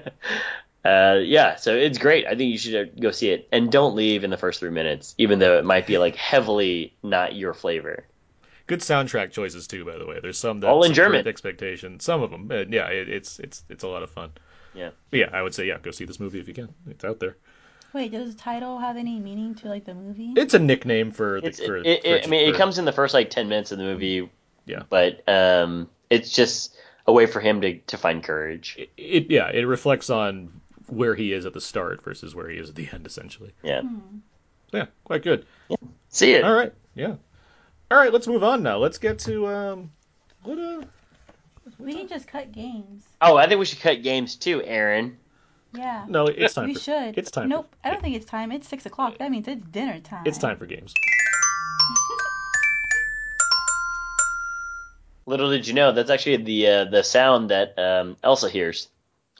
[SPEAKER 5] uh, yeah, so it's great. I think you should uh, go see it, and don't leave in the first three minutes, even though it might be like heavily not your flavor.
[SPEAKER 2] Good soundtrack choices too, by the way. There's some that
[SPEAKER 5] All in
[SPEAKER 2] subvert
[SPEAKER 5] German.
[SPEAKER 2] expectation. Some of them, and yeah, it, it's it's it's a lot of fun.
[SPEAKER 5] Yeah.
[SPEAKER 2] But yeah, I would say yeah, go see this movie if you can. It's out there.
[SPEAKER 3] Wait, does the title have any meaning to like the movie?
[SPEAKER 2] It's a nickname for the.
[SPEAKER 5] It's,
[SPEAKER 2] for,
[SPEAKER 5] it, it,
[SPEAKER 2] for-
[SPEAKER 5] I mean, it
[SPEAKER 2] for- Mm-hmm.
[SPEAKER 5] comes in the first like ten minutes of the movie.
[SPEAKER 2] Yeah.
[SPEAKER 5] but um, it's just a way for him to to find courage.
[SPEAKER 2] It yeah, it reflects on where he is at the start versus where he is at the end, essentially.
[SPEAKER 5] Yeah,
[SPEAKER 2] Yeah, quite good.
[SPEAKER 5] see it.
[SPEAKER 2] All right, yeah. All right, let's move on now. Let's get to um, what uh,
[SPEAKER 3] We can just cut games.
[SPEAKER 5] Oh, I think we should cut games too, Aaron.
[SPEAKER 3] Yeah.
[SPEAKER 2] no, it's time.
[SPEAKER 3] we
[SPEAKER 2] for,
[SPEAKER 3] should.
[SPEAKER 2] It's time.
[SPEAKER 3] Nope. I don't think it's time. It's six o'clock. That means it's dinner time.
[SPEAKER 2] For, it's time for games.
[SPEAKER 5] Little did you know that's actually the uh, the sound that um, Elsa hears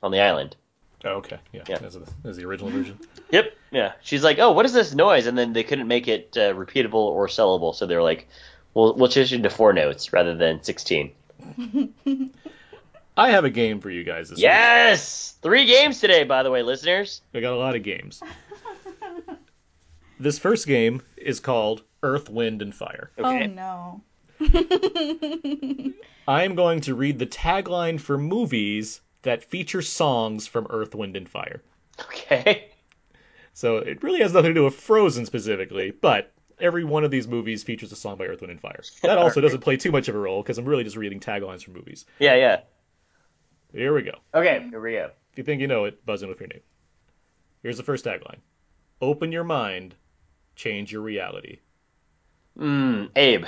[SPEAKER 5] on the island.
[SPEAKER 2] Oh, okay, yeah,
[SPEAKER 5] Yeah.
[SPEAKER 2] That's, the, that's the original version.
[SPEAKER 5] Yep. Yeah. She's like, "Oh, what is this noise?" And then they couldn't make it uh, repeatable or sellable, so they're like, "We'll we'll change it to four notes rather than 16.
[SPEAKER 2] I have a game for you guys. This week.
[SPEAKER 5] Yes, three games today, by the way, listeners.
[SPEAKER 2] I got a lot of games. this first game is called Earth, Wind, and Fire.
[SPEAKER 5] Okay.
[SPEAKER 3] Oh no.
[SPEAKER 2] I am going to read the tagline for movies that feature songs from Earth, Wind, and Fire.
[SPEAKER 5] (laughs) Okay.
[SPEAKER 2] So it really has nothing to do with Frozen specifically, but every one of these movies features a song by Earth, Wind, and Fire. That also doesn't play too much of a role because I'm really just reading taglines from movies.
[SPEAKER 5] Yeah. Yeah.
[SPEAKER 2] Here we go.
[SPEAKER 5] Okay. Here we go.
[SPEAKER 2] If you think you know it, buzz in with your name. Here's the first tagline Open your mind, change your reality.
[SPEAKER 5] Mm, Abe,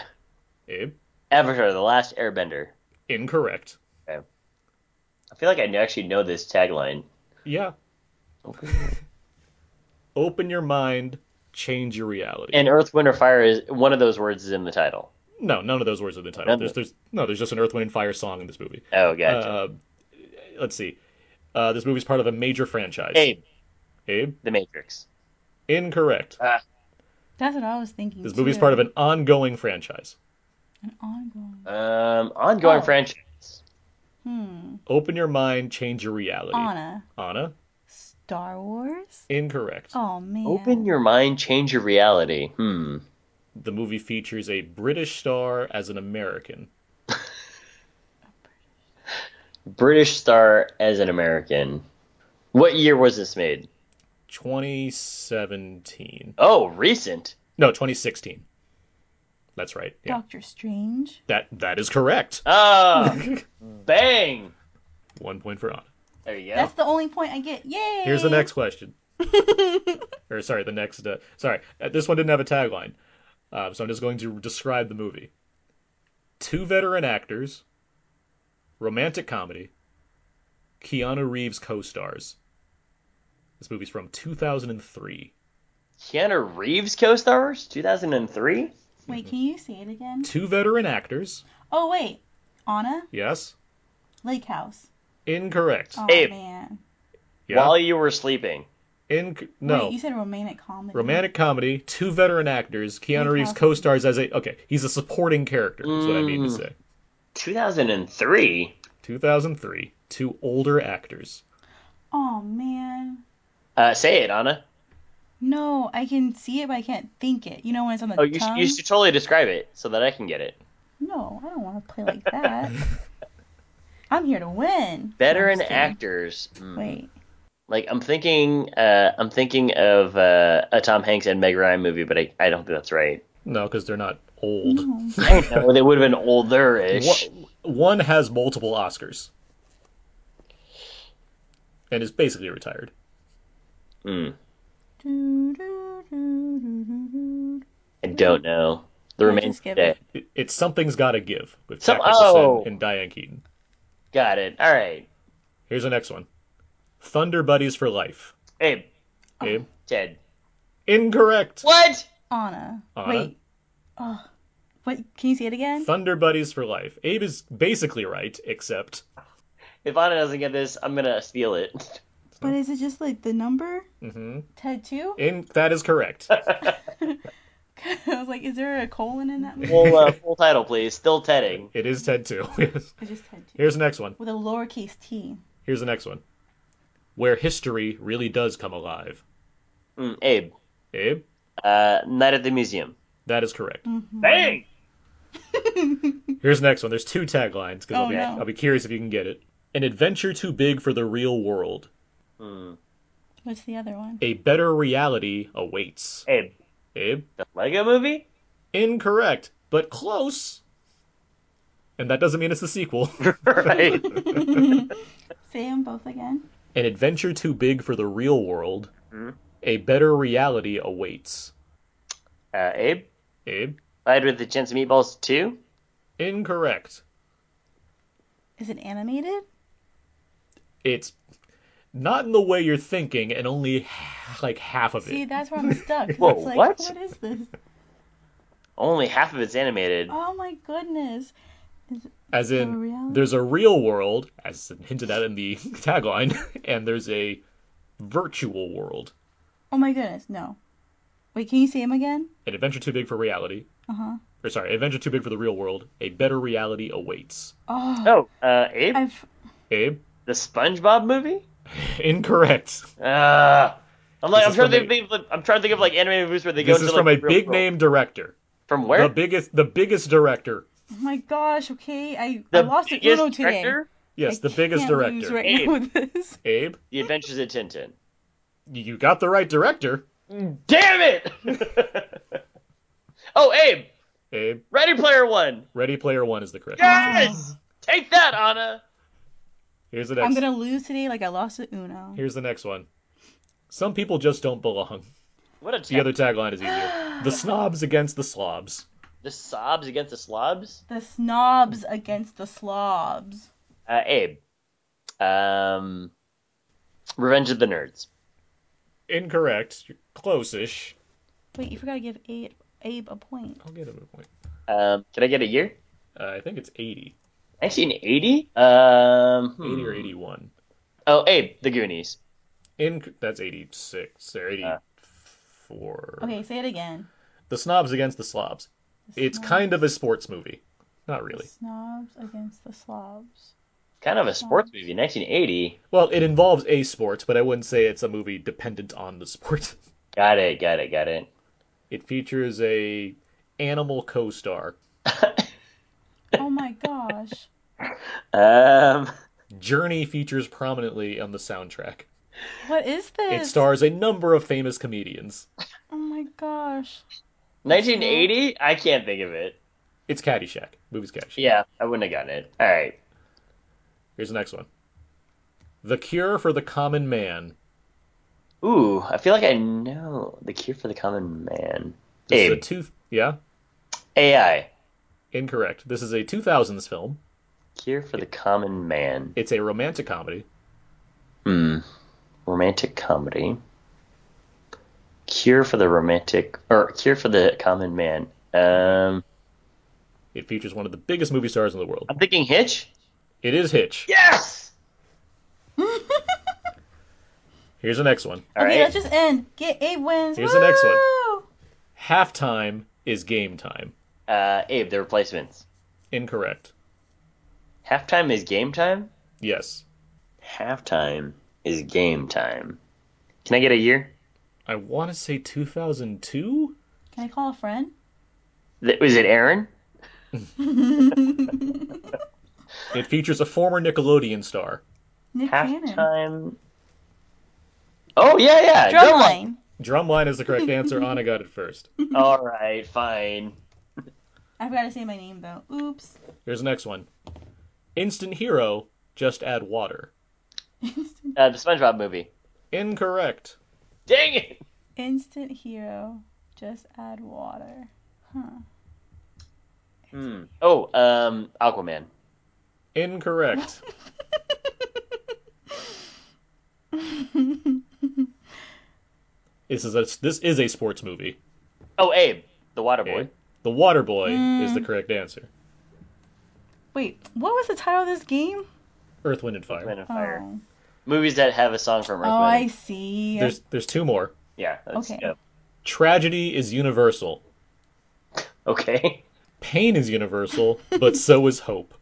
[SPEAKER 2] Abe?
[SPEAKER 5] Avatar: The Last Airbender.
[SPEAKER 2] Incorrect.
[SPEAKER 5] I feel like I actually know this tagline.
[SPEAKER 2] Yeah. Open your mind, change your reality.
[SPEAKER 5] And Earth, Wind, or Fire is one of those words is in the title.
[SPEAKER 2] no, none of those words are in the title.
[SPEAKER 5] None.
[SPEAKER 2] There's, there's no, there's just an Earth, Wind, and Fire song in this movie.
[SPEAKER 5] Oh, gotcha.
[SPEAKER 2] Uh, let's see. Uh, this movie's part of a major franchise.
[SPEAKER 5] Abe,
[SPEAKER 2] Abe?
[SPEAKER 5] The Matrix.
[SPEAKER 2] Incorrect.
[SPEAKER 3] That's what I was thinking.
[SPEAKER 2] This movie's part of an ongoing franchise.
[SPEAKER 3] an ongoing.
[SPEAKER 5] Um, ongoing
[SPEAKER 3] Oh.
[SPEAKER 5] franchise.
[SPEAKER 3] Hmm.
[SPEAKER 2] Open your mind, change your reality.
[SPEAKER 3] Anna.
[SPEAKER 2] Anna?
[SPEAKER 3] Star Wars.
[SPEAKER 2] Incorrect.
[SPEAKER 3] Oh man.
[SPEAKER 5] Open your mind, change your reality. Hmm.
[SPEAKER 2] The movie features a British star as an American.
[SPEAKER 5] British star as an American. What year was this made?
[SPEAKER 2] 2017.
[SPEAKER 5] Oh, recent.
[SPEAKER 2] No, 2016. That's right. Yeah.
[SPEAKER 3] Doctor Strange.
[SPEAKER 2] That that is correct.
[SPEAKER 3] (laughs)
[SPEAKER 5] Oh, bang.
[SPEAKER 2] One point for Anna.
[SPEAKER 5] There you go.
[SPEAKER 3] That's the only point I get. Yay.
[SPEAKER 2] Here's the
[SPEAKER 3] (laughs)
[SPEAKER 2] next question. or sorry, the next. Uh, sorry, uh, this one didn't have a tagline, um, so I'm just going to describe the movie. Two veteran actors, romantic comedy. Keanu Reeves co-stars. This movie's from 2003.
[SPEAKER 5] Keanu Reeves co-stars 2003.
[SPEAKER 3] Wait, can you say it again?
[SPEAKER 2] Two veteran actors.
[SPEAKER 3] Oh wait. Anna.
[SPEAKER 2] Yes.
[SPEAKER 3] Lake House.
[SPEAKER 2] Incorrect.
[SPEAKER 3] Oh
[SPEAKER 5] Abe.
[SPEAKER 3] man.
[SPEAKER 2] yeah.
[SPEAKER 5] While you were sleeping.
[SPEAKER 2] In no.
[SPEAKER 3] Wait, you said romantic comedy.
[SPEAKER 2] romantic comedy, two veteran actors. Keanu Reeves co stars as a. Okay, he's a supporting character, is what I mean to
[SPEAKER 5] Mm.
[SPEAKER 2] say.
[SPEAKER 5] 2003.
[SPEAKER 2] 2003, two older actors.
[SPEAKER 3] Oh man,
[SPEAKER 5] Uh, say it, Anna.
[SPEAKER 3] no, I can see it, but I can't think it. You know when it's on the
[SPEAKER 5] Oh, you, sh-
[SPEAKER 3] tongue.
[SPEAKER 5] you should totally describe it so that I can get it.
[SPEAKER 3] No, I don't want to play like
[SPEAKER 5] (laughs)
[SPEAKER 3] that. I'm here to win.
[SPEAKER 5] Veteran
[SPEAKER 3] No, I'm just kidding.
[SPEAKER 5] actors. Mm.
[SPEAKER 3] Wait,
[SPEAKER 5] Like I'm thinking, uh, I'm thinking of uh, a Tom Hanks and Meg Ryan movie, but I, I don't think that's (laughs) right.
[SPEAKER 2] No, because they're not old.
[SPEAKER 5] I know they would have been older-ish.
[SPEAKER 2] One, one has multiple Oscars. And is basically retired.
[SPEAKER 5] Mm. I don't know. The remains
[SPEAKER 3] just
[SPEAKER 5] of
[SPEAKER 3] give
[SPEAKER 5] Day.
[SPEAKER 2] It- it's Something's Gotta Give with
[SPEAKER 5] Some-
[SPEAKER 2] Jack Nicholson
[SPEAKER 5] oh!
[SPEAKER 2] and Diane Keaton.
[SPEAKER 5] Got it. All right.
[SPEAKER 2] Here's the next one Thunder Buddies for Life.
[SPEAKER 5] Abe,
[SPEAKER 2] Abe?
[SPEAKER 5] Ted.
[SPEAKER 2] Incorrect.
[SPEAKER 5] What?
[SPEAKER 3] Anna.
[SPEAKER 2] Anna?
[SPEAKER 3] Wait. Oh, what? Can you say it again?
[SPEAKER 2] Thunder Buddies for Life. Abe is basically right, except
[SPEAKER 5] If Anna doesn't get this, I'm gonna steal it. (laughs)
[SPEAKER 3] But is it just like the number?
[SPEAKER 5] Mm-hmm.
[SPEAKER 2] Mhm.
[SPEAKER 3] Ted two? (laughs)
[SPEAKER 2] in that is
[SPEAKER 5] (laughs)
[SPEAKER 2] correct.
[SPEAKER 3] I was like, is there a colon in that? movie?
[SPEAKER 5] Full, uh, full title, please. Still Tedding.
[SPEAKER 2] It is Ted too. (laughs)
[SPEAKER 3] It's just Ted two
[SPEAKER 2] Here's the next one.
[SPEAKER 3] with a lowercase t.
[SPEAKER 2] Here's the next one. Where history really does come alive.
[SPEAKER 5] Mm, Abe.
[SPEAKER 2] Abe,
[SPEAKER 5] Uh, Night at the Museum.
[SPEAKER 2] that is correct.
[SPEAKER 3] Mm-hmm.
[SPEAKER 5] Bang!
[SPEAKER 2] Here's the next one. There's two taglines because I'll,
[SPEAKER 3] Oh,
[SPEAKER 2] be,
[SPEAKER 3] no.
[SPEAKER 2] I'll be curious if you can get it. An adventure too big for the real world.
[SPEAKER 5] Mm.
[SPEAKER 3] What's the other one?
[SPEAKER 2] A better reality awaits.
[SPEAKER 5] Abe.
[SPEAKER 2] Abe,
[SPEAKER 5] The Lego movie?
[SPEAKER 2] incorrect, but close. And that doesn't mean it's the sequel.
[SPEAKER 5] right.
[SPEAKER 3] Say them both again.
[SPEAKER 2] An adventure too big for the real world.
[SPEAKER 5] Mhm.
[SPEAKER 2] A better reality awaits.
[SPEAKER 5] (laughs)
[SPEAKER 2] Eh?
[SPEAKER 5] Uh, Abe.
[SPEAKER 2] Abe,
[SPEAKER 5] Lied with the Chance of Meatballs 2?
[SPEAKER 2] incorrect.
[SPEAKER 3] Is it animated?
[SPEAKER 2] It's not in the way you're thinking, and only like half of
[SPEAKER 3] See,
[SPEAKER 2] it.
[SPEAKER 3] that's
[SPEAKER 5] (laughs)
[SPEAKER 3] where I'm stuck. 'cause
[SPEAKER 5] Whoa,
[SPEAKER 3] it's like,
[SPEAKER 5] what?
[SPEAKER 3] What is this?
[SPEAKER 5] Only half of it's animated.
[SPEAKER 3] Oh my goodness.
[SPEAKER 2] As in,
[SPEAKER 3] a reality?
[SPEAKER 2] there's a real world, as hinted at in the (laughs) tagline, and there's a virtual world.
[SPEAKER 3] Oh my goodness. No. Wait, can you say them again?
[SPEAKER 2] An adventure too big for reality,
[SPEAKER 3] Uh huh.
[SPEAKER 2] or sorry, adventure too big for the real world. A better reality awaits.
[SPEAKER 3] Oh,
[SPEAKER 5] Oh, uh, Abe?
[SPEAKER 3] I've
[SPEAKER 2] Abe,
[SPEAKER 5] The SpongeBob movie?
[SPEAKER 2] incorrect.
[SPEAKER 5] Uh, I'm
[SPEAKER 2] This
[SPEAKER 5] like, I'm
[SPEAKER 2] is
[SPEAKER 5] trying, to
[SPEAKER 2] from
[SPEAKER 5] think of, I'm trying to think of like animated movies where they go
[SPEAKER 2] This
[SPEAKER 5] to
[SPEAKER 2] is
[SPEAKER 5] like,
[SPEAKER 2] from a
[SPEAKER 5] the real
[SPEAKER 2] big
[SPEAKER 5] world.
[SPEAKER 2] name director.
[SPEAKER 5] From where?
[SPEAKER 2] The biggest, the biggest director.
[SPEAKER 3] Oh my gosh, okay. I,
[SPEAKER 5] The
[SPEAKER 3] I lost it Uno
[SPEAKER 5] biggest
[SPEAKER 3] today.
[SPEAKER 5] director?
[SPEAKER 2] Yes,
[SPEAKER 3] I
[SPEAKER 2] the biggest
[SPEAKER 3] can't Lose
[SPEAKER 2] director.
[SPEAKER 3] right
[SPEAKER 5] Abe.
[SPEAKER 3] now with
[SPEAKER 2] (laughs)
[SPEAKER 3] this.
[SPEAKER 2] Abe,
[SPEAKER 5] The Adventures of Tintin.
[SPEAKER 2] you got the right director.
[SPEAKER 5] Damn it! (laughs) oh, Abe!
[SPEAKER 2] Abe,
[SPEAKER 5] Ready Player One!
[SPEAKER 2] Ready Player One is the correct.
[SPEAKER 5] Yes!
[SPEAKER 3] Uh-huh.
[SPEAKER 5] Take that, Anna!
[SPEAKER 2] Here's the next.
[SPEAKER 3] I'm gonna lose today like I lost to Uno.
[SPEAKER 2] Here's the next one. Some people just don't belong.
[SPEAKER 5] What a
[SPEAKER 2] The other tagline is easier. the snobs against the slobs.
[SPEAKER 5] The Sobs against the Slobs?
[SPEAKER 3] The snobs against the slobs.
[SPEAKER 5] Uh, Abe. Um, Revenge of the Nerds.
[SPEAKER 2] Incorrect. You're close-ish.
[SPEAKER 3] Wait, you forgot to give Abe, Abe a point.
[SPEAKER 2] I'll get him a point.
[SPEAKER 5] Um, did I get a year?
[SPEAKER 2] Uh, I think it's 80.
[SPEAKER 5] 1980? Um, hmm.
[SPEAKER 2] 80 or 81.
[SPEAKER 5] Oh, Abe, The Goonies.
[SPEAKER 2] In- that's 86 or 84.
[SPEAKER 3] Ah. Okay, say it again.
[SPEAKER 2] The snobs against the slobs. It's kind of a sports movie. Not really.
[SPEAKER 3] Snobs against the slobs.
[SPEAKER 5] Kind of a sports movie, 1980.
[SPEAKER 2] Well, it involves a sport, but I wouldn't say it's a movie dependent on the sport. (laughs)
[SPEAKER 5] Got it, got it, got it.
[SPEAKER 2] It features a animal co-star,
[SPEAKER 3] Oh my gosh.
[SPEAKER 5] (laughs) Um,
[SPEAKER 2] Journey features prominently on the soundtrack.
[SPEAKER 3] What is
[SPEAKER 2] It
[SPEAKER 3] this?
[SPEAKER 2] stars a number of famous comedians.
[SPEAKER 3] Oh my gosh.
[SPEAKER 5] 1980? I can't think of it.
[SPEAKER 2] It's Caddyshack. Movie's Caddyshack.
[SPEAKER 5] Yeah, I wouldn't have gotten it. All right.
[SPEAKER 2] Here's the next one. The Cure for the Common Man.
[SPEAKER 5] Ooh, I feel like I know The Cure for the Common Man.
[SPEAKER 2] This is a
[SPEAKER 5] Abe.
[SPEAKER 2] two. Yeah,
[SPEAKER 5] AI.
[SPEAKER 2] incorrect. This is a 2000s film.
[SPEAKER 5] Cure for the Common Man.
[SPEAKER 2] It's a romantic comedy.
[SPEAKER 5] Hmm. Romantic comedy. Cure for the romantic or Cure for the common man. Um,
[SPEAKER 2] It features one of the biggest movie stars in the world.
[SPEAKER 5] I'm thinking Hitch.
[SPEAKER 2] It is Hitch.
[SPEAKER 5] Yes.
[SPEAKER 2] Here's the next one.
[SPEAKER 5] All
[SPEAKER 3] okay,
[SPEAKER 5] right.
[SPEAKER 3] let's just end. Get eight wins.
[SPEAKER 2] Here's the next one.
[SPEAKER 3] Woo!
[SPEAKER 2] Halftime is game time.
[SPEAKER 5] Uh, Abe, the replacements.
[SPEAKER 2] Incorrect.
[SPEAKER 5] Halftime is game time?
[SPEAKER 2] Yes.
[SPEAKER 5] Halftime is game time. Can I get a year?
[SPEAKER 2] I want to say 2002?
[SPEAKER 3] Can I call a friend?
[SPEAKER 5] Th- Was it Aaron?
[SPEAKER 2] It features a former Nickelodeon star.
[SPEAKER 3] Nick Cannon.
[SPEAKER 5] Halftime. Oh, yeah, yeah. Drumline.
[SPEAKER 3] Drumline.
[SPEAKER 2] Drumline is the correct answer. Anna got it first.
[SPEAKER 5] All right, fine.
[SPEAKER 3] I forgot to say my name though. Oops.
[SPEAKER 2] Here's the next one. Instant hero, just add water.
[SPEAKER 5] Uh, the SpongeBob movie.
[SPEAKER 2] Incorrect.
[SPEAKER 5] Dang it!
[SPEAKER 3] Instant hero. Just add water. Huh.
[SPEAKER 5] Hmm. Oh, um, Aquaman.
[SPEAKER 2] Incorrect. This is a this is a sports movie.
[SPEAKER 5] Oh, Abe, the Water Boy.
[SPEAKER 2] The Water Boy is the correct answer.
[SPEAKER 3] Wait, what was the title of this game?
[SPEAKER 2] Earth, Wind, and
[SPEAKER 5] Man
[SPEAKER 2] Fire.
[SPEAKER 5] of Fire.
[SPEAKER 3] Oh,
[SPEAKER 5] Movies that have a song from Earth.
[SPEAKER 3] oh
[SPEAKER 5] Wind
[SPEAKER 3] I
[SPEAKER 5] and-
[SPEAKER 3] see.
[SPEAKER 2] There's there's two more.
[SPEAKER 5] Yeah. That's,
[SPEAKER 3] Okay.
[SPEAKER 5] yeah.
[SPEAKER 2] Tragedy is universal.
[SPEAKER 5] Okay. (laughs)
[SPEAKER 2] Pain is universal, but so is hope.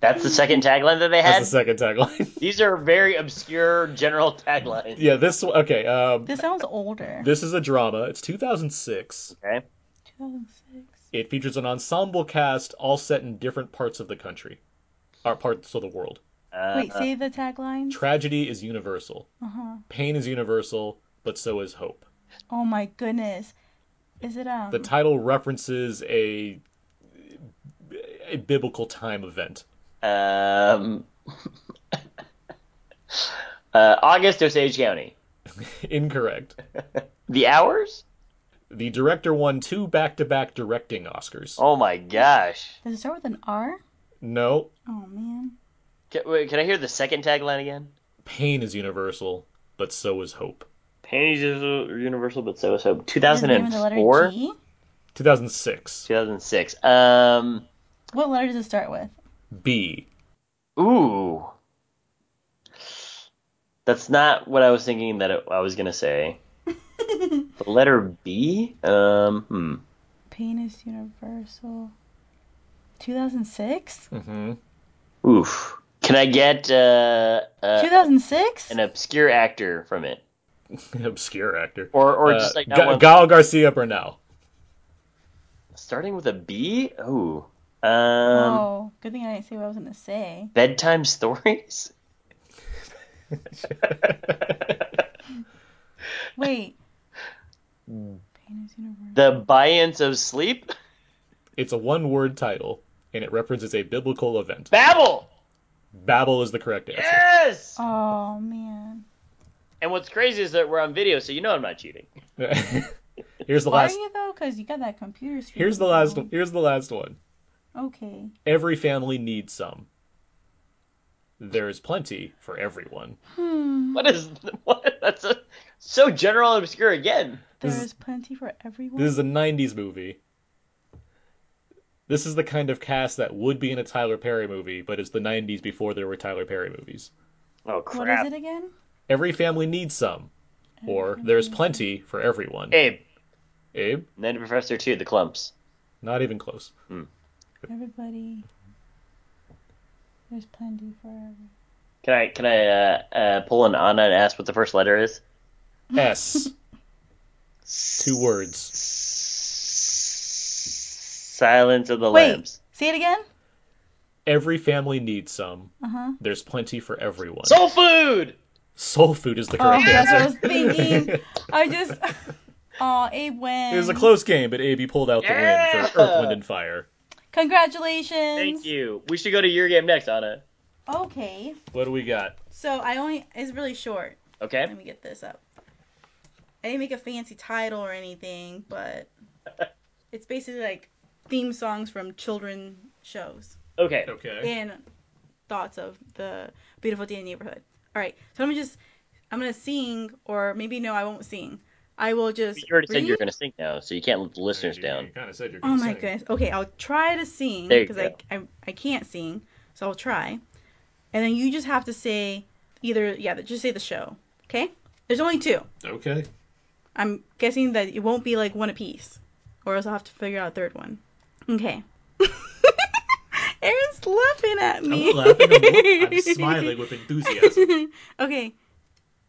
[SPEAKER 5] That's the second tagline that they
[SPEAKER 2] That's
[SPEAKER 5] had.
[SPEAKER 2] the second tagline. (laughs)
[SPEAKER 5] These are very obscure general taglines.
[SPEAKER 2] yeah, this one- okay. Um,
[SPEAKER 3] this sounds older.
[SPEAKER 2] this is a drama. It's 2006.
[SPEAKER 5] Okay.
[SPEAKER 3] 2006.
[SPEAKER 2] It features an ensemble cast, all set in different parts of the country, or parts of the world.
[SPEAKER 5] Uh,
[SPEAKER 3] Wait, say the tagline.
[SPEAKER 2] Tragedy is universal.
[SPEAKER 3] Uh-huh.
[SPEAKER 2] Pain is universal, but so is hope.
[SPEAKER 3] Oh my goodness. Is it um
[SPEAKER 2] The title references a, a biblical time event.
[SPEAKER 5] Um, (laughs) uh, August, Osage County.
[SPEAKER 2] Incorrect.
[SPEAKER 5] The hours?
[SPEAKER 2] The director won two back-to-back directing Oscars.
[SPEAKER 5] Oh my gosh.
[SPEAKER 3] does it start with an R?
[SPEAKER 2] No,
[SPEAKER 3] Oh man.
[SPEAKER 5] Can, wait, can I hear the second tagline again?
[SPEAKER 2] pain is universal, but so is hope.
[SPEAKER 5] Panties is universal, but so is hope.
[SPEAKER 3] Does it begin with the letter
[SPEAKER 5] 2004?
[SPEAKER 3] G?
[SPEAKER 2] 2006.
[SPEAKER 5] 2006. Um,
[SPEAKER 3] What letter does it start with?
[SPEAKER 2] B. (laughs)
[SPEAKER 5] ooh. That's not what I was thinking that it, I was going to (laughs) say. the letter B? Um, hmm.
[SPEAKER 3] Pain is universal. 2006?
[SPEAKER 2] Mm-hmm.
[SPEAKER 5] Oof. Can I get uh, uh,
[SPEAKER 3] 2006?
[SPEAKER 5] an obscure actor from it?
[SPEAKER 2] Obscure actor.
[SPEAKER 5] Or, or just
[SPEAKER 2] Uh,
[SPEAKER 5] like not
[SPEAKER 2] Ga-
[SPEAKER 5] one-
[SPEAKER 2] Gal Garcia Bernal.
[SPEAKER 5] starting with a B. Ooh. Um,
[SPEAKER 3] Oh, good thing I didn't say what I was gonna say.
[SPEAKER 5] bedtime stories.
[SPEAKER 3] Wait.
[SPEAKER 2] Hmm.
[SPEAKER 3] Pain is universal.
[SPEAKER 5] The Biance of Sleep.
[SPEAKER 2] It's a one-word title, and it references a biblical event.
[SPEAKER 5] Babel.
[SPEAKER 2] Babel is the correct answer.
[SPEAKER 5] Yes.
[SPEAKER 3] Oh man.
[SPEAKER 5] And what's crazy is that we're on video, so you know I'm not cheating.
[SPEAKER 2] (laughs) here's the
[SPEAKER 3] Why
[SPEAKER 2] last.
[SPEAKER 3] are you though? Cause you got that computer screen.
[SPEAKER 2] Here's the last. Here's the last one.
[SPEAKER 3] Okay.
[SPEAKER 2] Every family needs some. There is plenty for everyone.
[SPEAKER 5] What is (laughs) what? That's a, so general and obscure again.
[SPEAKER 3] There is plenty for everyone.
[SPEAKER 2] This is a '90s movie. This is the kind of cast that would be in a Tyler Perry movie, but it's the '90s before there were Tyler Perry movies.
[SPEAKER 5] Oh
[SPEAKER 3] what is
[SPEAKER 5] crap.
[SPEAKER 3] it again?
[SPEAKER 2] Every family needs some, or there's plenty for everyone.
[SPEAKER 5] Abe.
[SPEAKER 2] Abe,
[SPEAKER 5] And then Professor Two, the clumps.
[SPEAKER 2] not
[SPEAKER 3] (laughs)
[SPEAKER 2] even close.
[SPEAKER 3] Everybody. There's plenty for everyone.
[SPEAKER 5] Can I can I uh, uh, pull an Anna and ask what the first letter is?
[SPEAKER 2] S. Two words.
[SPEAKER 5] Silence of the
[SPEAKER 3] Wait.
[SPEAKER 5] Lambs.
[SPEAKER 3] Say it again?
[SPEAKER 2] Every family needs some.
[SPEAKER 3] Uh-huh.
[SPEAKER 2] There's plenty for everyone.
[SPEAKER 5] Soul food.
[SPEAKER 2] Soul food is the
[SPEAKER 3] Oh,
[SPEAKER 2] correct
[SPEAKER 3] that's
[SPEAKER 2] answer.
[SPEAKER 3] what I was thinking. I just (laughs) Oh, Abe wins.
[SPEAKER 2] It was a close game, but Abe, you pulled out the win for Earth, Wind, and Fire.
[SPEAKER 3] Congratulations.
[SPEAKER 5] Thank you. We should go to your game next, Anna.
[SPEAKER 3] Okay.
[SPEAKER 2] What do we got?
[SPEAKER 3] So I only it's really short.
[SPEAKER 5] Okay.
[SPEAKER 3] Let me get this up. I didn't make a fancy title or anything,
[SPEAKER 5] (laughs)
[SPEAKER 3] but it's basically like theme songs from children shows
[SPEAKER 5] Okay.
[SPEAKER 2] Okay.
[SPEAKER 3] and thoughts of the beautiful day in the neighborhood. All right, so I'm gonna just I'm gonna sing, or maybe no, I won't sing. I will just.
[SPEAKER 5] You already said you were
[SPEAKER 3] read-
[SPEAKER 5] going to sing now, so you can't let the listeners down.
[SPEAKER 2] kind of said you're
[SPEAKER 3] Oh my goodness. Okay, I'll try to sing
[SPEAKER 5] There you
[SPEAKER 3] because I, I I can't sing, so I'll try. And then you just have to say either yeah, just say the show. Okay? There's only two. (laughs)
[SPEAKER 2] Okay.
[SPEAKER 3] I'm guessing that it won't be like one apiece, or else I'll have to figure out a third one. Okay. (laughs) Aaron's laughing at me.
[SPEAKER 2] I'm not laughing. I'm, lo-
[SPEAKER 3] (laughs)
[SPEAKER 2] I'm smiling with enthusiasm.
[SPEAKER 3] okay.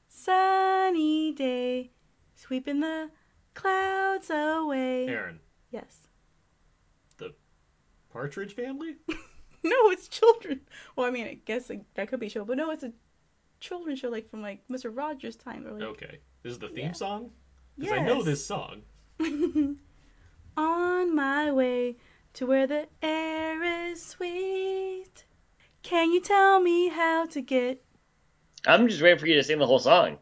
[SPEAKER 3] Sunny day, sweeping the clouds away.
[SPEAKER 2] Aaron,
[SPEAKER 3] Yes. (laughs)
[SPEAKER 2] the Partridge Family?
[SPEAKER 3] No, it's children. Well, I mean, I guess like, that could be a show, but no, it's a children's show like from like Mr. Rogers' time. Or, like,
[SPEAKER 2] Okay. This is the theme
[SPEAKER 3] Yeah.
[SPEAKER 2] song? Because I know
[SPEAKER 3] Yes.
[SPEAKER 2] this song.
[SPEAKER 3] On my way to where the air is sweet. Can you tell me how to get?
[SPEAKER 5] I'm just waiting for you to sing the whole song.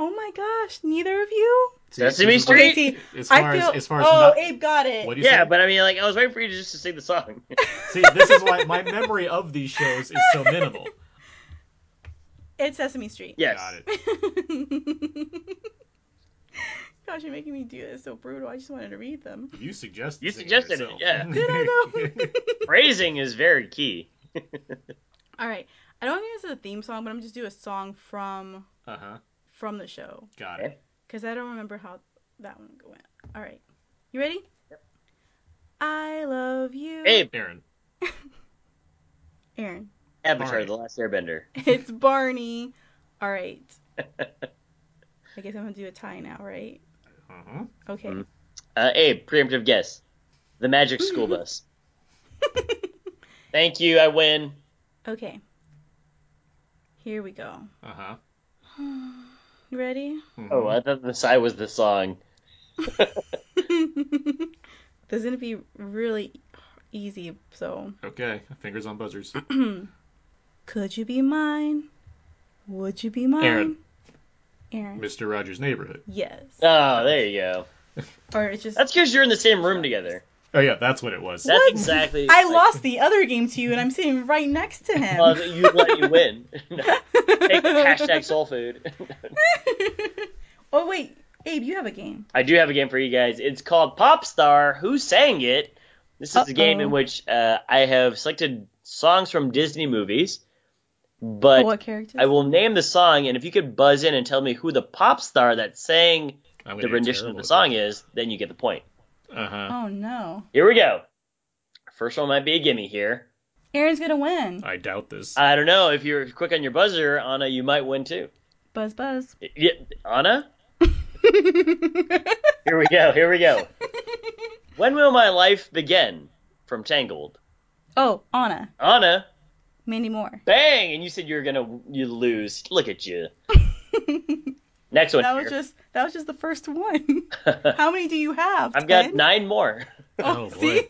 [SPEAKER 3] Oh my gosh, neither of you.
[SPEAKER 5] Sesame
[SPEAKER 2] this is-
[SPEAKER 5] Street?
[SPEAKER 3] see,
[SPEAKER 2] As
[SPEAKER 3] I
[SPEAKER 2] far as-
[SPEAKER 3] feel.
[SPEAKER 2] as far as
[SPEAKER 3] oh,
[SPEAKER 2] not-
[SPEAKER 3] Abe got it.
[SPEAKER 2] What do you
[SPEAKER 5] Yeah,
[SPEAKER 2] say?
[SPEAKER 5] but I mean, like, I was waiting for you just to sing the song. (laughs)
[SPEAKER 2] See, this is why my memory of these shows is so minimal.
[SPEAKER 3] It's Sesame Street.
[SPEAKER 5] (laughs) yes.
[SPEAKER 2] Got it.
[SPEAKER 3] (laughs) Gosh, you're making me do this so brutal. I just wanted to read them.
[SPEAKER 2] You suggested
[SPEAKER 5] You
[SPEAKER 2] singing
[SPEAKER 5] suggested it,
[SPEAKER 2] yourself.
[SPEAKER 5] yeah.
[SPEAKER 2] Did (laughs) I know?
[SPEAKER 5] Phrasing is very key.
[SPEAKER 3] (laughs) All right, I don't think this is a theme song, but I'm just do a song from
[SPEAKER 2] uh huh.
[SPEAKER 3] from the show
[SPEAKER 2] Got it.
[SPEAKER 3] because I don't remember how that one went. All right, you ready? I love you,
[SPEAKER 5] Abe,
[SPEAKER 2] Aaron.
[SPEAKER 3] Aaron.
[SPEAKER 5] Avatar,
[SPEAKER 2] Alright.
[SPEAKER 5] The Last Airbender.
[SPEAKER 3] (laughs) It's Barney. All
[SPEAKER 5] (laughs)
[SPEAKER 3] right. I guess I'm gonna do a tie now, right?
[SPEAKER 2] Uh huh.
[SPEAKER 3] Okay.
[SPEAKER 5] Mhm. Uh, Abe, preemptive guess. The
[SPEAKER 3] (laughs)
[SPEAKER 5] Magic School Bus. Thank you, I win.
[SPEAKER 3] Okay. Here we go.
[SPEAKER 2] Uh huh.
[SPEAKER 3] You ready?
[SPEAKER 5] Oh, I thought the sigh was the song.
[SPEAKER 3] This is gonna be really easy, so.
[SPEAKER 2] Okay. Fingers on buzzers.
[SPEAKER 3] Could you be mine? Would you be mine?
[SPEAKER 2] Aaron.
[SPEAKER 3] Aaron.
[SPEAKER 2] Mr. Rogers' Neighborhood.
[SPEAKER 3] Yes.
[SPEAKER 5] Oh, there you go.
[SPEAKER 3] or it's just.
[SPEAKER 5] That's because you're in the same room together.
[SPEAKER 2] Oh yeah, that's what it was.
[SPEAKER 5] That's
[SPEAKER 3] What?
[SPEAKER 5] exactly.
[SPEAKER 3] I
[SPEAKER 5] like,
[SPEAKER 3] lost the other game to you, and I'm sitting right next
[SPEAKER 5] (laughs)
[SPEAKER 3] to him.
[SPEAKER 5] well, you let
[SPEAKER 3] (laughs)
[SPEAKER 5] you win. (laughs) Take hashtag soul food. (laughs)
[SPEAKER 3] oh wait, Abe, you have a game.
[SPEAKER 5] I do have a game for you guys. It's called Pop Star. Who sang it? This is a game
[SPEAKER 3] Uh-oh.
[SPEAKER 5] in which uh, I have selected songs from Disney movies, but
[SPEAKER 3] what character?
[SPEAKER 5] I will name the song, and if you could buzz in and tell me who the pop star that sang
[SPEAKER 2] I'm
[SPEAKER 5] the rendition of the song is, then you get the point.
[SPEAKER 2] Uh huh.
[SPEAKER 3] Oh no,
[SPEAKER 5] Here we go. First one might be a gimme here.
[SPEAKER 3] Aaron's gonna win.
[SPEAKER 2] I doubt this.
[SPEAKER 5] I don't know if you're quick on your buzzer, Anna. You might win too.
[SPEAKER 3] Buzz, buzz.
[SPEAKER 5] Yeah,
[SPEAKER 3] (laughs)
[SPEAKER 5] Anna. here we go. Here we go. When will my life begin? From Tangled.
[SPEAKER 3] Oh, Anna,
[SPEAKER 5] Anna,
[SPEAKER 3] Mandy Moore.
[SPEAKER 5] bang! And you said you were gonna you lose. Look at
[SPEAKER 3] (laughs)
[SPEAKER 5] you. Next one.
[SPEAKER 3] That was
[SPEAKER 5] here.
[SPEAKER 3] just that was just the first one.
[SPEAKER 5] (laughs)
[SPEAKER 3] How many do you have?
[SPEAKER 5] I've got
[SPEAKER 3] Ten?
[SPEAKER 5] nine more.
[SPEAKER 2] oh
[SPEAKER 3] (laughs) See?
[SPEAKER 2] boy.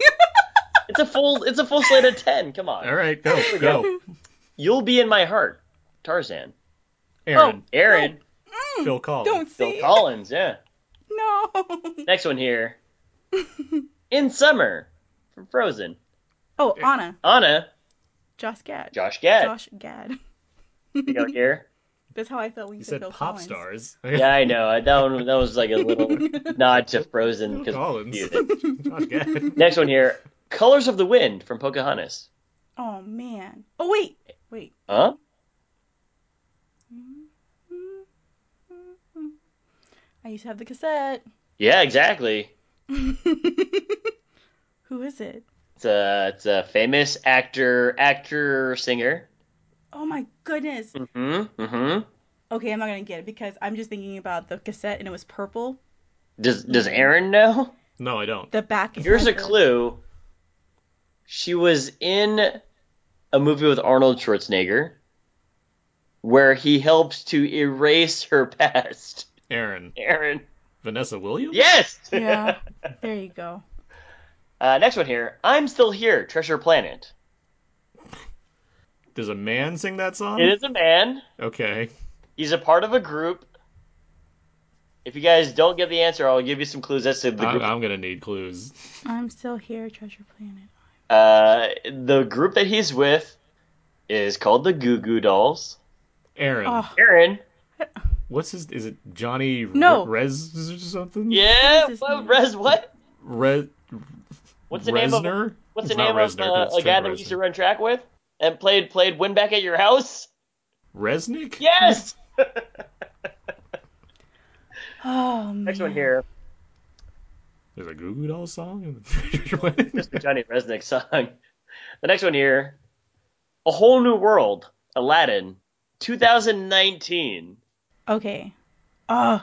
[SPEAKER 5] It's a full. It's a full slate of ten. Come on.
[SPEAKER 2] All right, go go.
[SPEAKER 5] You'll be in my heart. Tarzan. Oh,
[SPEAKER 2] Aaron,
[SPEAKER 5] Aaron. Oh,
[SPEAKER 3] Mm,
[SPEAKER 2] Phil Collins.
[SPEAKER 3] (laughs) Don't
[SPEAKER 5] Phil
[SPEAKER 3] Oh, see.
[SPEAKER 5] Collins.
[SPEAKER 3] (laughs)
[SPEAKER 5] Yeah.
[SPEAKER 3] No. Oh,
[SPEAKER 5] Next one
[SPEAKER 3] (laughs)
[SPEAKER 5] here. in summer. From Frozen.
[SPEAKER 3] Oh, Anna,
[SPEAKER 5] Anna.
[SPEAKER 3] Josh Gad.
[SPEAKER 5] Josh Gad.
[SPEAKER 3] Josh Gad. (laughs)
[SPEAKER 5] You go here.
[SPEAKER 3] That's how I felt when you,
[SPEAKER 2] You said
[SPEAKER 3] Phil
[SPEAKER 2] pop
[SPEAKER 3] Collins.
[SPEAKER 2] stars. (laughs)
[SPEAKER 5] Yeah, I know. I- That one, that was like
[SPEAKER 3] (laughs)
[SPEAKER 5] a little nod to Frozen
[SPEAKER 2] Phil Collins.
[SPEAKER 5] because
[SPEAKER 2] (laughs) Josh Gad.
[SPEAKER 5] next one here, Colors of the Wind from Pocahontas.
[SPEAKER 3] Oh man. Oh wait, wait.
[SPEAKER 5] Huh?
[SPEAKER 3] Mm-hmm. I used to have the cassette.
[SPEAKER 5] Yeah, exactly.
[SPEAKER 3] Who is it?
[SPEAKER 5] It's a it's a famous actor, actor, singer.
[SPEAKER 3] Oh my goodness.
[SPEAKER 5] Hmm. Hmm.
[SPEAKER 3] Okay, I'm not gonna get it because I'm just thinking about the cassette and it was purple.
[SPEAKER 5] Does Does
[SPEAKER 3] Mm-hmm.
[SPEAKER 5] Aaron know?
[SPEAKER 2] No, I don't.
[SPEAKER 3] The back. is
[SPEAKER 5] Here's a
[SPEAKER 3] purple.
[SPEAKER 5] clue. She was in a movie with Arnold Schwarzenegger, where he helps to erase her (laughs) past.
[SPEAKER 2] Aaron,
[SPEAKER 5] Aaron.
[SPEAKER 2] Vanessa Williams.
[SPEAKER 5] Yes. (laughs)
[SPEAKER 3] Yeah. There you go.
[SPEAKER 5] Uh, next one here. I'm still here. Treasure Planet.
[SPEAKER 2] Does a man sing that song?
[SPEAKER 5] It is a man.
[SPEAKER 2] Okay.
[SPEAKER 5] He's a part of a group. If you guys don't get the answer, I'll give you some clues as to the
[SPEAKER 2] I'm,
[SPEAKER 5] group.
[SPEAKER 2] I'm gonna need clues.
[SPEAKER 3] I'm still here, Treasure Planet.
[SPEAKER 5] Uh, the group that he's with is called the Goo Goo Dolls.
[SPEAKER 2] Aaron,
[SPEAKER 3] Oh (laughs)
[SPEAKER 5] Aaron.
[SPEAKER 2] what's his? Is it Johnny Re-
[SPEAKER 3] No.
[SPEAKER 2] Rez or something?
[SPEAKER 5] Yeah.
[SPEAKER 3] What is his
[SPEAKER 5] What,
[SPEAKER 3] name?
[SPEAKER 5] Rez? What?
[SPEAKER 2] Re-
[SPEAKER 5] What's the name of?
[SPEAKER 2] Resner?
[SPEAKER 5] What's the
[SPEAKER 2] It's
[SPEAKER 5] name
[SPEAKER 2] not Resner,
[SPEAKER 5] of uh,
[SPEAKER 2] that's
[SPEAKER 5] a guy
[SPEAKER 2] Trent
[SPEAKER 5] that we used to
[SPEAKER 2] Reznor.
[SPEAKER 5] run track with and played played Win Back at Your House?
[SPEAKER 2] Resnick?
[SPEAKER 5] Yes.
[SPEAKER 3] Oh,
[SPEAKER 5] (laughs) Next one here.
[SPEAKER 2] There's a Goo Goo Doll song. (laughs)
[SPEAKER 5] Just a Johnny Resnick song. The next one here. A Whole New World, Aladdin, 2019.
[SPEAKER 3] Okay. Oh,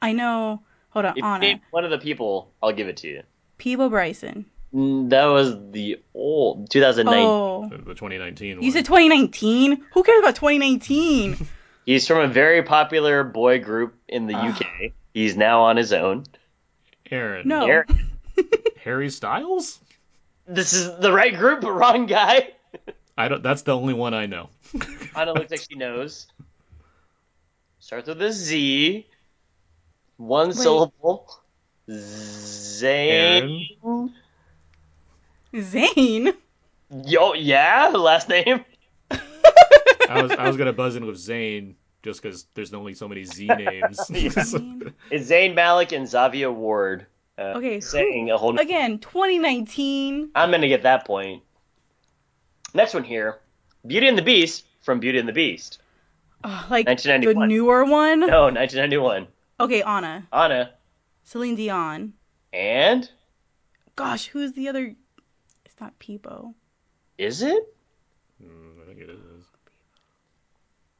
[SPEAKER 3] I know. Hold on,
[SPEAKER 5] If you
[SPEAKER 3] Anna.
[SPEAKER 5] name one of the people, I'll give it to you.
[SPEAKER 3] Peebo Bryson.
[SPEAKER 5] Mm, That was the old 2009.
[SPEAKER 3] Oh,
[SPEAKER 2] The 2019
[SPEAKER 3] you said 2019. Who cares about
[SPEAKER 5] (laughs)
[SPEAKER 3] 2019?
[SPEAKER 5] He's from a very popular boy group in the
[SPEAKER 3] Ah.
[SPEAKER 5] UK. He's now on his own.
[SPEAKER 2] Aaron.
[SPEAKER 3] No.
[SPEAKER 5] Eric-
[SPEAKER 2] Harry Styles?
[SPEAKER 5] This is the right group, (laughs) but wrong guy.
[SPEAKER 2] I don't. That's the only one I know.
[SPEAKER 5] Anna looks like she knows. Starts with a Z. One syllable. Zane.
[SPEAKER 2] Aaron.
[SPEAKER 3] Zane.
[SPEAKER 5] Uh, Yo, yeah, last name.
[SPEAKER 2] I was I was gonna buzz in with Zane just because there's only so
[SPEAKER 3] (laughs)
[SPEAKER 2] many Z names. (laughs)
[SPEAKER 3] Zane.
[SPEAKER 5] It's Zayn Malik and Xavier Ward. Uh,
[SPEAKER 3] Okay,
[SPEAKER 5] Saying a whole new
[SPEAKER 3] Again, 2019.
[SPEAKER 5] I'm gonna get that point. Next one here, Beauty and the Beast from Beauty and the Beast.
[SPEAKER 3] Oh, like the
[SPEAKER 5] 1991.
[SPEAKER 3] newer one.
[SPEAKER 5] No, (laughs) 1991.
[SPEAKER 3] Okay, Anna.
[SPEAKER 5] Anna
[SPEAKER 3] Celine Dion.
[SPEAKER 5] and
[SPEAKER 3] Gosh, who's the other? It's not Peebo.
[SPEAKER 5] is it?
[SPEAKER 2] Mm, I think it is.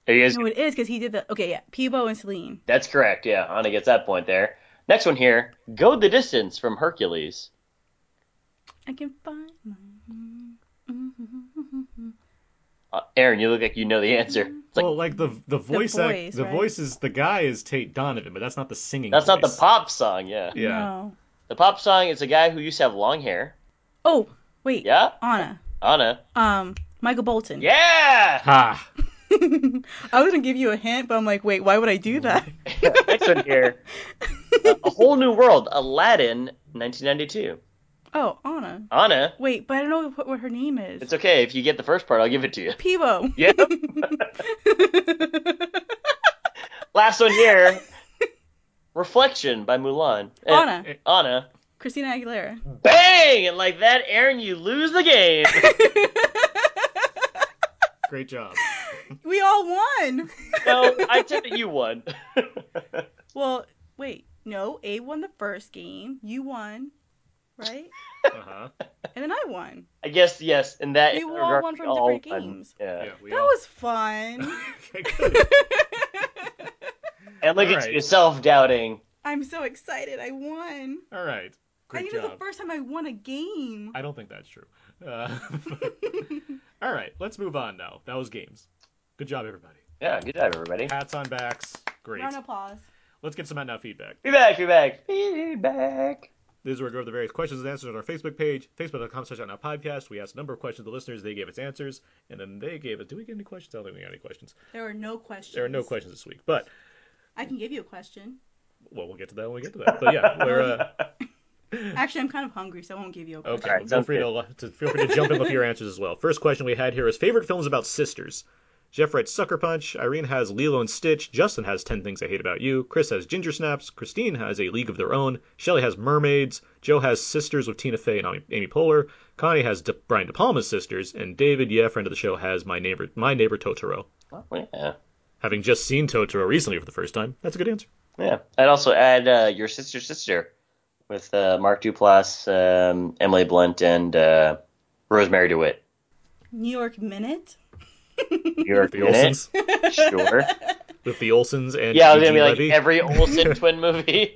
[SPEAKER 5] Are you guys?
[SPEAKER 3] No, it is because he did the. Okay, yeah, Peebo and Celine.
[SPEAKER 5] That's correct. Yeah, Anna gets that point there. Next one here, Go the Distance from Hercules.
[SPEAKER 3] I can find. My... Mm-hmm.
[SPEAKER 5] Uh, Aaron, you look like you know the answer. It's like
[SPEAKER 2] well, like the the voice, act-
[SPEAKER 3] voice,
[SPEAKER 2] the
[SPEAKER 3] right?
[SPEAKER 2] voice is the guy is Tate Donovan, but that's not the
[SPEAKER 3] Mm-hmm.
[SPEAKER 2] singing.
[SPEAKER 5] that's not the
[SPEAKER 2] voice.
[SPEAKER 5] pop song. Yeah,
[SPEAKER 2] Yeah,
[SPEAKER 3] No.
[SPEAKER 5] the pop song is a guy who used to have long hair.
[SPEAKER 3] Oh wait.
[SPEAKER 5] Yeah,
[SPEAKER 3] Anna.
[SPEAKER 5] Anna.
[SPEAKER 3] Um, Michael Bolton.
[SPEAKER 5] Yeah.
[SPEAKER 2] ha.
[SPEAKER 3] I was gonna give you a hint, but I'm like, wait, why would I do
[SPEAKER 2] (laughs)
[SPEAKER 3] that?
[SPEAKER 5] Next
[SPEAKER 3] (laughs)
[SPEAKER 5] one here, Uh, a whole new world, Aladdin, 1992.
[SPEAKER 3] Oh, Anna.
[SPEAKER 5] Anna,
[SPEAKER 3] Wait, but I don't know what, what her name is.
[SPEAKER 5] it's okay if you get the first part, I'll give it to you. (laughs)
[SPEAKER 3] Peebo.
[SPEAKER 5] Yeah. Last
[SPEAKER 3] (laughs)
[SPEAKER 5] one here, Reflection by Mulan. Eh,
[SPEAKER 3] Anna.
[SPEAKER 5] eh, Anna.
[SPEAKER 3] Christina Aguilera.
[SPEAKER 5] Bang! And like that, Aaron, you lose the game.
[SPEAKER 3] (laughs)
[SPEAKER 2] Great job.
[SPEAKER 3] We all won.
[SPEAKER 5] no, I said that you won.
[SPEAKER 3] Well, wait. No, Abe won the first game. You won, right?
[SPEAKER 2] Uh huh.
[SPEAKER 3] And then I won.
[SPEAKER 5] I guess yes, and that
[SPEAKER 3] We
[SPEAKER 5] is
[SPEAKER 3] all
[SPEAKER 5] regard-
[SPEAKER 3] won from
[SPEAKER 5] we all
[SPEAKER 3] different
[SPEAKER 5] won.
[SPEAKER 3] games.
[SPEAKER 5] Yeah.
[SPEAKER 2] Yeah, we
[SPEAKER 3] That
[SPEAKER 2] all-
[SPEAKER 3] was fun.
[SPEAKER 2] (laughs) Okay, good.
[SPEAKER 5] And look
[SPEAKER 2] All
[SPEAKER 5] at
[SPEAKER 2] right.
[SPEAKER 5] you self doubting.
[SPEAKER 3] I'm so excited. I won.
[SPEAKER 2] All right.
[SPEAKER 3] I
[SPEAKER 2] Great
[SPEAKER 3] think it was the
[SPEAKER 2] job.
[SPEAKER 3] first time I won a game.
[SPEAKER 2] I don't think that's true. Uh, (laughs) all right, let's move on now. That was games. Good job, everybody.
[SPEAKER 5] Yeah, good job, everybody.
[SPEAKER 2] Hats on backs. Great.
[SPEAKER 3] Round of applause.
[SPEAKER 2] Let's get some out now feedback.
[SPEAKER 5] Feedback, feedback, feedback.
[SPEAKER 2] This is where we go over the various questions and answers on our Facebook page, facebook.com slash out now podcast. We asked a number of questions to the listeners. They gave us answers, and then they gave us. Do we get any questions? I don't think we got any questions.
[SPEAKER 3] There were no questions.
[SPEAKER 2] There are no questions this week, but
[SPEAKER 3] I can give you a question.
[SPEAKER 2] well, we'll get to that when we get to that. But yeah, we're uh,
[SPEAKER 3] Actually, I'm kind of hungry, so I won't give you a question.
[SPEAKER 2] okay.
[SPEAKER 5] Alright,
[SPEAKER 2] feel
[SPEAKER 5] sounds
[SPEAKER 2] free to, to feel free to jump in with your answers as well. First question we had here is favorite films about sisters. Jeff writes Sucker Punch. Irene has Lilo and Stitch. Justin has Ten Things I Hate About You. Chris has Ginger Snaps. Christine has A League of Their Own. Shelley has Mermaids. Joe has Sisters with Tina Fey and Amy- Amy Poehler. Connie has De- Brian De Palma's Sisters, and David, yeah, friend of the show, has My Neighbor My Neighbor Totoro.
[SPEAKER 5] Oh, Yeah.
[SPEAKER 2] Having just seen Totoro recently for the first time, that's a good answer.
[SPEAKER 5] Yeah, I'd also add uh, your sister's sister with uh, Mark Duplass, um, Emily Blunt, and uh, Rosemary DeWitt.
[SPEAKER 3] New York Minute.
[SPEAKER 2] (laughs)
[SPEAKER 5] You're
[SPEAKER 2] The Olsons
[SPEAKER 5] sure.
[SPEAKER 2] with the Olsons and
[SPEAKER 5] Yeah, I was
[SPEAKER 2] Eugene
[SPEAKER 5] gonna be like
[SPEAKER 2] Levy.
[SPEAKER 5] every Olsen twin movie.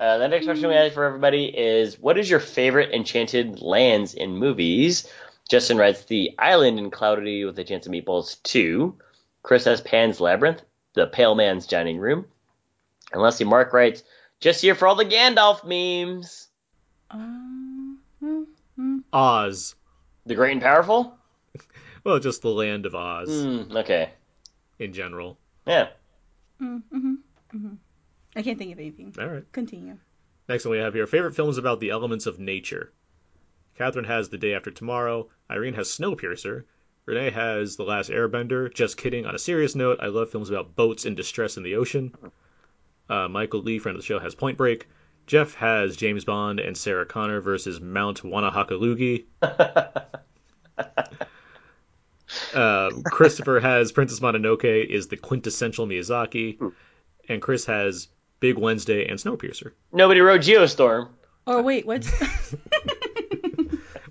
[SPEAKER 5] uh, the next question we have for everybody is: What is your favorite enchanted lands in movies? Justin writes the island in Cloudy with a Chance of Meatballs two. Chris has Pan's Labyrinth, the Pale Man's Dining Room, and Leslie Mark writes just here for all the Gandalf memes.
[SPEAKER 3] Um,
[SPEAKER 2] Oz.
[SPEAKER 5] The Great and Powerful.
[SPEAKER 2] Well, just the land of Oz
[SPEAKER 5] Hmm, okay,
[SPEAKER 2] in general.
[SPEAKER 5] yeah.
[SPEAKER 3] mm, mhm, mhm. I can't think of anything.
[SPEAKER 2] All right.
[SPEAKER 3] Continue.
[SPEAKER 2] Next one we have here favorite films about the elements of nature. Catherine has The Day After Tomorrow. Irene has Snowpiercer. Renee has The Last Airbender. Just kidding. On a serious note, I love films about boats in distress in the ocean. Uh, Michael Lee, friend of the show, has Point Break. Jeff has James Bond and Sarah Connor versus Mount Wanahakalugi. Uh, Christopher has Princess Mononoke is the quintessential Miyazaki, and Chris has Big Wednesday and Snowpiercer,
[SPEAKER 5] Nobody wrote Geostorm.
[SPEAKER 3] Or Oh, wait,
[SPEAKER 2] (laughs)
[SPEAKER 3] what's (laughs)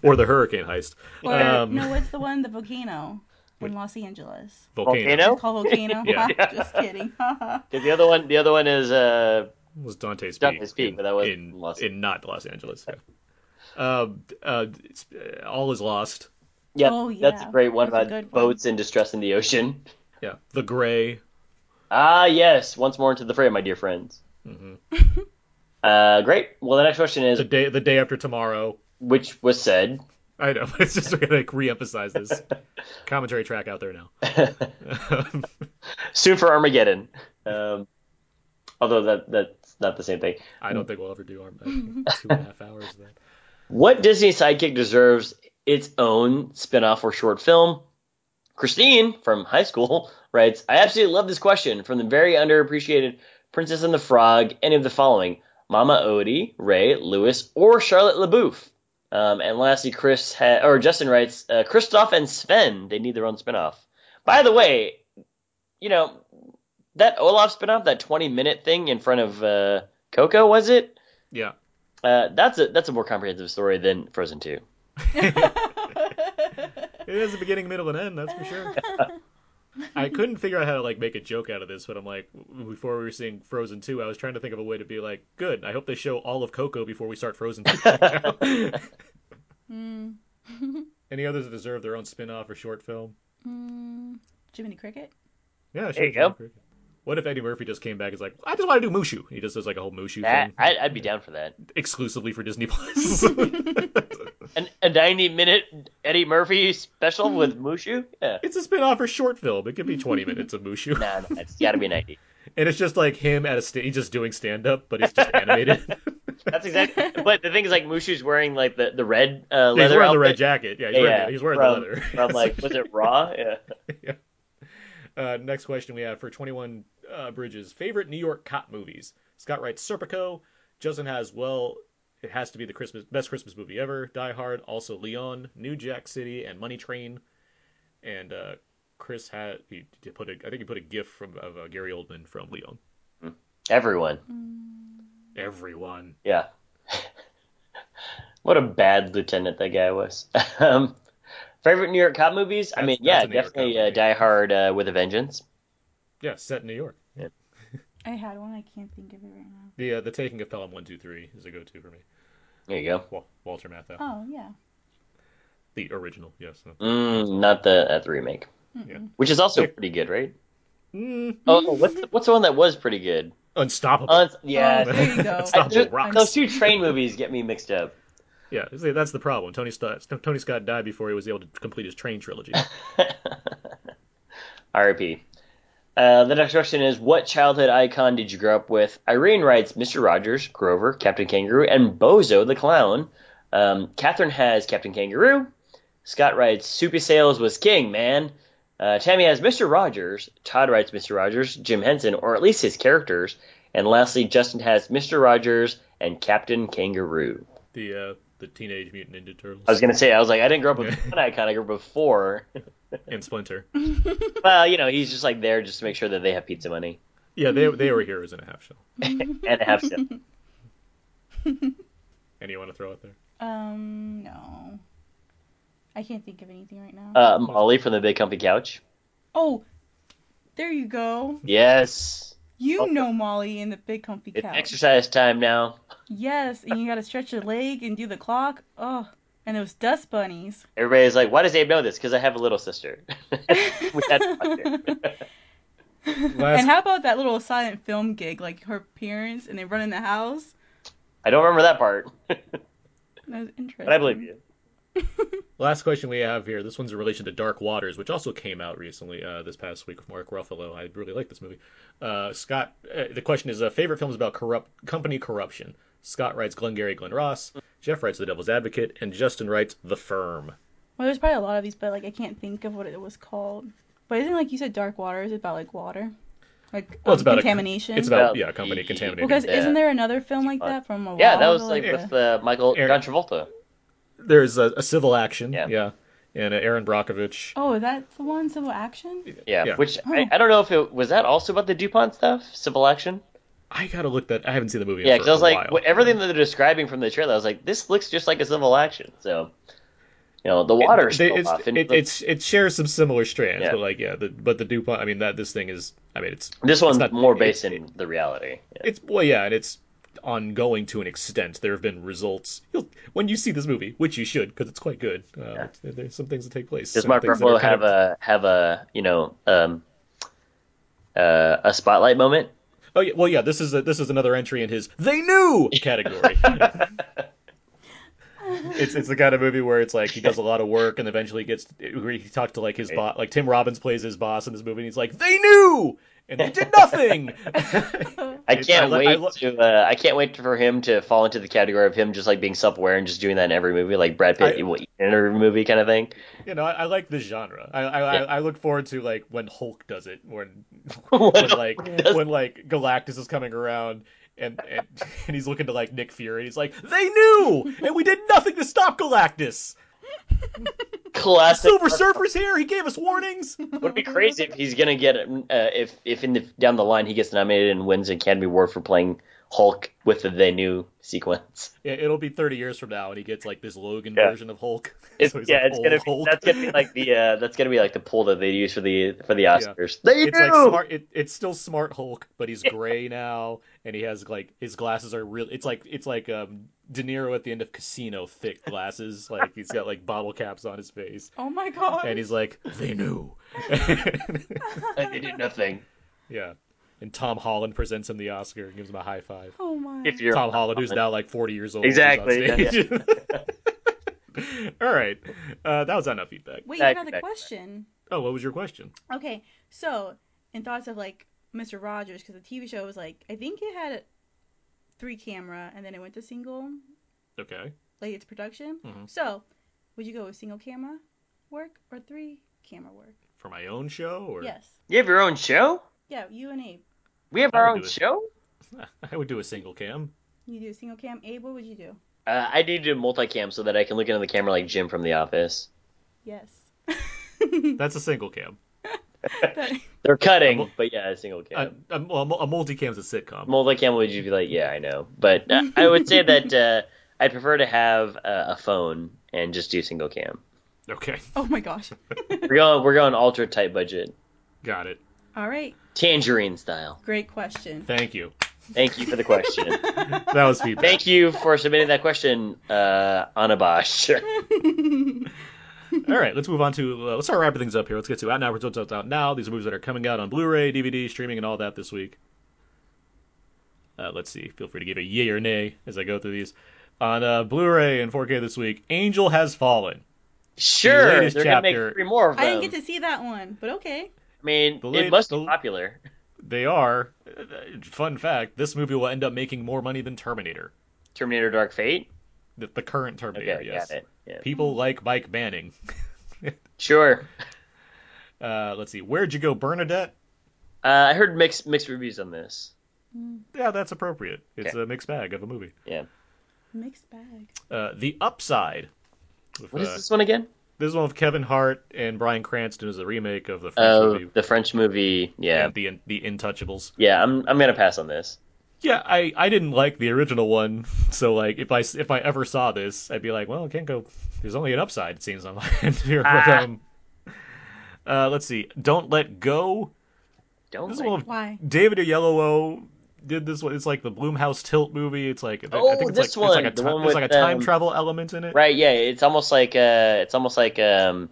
[SPEAKER 2] or the Hurricane Heist.
[SPEAKER 3] or
[SPEAKER 2] Um,
[SPEAKER 3] no? What's the one? The volcano in Los Angeles.
[SPEAKER 2] Volcano?
[SPEAKER 3] It's called volcano.
[SPEAKER 2] (laughs) Yeah.
[SPEAKER 3] (laughs) Just kidding.
[SPEAKER 5] The other one, the other one is uh,
[SPEAKER 2] was Dante's Peak.
[SPEAKER 5] Dante's Peak, but that was
[SPEAKER 2] in, in not Los Angeles. Yeah. Um, uh, it's, uh, all is lost.
[SPEAKER 5] yeah,
[SPEAKER 3] Oh,
[SPEAKER 5] that's a
[SPEAKER 3] yeah.
[SPEAKER 5] great one
[SPEAKER 3] That's a
[SPEAKER 5] about
[SPEAKER 3] good one.
[SPEAKER 5] boats in distress in the ocean. (laughs)
[SPEAKER 2] Yeah, The Gray.
[SPEAKER 5] Ah, yes, once more into the fray, my dear friends. (laughs) uh, great. Well, the next question is
[SPEAKER 2] The day the day after tomorrow.
[SPEAKER 5] which was said.
[SPEAKER 2] I know. (laughs) It's just we're gonna re-emphasize
[SPEAKER 5] (laughs)
[SPEAKER 2] this commentary track out there now.
[SPEAKER 5] Soon for Armageddon. Um, although that that's not the same thing.
[SPEAKER 2] I don't think we'll ever do arm uh, two and a half hours of that.
[SPEAKER 5] What Disney sidekick deserves its own spin-off or short film? Christine from high school (laughs) writes, I absolutely love this question from the very underappreciated Princess and the Frog, any of the following Mama Odie, Ray, Lewis, or Charlotte LaBouffe. Um, and lastly, Chris ha- or Justin writes, uh, Kristoff and Sven, they need their own spinoff. By the way, you know, that Olaf spinoff, that 20 minute thing in front of uh, Coco, was it?
[SPEAKER 2] Yeah.
[SPEAKER 5] Uh, that's a that's a more comprehensive story than Frozen Two.
[SPEAKER 2] It has a beginning, middle, and end, that's for
[SPEAKER 5] (laughs)
[SPEAKER 2] sure. I couldn't figure out how to like make a joke out of this, but I'm like before we were seeing Frozen 2, I was trying to think of a way to be like, good, I hope they show all of Coco before we start Frozen
[SPEAKER 5] (laughs)
[SPEAKER 2] 2.
[SPEAKER 3] Hmm.
[SPEAKER 2] Any others that deserve their own spin-off or short film?
[SPEAKER 3] Hmm. Jiminy Cricket.
[SPEAKER 2] Yeah,
[SPEAKER 5] There you
[SPEAKER 2] sure,
[SPEAKER 5] go.
[SPEAKER 2] sure. What if Eddie Murphy just came back and is like, I just want to do Mushu. He just does like a whole Mushu
[SPEAKER 5] That,
[SPEAKER 2] thing
[SPEAKER 5] I, I'd be down for that.
[SPEAKER 2] exclusively for Disney Plus. (laughs)
[SPEAKER 5] An, a ninety minute Eddie Murphy
[SPEAKER 2] (laughs)
[SPEAKER 5] special with Mushu. Yeah,
[SPEAKER 2] it's a spin-off or short film. It could be 20 minutes of Mushu.
[SPEAKER 5] nah, nah, it's got to be ninety.
[SPEAKER 2] And it's just like him at a sta- he's just doing stand-up, but he's just
[SPEAKER 5] (laughs)
[SPEAKER 2] animated. (laughs)
[SPEAKER 5] That's exactly. But the thing is, like Mushu's wearing like the the red uh,
[SPEAKER 2] he's
[SPEAKER 5] leather.
[SPEAKER 2] wearing the
[SPEAKER 5] outfit.
[SPEAKER 2] red jacket. Yeah, he's wearing, the, he's wearing
[SPEAKER 5] from,
[SPEAKER 2] the leather. (laughs)
[SPEAKER 5] From like, was it Raw? Yeah.
[SPEAKER 2] Uh, next question we have for 21 uh, Bridges. Favorite New York cop movies? Scott writes Serpico. Justin has, well, it has to be the Christmas best Christmas movie ever. Die Hard, also Leon, New Jack City, and Money Train. And uh, Chris had, he, he put a, I think he put a gif from of uh, Gary Oldman from Leon.
[SPEAKER 5] Everyone.
[SPEAKER 2] Everyone.
[SPEAKER 5] Yeah. (laughs) what a bad lieutenant that guy was. (laughs) um, favorite New York cop movies? I
[SPEAKER 2] That's-
[SPEAKER 5] mean,
[SPEAKER 2] that's
[SPEAKER 5] yeah,
[SPEAKER 2] a New York cop
[SPEAKER 5] definitely uh,
[SPEAKER 2] movie.
[SPEAKER 5] Die Hard uh, with a Vengeance.
[SPEAKER 2] Yeah, set in New York.
[SPEAKER 3] I had one. I can't think of it right now.
[SPEAKER 2] The uh, the taking of Pelham 123 is a go to for me.
[SPEAKER 5] There you go.
[SPEAKER 2] Wal- Walter Matthau.
[SPEAKER 3] Oh yeah.
[SPEAKER 2] The original, yes. no.
[SPEAKER 5] Mm, not the at the remake.
[SPEAKER 2] Yeah.
[SPEAKER 5] Which is also
[SPEAKER 2] Yeah.
[SPEAKER 5] pretty good, right?
[SPEAKER 2] Mm,
[SPEAKER 5] Oh, oh, what's the, what's the one that was pretty good?
[SPEAKER 2] unstoppable. (laughs)
[SPEAKER 5] Uh, yeah,
[SPEAKER 3] Oh, there you go.
[SPEAKER 5] I-
[SPEAKER 2] Unstoppable
[SPEAKER 5] those-
[SPEAKER 2] rocks.
[SPEAKER 5] those two train movies get me mixed up.
[SPEAKER 2] Yeah, see, that's the problem. Tony Scott, Tony Scott died before he was able to complete his Train
[SPEAKER 5] (laughs)
[SPEAKER 2] trilogy.
[SPEAKER 5] R.I.P. Uh, the next question is, what childhood icon did you grow up with? Irene writes, Mr. Rogers, Grover, Captain Kangaroo, and Bozo the Clown. Um, Catherine has Captain Kangaroo. Scott writes, Soupy Sales was king, man. Uh, Tammy has Mr. Rogers. Todd writes Mr. Rogers, Jim Henson, or at least his characters. And lastly, Justin has Mr. Rogers and Captain Kangaroo.
[SPEAKER 2] the uh, the Teenage Mutant Ninja Turtles
[SPEAKER 5] I was gonna say, I was like, I didn't grow up with one icon. I grew up with four.
[SPEAKER 2] and Splinter.
[SPEAKER 3] (laughs)
[SPEAKER 5] well, you know, he's just like there just to make sure that they have pizza money
[SPEAKER 2] Yeah, they they were heroes in a half shell.
[SPEAKER 5] and a half cent.
[SPEAKER 2] And you want to throw it there?
[SPEAKER 3] Um no. I can't think of anything right now.
[SPEAKER 5] Uh, Molly from the Big Comfy Couch.
[SPEAKER 3] oh, there you go.
[SPEAKER 5] Yes.
[SPEAKER 3] You
[SPEAKER 5] Oh.
[SPEAKER 3] know Molly in the big comfy
[SPEAKER 5] It's
[SPEAKER 3] couch.
[SPEAKER 5] exercise time now.
[SPEAKER 3] Yes, and you gotta stretch your leg and do the clock. Oh, and those dust bunnies.
[SPEAKER 5] Everybody's like, why does Abe know this? Because I have a little sister. (laughs) We had to watch it.
[SPEAKER 2] Last-
[SPEAKER 3] And how about that little silent film gig, like her parents and they run in the house?
[SPEAKER 5] I don't remember that part,
[SPEAKER 3] That was interesting.
[SPEAKER 5] but I believe you.
[SPEAKER 2] Last question we have here. This one's in relation to Dark Waters, which also came out recently uh, this past week with Mark Ruffalo. I really like this movie. Uh, Scott, uh, the question is uh, favorite films about corrupt company corruption. Scott writes Glengarry Glen Ross. Jeff writes The Devil's Advocate, and Justin writes The Firm.
[SPEAKER 3] Well, there's probably a lot of these, but like I can't think of what it was called. But isn't it, like you said, dark water is about like water, like
[SPEAKER 2] Well,
[SPEAKER 3] um,
[SPEAKER 2] it's about a-
[SPEAKER 3] contamination.
[SPEAKER 2] It's about
[SPEAKER 5] About E
[SPEAKER 2] yeah, company
[SPEAKER 5] the-
[SPEAKER 2] contaminating.
[SPEAKER 3] because
[SPEAKER 5] yeah.
[SPEAKER 3] isn't there another film like that from a while
[SPEAKER 5] Yeah, that was
[SPEAKER 3] ago,
[SPEAKER 5] like with
[SPEAKER 3] the-
[SPEAKER 5] uh, Michael
[SPEAKER 2] Eric.
[SPEAKER 5] John Travolta.
[SPEAKER 2] there's a, a civil action.
[SPEAKER 5] Yeah.
[SPEAKER 2] Yeah. and uh, Aaron Brockovich.
[SPEAKER 3] Oh, is that the one? Civil Action?
[SPEAKER 5] Yeah, which I, I don't know if it was that also about the DuPont stuff, Civil Action.
[SPEAKER 2] I gotta look that. I haven't seen the movie. in
[SPEAKER 5] Yeah,
[SPEAKER 2] for
[SPEAKER 5] because I was
[SPEAKER 2] a
[SPEAKER 5] like,
[SPEAKER 2] while.
[SPEAKER 5] wh- everything that they're describing from the trailer, I was like, this looks just like a civil action. So, you know, the water
[SPEAKER 2] It-
[SPEAKER 5] spilled
[SPEAKER 2] it's-
[SPEAKER 5] off. And
[SPEAKER 2] it,
[SPEAKER 5] the-
[SPEAKER 2] it's it shares some similar strands,
[SPEAKER 5] Yeah.
[SPEAKER 2] but like yeah, the, but the Dupont. I mean that this thing is. I mean it's
[SPEAKER 5] this
[SPEAKER 2] it's
[SPEAKER 5] one's
[SPEAKER 2] not-
[SPEAKER 5] more
[SPEAKER 2] it-
[SPEAKER 5] based in the reality.
[SPEAKER 2] It's well yeah, and it's ongoing to an extent. There have been results. You'll, when you see this movie, which you should, because it's quite good. Uh, there- There's some things that take place.
[SPEAKER 5] Does
[SPEAKER 2] some
[SPEAKER 5] Mark
[SPEAKER 2] things that are
[SPEAKER 5] Ruffalo
[SPEAKER 2] kind
[SPEAKER 5] have
[SPEAKER 2] of-
[SPEAKER 5] a have a you know um, uh, a spotlight moment?
[SPEAKER 2] Oh yeah, well yeah. This is a, this is another entry in his "They knew"
[SPEAKER 5] (laughs)
[SPEAKER 2] category. it's it's the kind of movie where it's like he does a lot of work and eventually gets where he talked to like his boss. Like Tim Robbins plays his boss in this movie, and he's like, "They knew." And they did
[SPEAKER 5] (laughs)
[SPEAKER 2] nothing.
[SPEAKER 5] I
[SPEAKER 2] It's-
[SPEAKER 5] can't
[SPEAKER 2] I lo- I
[SPEAKER 5] wait
[SPEAKER 2] lo-
[SPEAKER 5] to uh, I can't wait for him to fall into the category of him just like being self aware and just doing that in every movie, like Brad Pitt
[SPEAKER 2] I-
[SPEAKER 5] will eat in every movie kind of thing.
[SPEAKER 2] you know, I, I like this genre. I I, I I look forward to like when Hulk does it, when
[SPEAKER 5] (laughs) When
[SPEAKER 2] when like
[SPEAKER 5] Hulk does-
[SPEAKER 2] when like Galactus is coming around and, and (laughs) and he's looking to like Nick Fury. He's like, "They knew, and we did nothing to stop Galactus."
[SPEAKER 5] Classic.
[SPEAKER 2] (laughs) Silver Surfer's here. He gave us warnings. (laughs)
[SPEAKER 5] Would be crazy if he's gonna get uh, if if in the down the line he gets nominated and wins an Academy Award for playing Hulk with the they knew
[SPEAKER 2] (laughs)
[SPEAKER 5] sequence.
[SPEAKER 2] Yeah, it'll be 30 years from now, and he gets like this Logan
[SPEAKER 5] Yeah.
[SPEAKER 2] version of Hulk. (laughs)
[SPEAKER 5] It's,
[SPEAKER 2] So he's
[SPEAKER 5] yeah,
[SPEAKER 2] like
[SPEAKER 5] it's gonna
[SPEAKER 2] old
[SPEAKER 5] be,
[SPEAKER 2] Hulk.
[SPEAKER 5] that's gonna be like the uh, that's gonna be like the pull that they use for the for the
[SPEAKER 2] (laughs) Yeah.
[SPEAKER 5] Oscars. They
[SPEAKER 2] (laughs) it's
[SPEAKER 5] knew.
[SPEAKER 2] like smart. It, it's still smart Hulk, but he's gray now, and he has like his glasses are real. It's like it's like um, De Niro at the end of Casino, thick glasses. (laughs) like he's got like bottle caps on his face,
[SPEAKER 3] Oh my god.
[SPEAKER 2] and he's like, "They knew." (laughs)
[SPEAKER 5] (laughs) Like (laughs) they did nothing.
[SPEAKER 2] yeah, and Tom Holland presents him the Oscar and gives him a high five.
[SPEAKER 3] Oh my.
[SPEAKER 5] If you're
[SPEAKER 2] Tom Holland, who's now like 40 years old, is on
[SPEAKER 5] Exactly, yeah,
[SPEAKER 2] stage. (laughs) All right, uh, that was not enough feedback.
[SPEAKER 3] Wait, you got a question.
[SPEAKER 2] Oh, what was your question?
[SPEAKER 3] Okay, so in thoughts of like Mr. Rogers, because the TV show was like, I think it had three camera, and then it went to single,
[SPEAKER 2] Okay.
[SPEAKER 3] like its production.
[SPEAKER 2] Mhm.
[SPEAKER 3] So, would you go with single camera work or three camera work?
[SPEAKER 2] For my own show, or
[SPEAKER 3] Yes.
[SPEAKER 5] You have your own show.
[SPEAKER 3] Yeah, you and Abe.
[SPEAKER 5] We have
[SPEAKER 2] I
[SPEAKER 5] our
[SPEAKER 2] would
[SPEAKER 5] own
[SPEAKER 2] do it.
[SPEAKER 5] show.
[SPEAKER 2] (laughs) I would do a single cam.
[SPEAKER 3] You do single cam. Abe, what would you do?
[SPEAKER 5] Uh, I need to do multicam so that I can look into the camera like Jim from The Office.
[SPEAKER 3] Yes.
[SPEAKER 2] That's a single cam.
[SPEAKER 5] They're cutting, but yeah, a single cam.
[SPEAKER 2] A, a, well, a mul- a multicam is a sitcom.
[SPEAKER 5] multicam would you be like yeah i know but (laughs) uh, i would say that uh, i'd prefer to have uh, a phone and just do single cam
[SPEAKER 2] Okay,
[SPEAKER 3] Oh my
[SPEAKER 2] (laughs)
[SPEAKER 3] gosh.
[SPEAKER 5] we're going we're going ultra tight budget
[SPEAKER 2] got it.
[SPEAKER 3] All right.
[SPEAKER 5] tangerine style
[SPEAKER 3] Great question.
[SPEAKER 2] Thank you.
[SPEAKER 5] thank you for the (laughs) question
[SPEAKER 2] That was feedback.
[SPEAKER 5] thank you for submitting that question uh (laughs) anabash
[SPEAKER 2] All right, let's move on to uh, let's start wrapping things up here. Let's get to out now. Results out now. These are movies that are coming out on Blu-ray, DVD, streaming, and all that this week. Uh, let's see. Feel free to give a yay or nay as I go through these. On uh, Blu-ray and 4K this week, Angel Has Fallen. The
[SPEAKER 5] sure
[SPEAKER 2] latest
[SPEAKER 5] they're gonna
[SPEAKER 2] chapter-
[SPEAKER 5] make three more of them
[SPEAKER 3] I didn't get to see that one, but okay.
[SPEAKER 5] I mean
[SPEAKER 2] The
[SPEAKER 5] it
[SPEAKER 2] lat-
[SPEAKER 5] must
[SPEAKER 2] the-
[SPEAKER 5] be popular
[SPEAKER 2] They are. uh, Fun fact: This movie will end up making more money than Terminator,
[SPEAKER 5] terminator dark fate
[SPEAKER 2] the, the current
[SPEAKER 5] okay
[SPEAKER 2] Terminator. yes.
[SPEAKER 5] got it yeah.
[SPEAKER 2] People like Mike Manning.
[SPEAKER 5] sure
[SPEAKER 2] Uh, let's see. Where'd you go, Bernadette?
[SPEAKER 5] uh, i heard mixed mixed reviews on this
[SPEAKER 2] Yeah, that's appropriate. It's a mixed bag of a movie.
[SPEAKER 5] yeah
[SPEAKER 3] Mixed bag.
[SPEAKER 2] Uh, the Upside. With,
[SPEAKER 5] what is
[SPEAKER 2] uh,
[SPEAKER 5] this one again
[SPEAKER 2] This is one with Kevin Hart and Brian Cranston is a remake of the French
[SPEAKER 5] oh
[SPEAKER 2] movie
[SPEAKER 5] the french movie yeah
[SPEAKER 2] and the the Intouchables.
[SPEAKER 5] Yeah, I'm I'm gonna pass on this.
[SPEAKER 2] Yeah, I, I didn't like the original one, (laughs) so like if I s- if I ever saw this, I'd be like, well, I can't go. There's only an upside. It seems on my end here. But, um, uh, let's see. Don't let go.
[SPEAKER 5] Don't.
[SPEAKER 2] This is
[SPEAKER 5] like-
[SPEAKER 2] one of
[SPEAKER 3] Why?
[SPEAKER 2] David Oyelowo did this one. It's like the Bloomhouse Tilt movie. It's like I
[SPEAKER 5] Oh,
[SPEAKER 2] think it's
[SPEAKER 5] this
[SPEAKER 2] like, It's
[SPEAKER 5] one,
[SPEAKER 2] like a,
[SPEAKER 5] the
[SPEAKER 2] ti-
[SPEAKER 5] one
[SPEAKER 2] there's like a
[SPEAKER 5] with,
[SPEAKER 2] time
[SPEAKER 5] um,
[SPEAKER 2] travel element in it.
[SPEAKER 5] Right? Yeah, it's almost like uh, it's almost like um,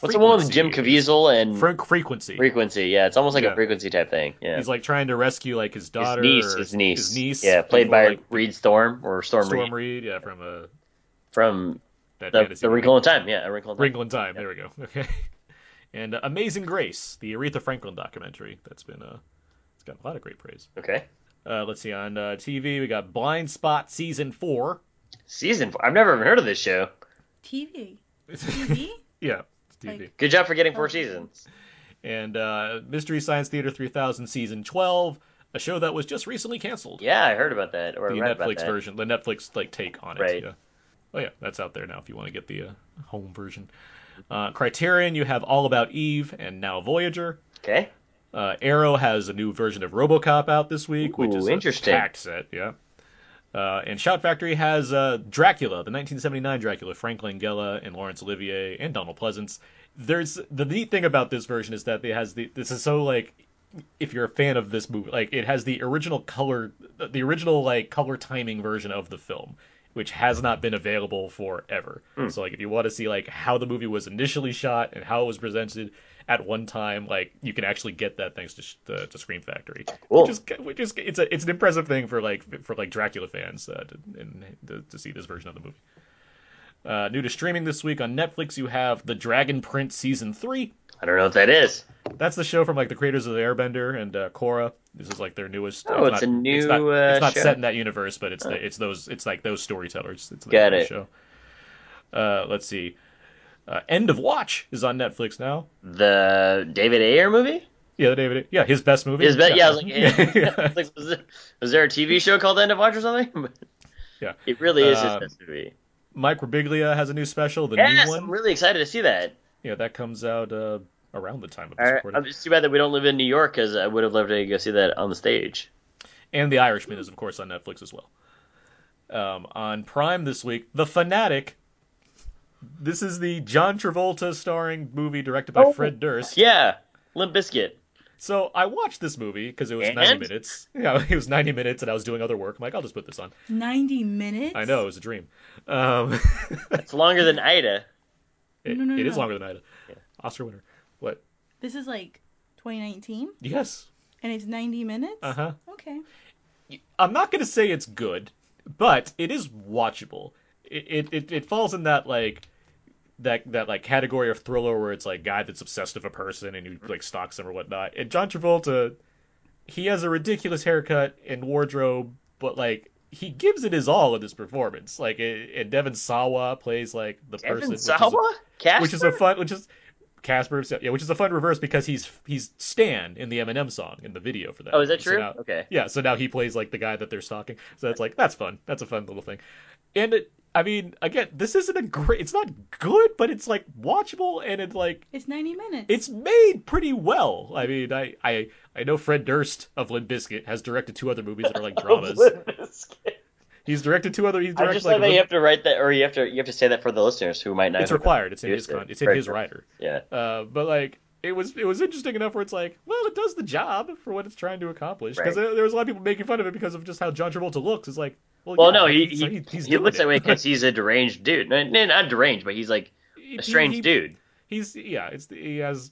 [SPEAKER 5] what's the one with Jim
[SPEAKER 2] Frequency.
[SPEAKER 5] Caviezel and
[SPEAKER 2] Fre- frequency.
[SPEAKER 5] frequency? Yeah, it's almost like
[SPEAKER 2] Yeah.
[SPEAKER 5] a frequency type thing. Yeah,
[SPEAKER 2] He's like trying to rescue like his
[SPEAKER 5] his
[SPEAKER 2] daughter,
[SPEAKER 5] niece,
[SPEAKER 2] or
[SPEAKER 5] his niece,
[SPEAKER 2] his niece.
[SPEAKER 5] Yeah, played
[SPEAKER 2] before,
[SPEAKER 5] by
[SPEAKER 2] like,
[SPEAKER 5] Reed Storm or Storm,
[SPEAKER 2] Storm
[SPEAKER 5] Reed
[SPEAKER 2] Reed. Yeah, from uh,
[SPEAKER 5] from
[SPEAKER 2] that
[SPEAKER 5] the,
[SPEAKER 2] fantasy
[SPEAKER 5] the
[SPEAKER 2] movie.
[SPEAKER 5] Wrinkle in Time. Yeah, a Wrinkle in Time.
[SPEAKER 2] Wrinkle in Time. There we go. (laughs) Okay. And uh, Amazing Grace, the Aretha Franklin documentary. That's been uh, it's got a lot of great praise.
[SPEAKER 5] Okay,
[SPEAKER 2] Uh, let's see on uh, TV we got Blind Spot season four.
[SPEAKER 5] season. Four. I've never even heard of this show.
[SPEAKER 2] (laughs)
[SPEAKER 3] TV. TV?
[SPEAKER 2] yeah, it's TV.
[SPEAKER 3] Like-
[SPEAKER 5] Good job for getting four seasons.
[SPEAKER 2] And uh, Mystery Science Theater 3000 season twelve, a show that was just recently canceled.
[SPEAKER 5] Yeah, I heard about that or
[SPEAKER 2] the
[SPEAKER 5] read about
[SPEAKER 2] Netflix
[SPEAKER 5] that.
[SPEAKER 2] version, the Netflix like take on it.
[SPEAKER 5] Right.
[SPEAKER 2] Yeah. Oh yeah, that's out there now if you want to get the uh, home version. Uh, Criterion, you have All About Eve and now Voyager.
[SPEAKER 5] Okay.
[SPEAKER 2] Uh, Arrow has a new version of RoboCop out this week, which
[SPEAKER 5] Ooh,
[SPEAKER 2] is
[SPEAKER 5] interesting.
[SPEAKER 2] a packed set. Yeah. Uh, and Shout Factory has uh, Dracula, the 1979 Dracula, Frank Langella and Laurence Olivier and Donald Pleasance. There's the neat thing about this version is that it has the this is so like if you're a fan of this movie, like it has the original color, the original like color timing version of the film, which has not been available forever. So like if you want to see like how the movie was initially shot and how it was presented at one time, like you can actually get that thanks to sh- to, to Screen Factory,
[SPEAKER 5] Cool.
[SPEAKER 2] which is which is it's a it's an impressive thing for like for like Dracula fans uh, to, and to, to see this version of the movie. Uh, new to streaming this week on Netflix, you have The Dragon Prince season three.
[SPEAKER 5] I don't know what that is.
[SPEAKER 2] That's the show from like the creators of the Airbender and uh, Korra. This is like their newest. uh,
[SPEAKER 5] Oh, it's a
[SPEAKER 2] It's
[SPEAKER 5] new,
[SPEAKER 2] not, it's
[SPEAKER 5] uh,
[SPEAKER 2] not
[SPEAKER 5] show.
[SPEAKER 2] set in that universe, but it's the, it's those it's like those storytellers. It's the name of
[SPEAKER 5] Got it.
[SPEAKER 2] the Show. Uh, let's see. Uh, End of Watch is on Netflix now.
[SPEAKER 5] The David Ayer movie?
[SPEAKER 2] Yeah, the David. Yeah, his best movie.
[SPEAKER 5] Is that, yeah, I was like, eh. (laughs) I was like, was, there, was there a TV show called The End of Watch or something?
[SPEAKER 2] (laughs)
[SPEAKER 5] (laughs)
[SPEAKER 2] Yeah.
[SPEAKER 5] It really is
[SPEAKER 2] Um,
[SPEAKER 5] his best movie.
[SPEAKER 2] Mike Birbiglia has a new special, the
[SPEAKER 5] Yes,
[SPEAKER 2] new one.
[SPEAKER 5] I'm really excited to see that.
[SPEAKER 2] Yeah, that comes out uh, around the time of this
[SPEAKER 5] I,
[SPEAKER 2] recording.
[SPEAKER 5] I'm just too bad that we don't live in New York because I would have loved to go see that on the stage.
[SPEAKER 2] And The Irishman is, of course, on Netflix as well. Um, on Prime this week, The Fanatic. This is the John Travolta starring movie directed by
[SPEAKER 5] Oh.
[SPEAKER 2] Fred Durst.
[SPEAKER 5] Yeah, Limp Bizkit.
[SPEAKER 2] So I watched this movie because it was
[SPEAKER 5] And?
[SPEAKER 2] 90 minutes. Yeah, (laughs) it was 90 minutes and I was doing other work. I'm like, I'll just put this on.
[SPEAKER 3] 90 minutes?
[SPEAKER 2] I know, it was a dream. Um, (laughs)
[SPEAKER 5] It's longer than Ida.
[SPEAKER 2] it,
[SPEAKER 3] No, no,
[SPEAKER 2] it
[SPEAKER 3] no,
[SPEAKER 2] is
[SPEAKER 3] no.
[SPEAKER 2] longer than Ida. Oscar winner. What?
[SPEAKER 3] This is like 2019
[SPEAKER 2] Yes.
[SPEAKER 3] and it's 90 minutes?
[SPEAKER 2] Uh huh.
[SPEAKER 3] Okay.
[SPEAKER 2] I'm not gonna say it's good, but it is watchable. It it, it, it falls in that like that that like category of thriller where it's like guy that's obsessed with a person and who like stalks them or whatnot. And John Travolta, he has a ridiculous haircut and wardrobe, but like he gives it his all in this performance. Like it, and Devin Sawa plays like the person,
[SPEAKER 5] Evan
[SPEAKER 2] which is a-
[SPEAKER 5] Sawa? Casper?
[SPEAKER 2] which is a fun, which is Casper, yeah, which is a fun reverse because he's he's Stan in the Eminem song in the video for that.
[SPEAKER 5] Oh, is that
[SPEAKER 2] So
[SPEAKER 5] true?
[SPEAKER 2] now-
[SPEAKER 5] Okay.
[SPEAKER 2] Yeah, so now he plays like the guy that they're stalking. So that's like that's fun. That's a fun little thing. And it, I mean, again, this isn't a great. It's not good, but it's like watchable and it like
[SPEAKER 3] It's 90 minutes.
[SPEAKER 2] it's made pretty well. I mean, I I I know Fred Durst of Limp Bizkit has directed two other movies that are like
[SPEAKER 5] (laughs)
[SPEAKER 2] dramas.
[SPEAKER 5] Limp Bizkit.
[SPEAKER 2] he's directed two other. He's
[SPEAKER 5] I
[SPEAKER 2] directed
[SPEAKER 5] just
[SPEAKER 2] like,
[SPEAKER 5] love that you
[SPEAKER 2] Limp-
[SPEAKER 5] have to write that, or you have to you have to say that for the listeners who might not.
[SPEAKER 2] it's
[SPEAKER 5] have-
[SPEAKER 2] required. It's in his
[SPEAKER 5] Yeah.
[SPEAKER 2] con- It's in
[SPEAKER 5] Right.
[SPEAKER 2] his rider.
[SPEAKER 5] Yeah.
[SPEAKER 2] Uh, but like it was it was interesting enough where it's like, well, it does the job for what it's trying to accomplish. Because
[SPEAKER 5] Right.
[SPEAKER 2] there, there was a lot of people making fun of it because of just how John Travolta looks. It's like, well,
[SPEAKER 5] Well,
[SPEAKER 2] yeah,
[SPEAKER 5] no,
[SPEAKER 2] like,
[SPEAKER 5] he
[SPEAKER 2] he's-
[SPEAKER 5] he,
[SPEAKER 2] he's
[SPEAKER 5] he
[SPEAKER 2] doing
[SPEAKER 5] looks
[SPEAKER 2] it.
[SPEAKER 5] that way because he's a deranged dude. No, no, not deranged, but he's like
[SPEAKER 2] He-
[SPEAKER 5] a strange
[SPEAKER 2] he-
[SPEAKER 5] dude.
[SPEAKER 2] He's yeah, it's he has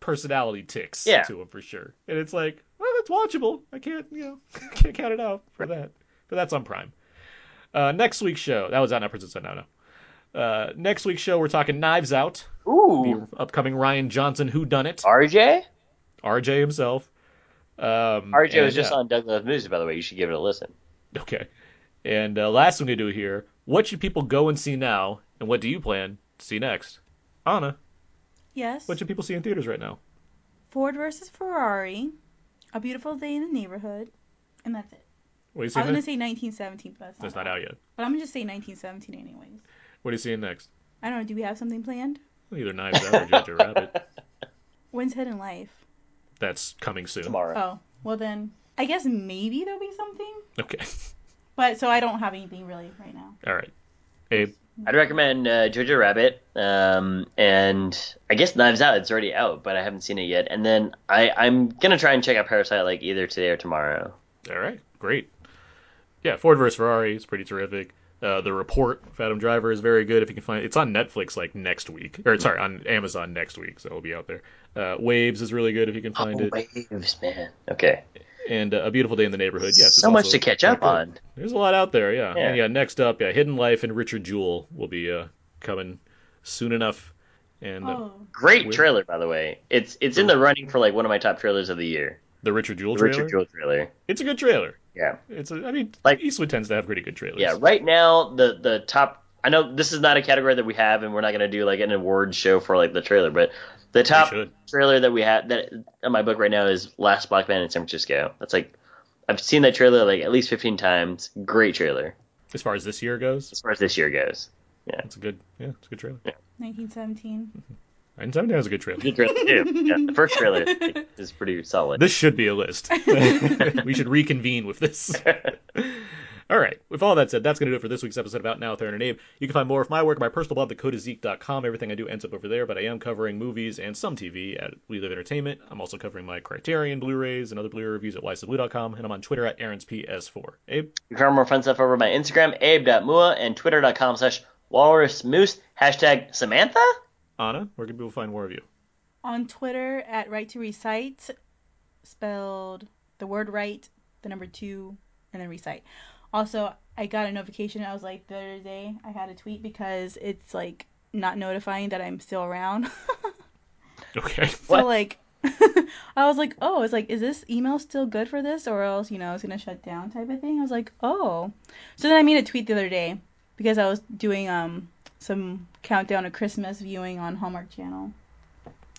[SPEAKER 2] personality ticks
[SPEAKER 5] Yeah.
[SPEAKER 2] to him for sure, and it's like, well, it's watchable. I can't you know (laughs) can't count it out for that, but that's on Prime. Uh, next week's show that was out now. Princess now no. Uh, next week's show we're talking Knives Out,
[SPEAKER 5] Ooh,
[SPEAKER 2] the upcoming Ryan Johnson Who Done It,
[SPEAKER 5] RJ.
[SPEAKER 2] RJ himself. Um,
[SPEAKER 5] RJ
[SPEAKER 2] and,
[SPEAKER 5] was just
[SPEAKER 2] yeah.
[SPEAKER 5] on Doug Love Movies, by the way. You should give it a listen.
[SPEAKER 2] Okay. And uh, last thing to do here what should people go and see now, and what do you plan to see next? Anna,
[SPEAKER 3] Yes.
[SPEAKER 2] what should people see in theaters right now?
[SPEAKER 3] Ford versus Ferrari, A Beautiful Day in the Neighborhood, and that's it.
[SPEAKER 2] What
[SPEAKER 3] I
[SPEAKER 2] are you
[SPEAKER 3] was
[SPEAKER 2] seeing
[SPEAKER 3] going to
[SPEAKER 2] next?
[SPEAKER 3] say 1917, but that's not,
[SPEAKER 2] That's not out yet.
[SPEAKER 3] But I'm going to just say 1917 anyways.
[SPEAKER 2] What are you seeing next?
[SPEAKER 3] I don't know. Do we have something planned?
[SPEAKER 2] Either Knives Out
[SPEAKER 5] (laughs)
[SPEAKER 2] or Jojo Rabbit.
[SPEAKER 3] When's Hidden Life?
[SPEAKER 2] That's coming soon.
[SPEAKER 5] Tomorrow.
[SPEAKER 3] Oh, well then, I guess maybe there'll be something.
[SPEAKER 2] Okay. (laughs)
[SPEAKER 3] But so I don't have anything really right now.
[SPEAKER 2] All right. Abe,
[SPEAKER 5] I'd recommend uh, Jojo Rabbit, um, and I guess Knives Out. It's already out, but I haven't seen it yet. And then I, I'm gonna try and check out Parasite like either today or tomorrow.
[SPEAKER 2] All right, great. Yeah, Ford versus Ferrari is pretty terrific. Uh, the report, with Adam Driver, is very good. If you can find, it's on Netflix like next week, or sorry, on Amazon next week, so it'll be out there. Uh, Waves is really good if you can find it,
[SPEAKER 5] Oh, Waves, man. Okay.
[SPEAKER 2] and uh, A Beautiful Day in the Neighborhood. Yes, is
[SPEAKER 5] so much
[SPEAKER 2] also
[SPEAKER 5] to catch
[SPEAKER 2] quite
[SPEAKER 5] up
[SPEAKER 2] good.
[SPEAKER 5] on.
[SPEAKER 2] There's a lot out there, yeah.
[SPEAKER 5] Yeah.
[SPEAKER 2] And yeah, next up, yeah, Hidden Life and Richard Jewell will be uh, coming soon enough. And uh,
[SPEAKER 3] Oh,
[SPEAKER 5] Great
[SPEAKER 2] Weird.
[SPEAKER 5] trailer, by the way. It's it's in the running for like one of my top trailers of the year.
[SPEAKER 2] the Richard Jewell
[SPEAKER 5] The
[SPEAKER 2] trailer,
[SPEAKER 5] Richard Jewell trailer.
[SPEAKER 2] it's a good trailer.
[SPEAKER 5] Yeah.
[SPEAKER 2] It's a, I mean,
[SPEAKER 5] Like-
[SPEAKER 2] Eastwood tends to have pretty good trailers.
[SPEAKER 5] Yeah. Right now, the the top. I know this is not a category that we have, and we're not gonna do like an award show for like the trailer, but the top
[SPEAKER 2] should.
[SPEAKER 5] trailer that we have that in my book right now is Last Black Man in San Francisco. That's like I've seen that trailer like at least fifteen times. Great trailer
[SPEAKER 2] As far as this year goes,
[SPEAKER 5] as far as this year goes. Yeah,
[SPEAKER 2] it's a good. Yeah, it's a good trailer.
[SPEAKER 3] 1917.
[SPEAKER 2] And sometimes it's a good trailer.
[SPEAKER 5] Good trailer, too. (laughs) Yeah, the first trailer is pretty solid.
[SPEAKER 2] This should be a list. we should reconvene with this. All right. With all that said, that's going to do it for this week's episode of Out Now with Aaron and Abe. You can find more of my work at my personal blog, thecodazeek.com. Everything I do ends up over there, but I am covering movies and some TV at We Live Entertainment. I'm also covering my Criterion Blu-rays and other Blu-ray reviews at wiseblue.com, and I'm on Twitter at Aaron's PS4. Abe?
[SPEAKER 5] You can find more fun stuff over my Instagram, abe.mua, and twitter.com slash walrusmoose, hashtag Samantha?
[SPEAKER 2] Anna, where can people find more of you?
[SPEAKER 3] On Twitter at Right to Recite, spelled the word right, the number two, and then recite. Also, I got a notification. I was like the other day I had a tweet because it's like not notifying that I'm still around. (laughs)
[SPEAKER 2] (laughs) okay.
[SPEAKER 3] So like, (laughs) I was like, oh, it's like, is this email still good for this, or else you know it's gonna shut down type of thing. I was like, oh. So then I made a tweet the other day because I was doing um some countdown to Christmas viewing on Hallmark Channel.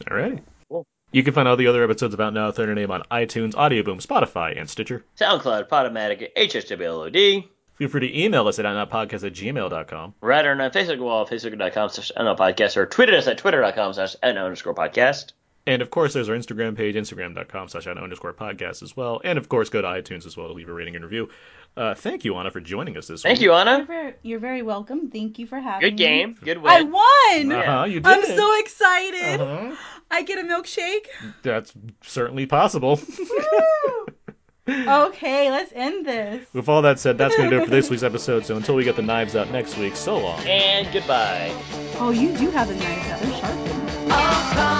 [SPEAKER 2] All right. Cool. You can find all the other episodes about Now Third Name on iTunes, Audioboom, Spotify, and Stitcher.
[SPEAKER 5] SoundCloud, Podomatic, HSWLOD.
[SPEAKER 2] Feel free to email us at outnowpodcast at gmail.com.
[SPEAKER 5] Right on our Facebook wall, facebook.com slash outnowpodcast, or tweet us at twitter.com slash outnow underscore podcast.
[SPEAKER 2] And of course, there's our Instagram page, instagram.com slash outnow underscore podcast as well. And of course, go to iTunes as well to leave a rating and review. Uh, thank you, Anna, for joining us this
[SPEAKER 5] Thank
[SPEAKER 2] week.
[SPEAKER 5] you, Anna.
[SPEAKER 3] You're, you're very, welcome. Thank you for having
[SPEAKER 5] me. Good game.
[SPEAKER 3] Me.
[SPEAKER 5] Good
[SPEAKER 3] Mm-hmm. I
[SPEAKER 5] win.
[SPEAKER 3] won.
[SPEAKER 2] Uh-huh, you did.
[SPEAKER 3] I'm so excited.
[SPEAKER 2] Uh-huh.
[SPEAKER 3] I get a milkshake.
[SPEAKER 2] That's certainly possible. (laughs)
[SPEAKER 3] okay, let's end this.
[SPEAKER 2] With all that said, that's going to do it
[SPEAKER 3] (laughs)
[SPEAKER 2] for this week's episode. So until we get the knives out next week, so long.
[SPEAKER 5] and goodbye.
[SPEAKER 3] (laughs) Oh, you do have the knives out. They're sharp.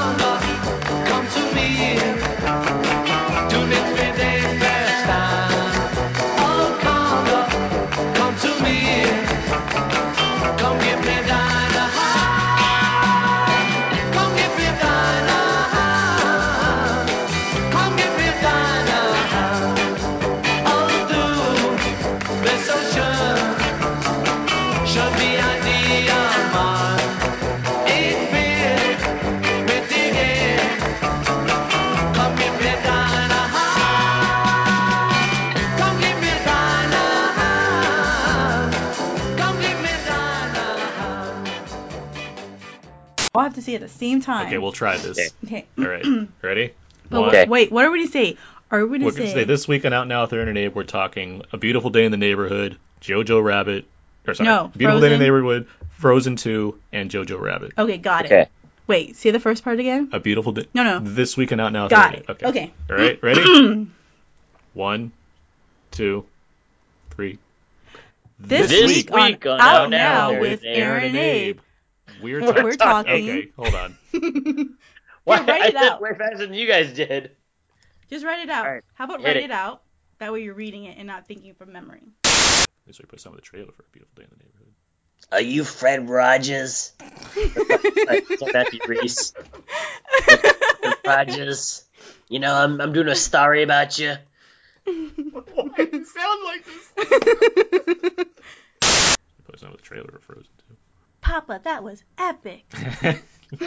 [SPEAKER 3] We'll have to say it at the same time.
[SPEAKER 2] Okay, we'll try this.
[SPEAKER 3] Okay.
[SPEAKER 2] All right.
[SPEAKER 3] (clears throat)
[SPEAKER 2] Ready?
[SPEAKER 3] But
[SPEAKER 2] One.
[SPEAKER 5] Okay.
[SPEAKER 3] Wait, what are we to say? Are we to
[SPEAKER 2] We're gonna
[SPEAKER 3] say,
[SPEAKER 2] say this week on Out Now with Aaron and Abe, we're talking A Beautiful Day in the Neighborhood, Jojo Rabbit, or sorry,
[SPEAKER 3] No,
[SPEAKER 2] Beautiful Day in
[SPEAKER 3] Frozen.
[SPEAKER 2] the Neighborhood, Frozen 2, and Jojo Rabbit.
[SPEAKER 3] Okay, got
[SPEAKER 5] Okay.
[SPEAKER 3] it. Wait, say the first part again.
[SPEAKER 2] A Beautiful Day.
[SPEAKER 3] No, no.
[SPEAKER 2] This week on Out Now with
[SPEAKER 3] Got
[SPEAKER 2] Aaron
[SPEAKER 3] it.
[SPEAKER 2] and Abe.
[SPEAKER 3] Okay.
[SPEAKER 2] All
[SPEAKER 3] (clears throat)
[SPEAKER 2] right, ready? One, two, three.
[SPEAKER 3] This,
[SPEAKER 5] This
[SPEAKER 3] week,
[SPEAKER 5] week
[SPEAKER 3] on
[SPEAKER 5] on
[SPEAKER 3] Out
[SPEAKER 5] Out
[SPEAKER 3] Now
[SPEAKER 5] Now
[SPEAKER 3] with Aaron and Abe,
[SPEAKER 2] We're
[SPEAKER 5] We're
[SPEAKER 2] talking.
[SPEAKER 3] we're talking.
[SPEAKER 5] talking.
[SPEAKER 2] (laughs) Okay, hold on.
[SPEAKER 5] Why,
[SPEAKER 3] write
[SPEAKER 5] I
[SPEAKER 3] it
[SPEAKER 5] did
[SPEAKER 3] out.
[SPEAKER 5] way faster than you guys did.
[SPEAKER 3] Just write it out.
[SPEAKER 5] All right.
[SPEAKER 3] How about
[SPEAKER 5] Hit
[SPEAKER 3] write
[SPEAKER 5] it.
[SPEAKER 3] it. out? That way you're reading it and not thinking from memory.
[SPEAKER 2] At least we put some of the trailer for A Beautiful Day in the Neighborhood.
[SPEAKER 5] Are you Fred Rogers? (laughs) That's Matthew Reese. (laughs) Rogers. You know, I'm, I'm doing a story about you.
[SPEAKER 2] We put some of the trailer for Frozen
[SPEAKER 3] Papa, that was epic.
[SPEAKER 2] 2.